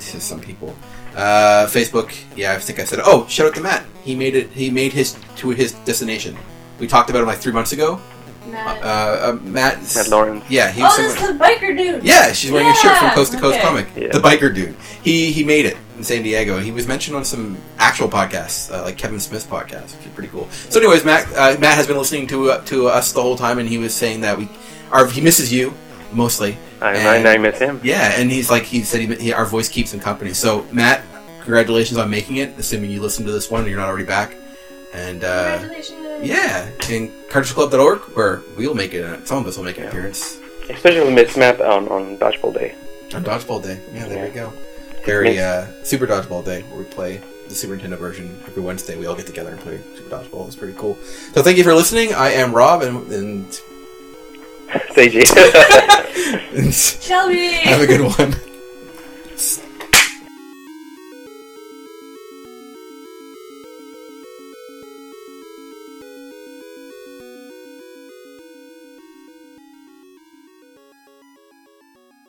[SPEAKER 1] to some people. Uh, Facebook, yeah, I think I said. it. Oh, shout out to Matt. He made it. He made his to his destination. We talked about him like three months ago. Uh,
[SPEAKER 3] Matt.
[SPEAKER 1] uh, Matt.
[SPEAKER 2] Matt Lawrence.
[SPEAKER 1] Yeah, he was
[SPEAKER 3] oh,
[SPEAKER 1] so
[SPEAKER 3] this
[SPEAKER 1] much-
[SPEAKER 3] is the biker dude.
[SPEAKER 1] yeah, she's wearing a shirt from
[SPEAKER 3] Yeah,
[SPEAKER 1] Coast to Coast
[SPEAKER 3] okay.
[SPEAKER 1] comic.
[SPEAKER 2] Yeah.
[SPEAKER 1] The biker dude. He he made it in San Diego. He was mentioned on some actual podcasts, uh, like Kevin Smith's podcast, which is pretty cool. So, anyways, Matt uh, Matt has been listening to uh, to us the whole time, and he was saying that we our, he misses you mostly,
[SPEAKER 2] I,
[SPEAKER 1] And-
[SPEAKER 2] I, I miss him.
[SPEAKER 1] yeah, and he's like he said, he, he, our voice keeps him company. So Matt, congratulations on making it. Assuming you listened to this one and you're not already back. And uh,
[SPEAKER 3] Congratulations.
[SPEAKER 1] yeah, and cartridgeclub.org, where we'll make it. uh, Some of us will make an appearance
[SPEAKER 2] Especially miss Matt on, on Dodgeball Day. [LAUGHS]
[SPEAKER 1] on Dodgeball Day. Yeah, there we
[SPEAKER 2] Yeah.
[SPEAKER 1] go. Very uh, Super Dodgeball Day, where we play the Super Nintendo version every Wednesday. We all get together and play Super Dodgeball. It's pretty cool. So thank you for listening. I am Rob, and, and, [LAUGHS]
[SPEAKER 2] Seiji.
[SPEAKER 1] and
[SPEAKER 3] Shelby.
[SPEAKER 1] have a good one.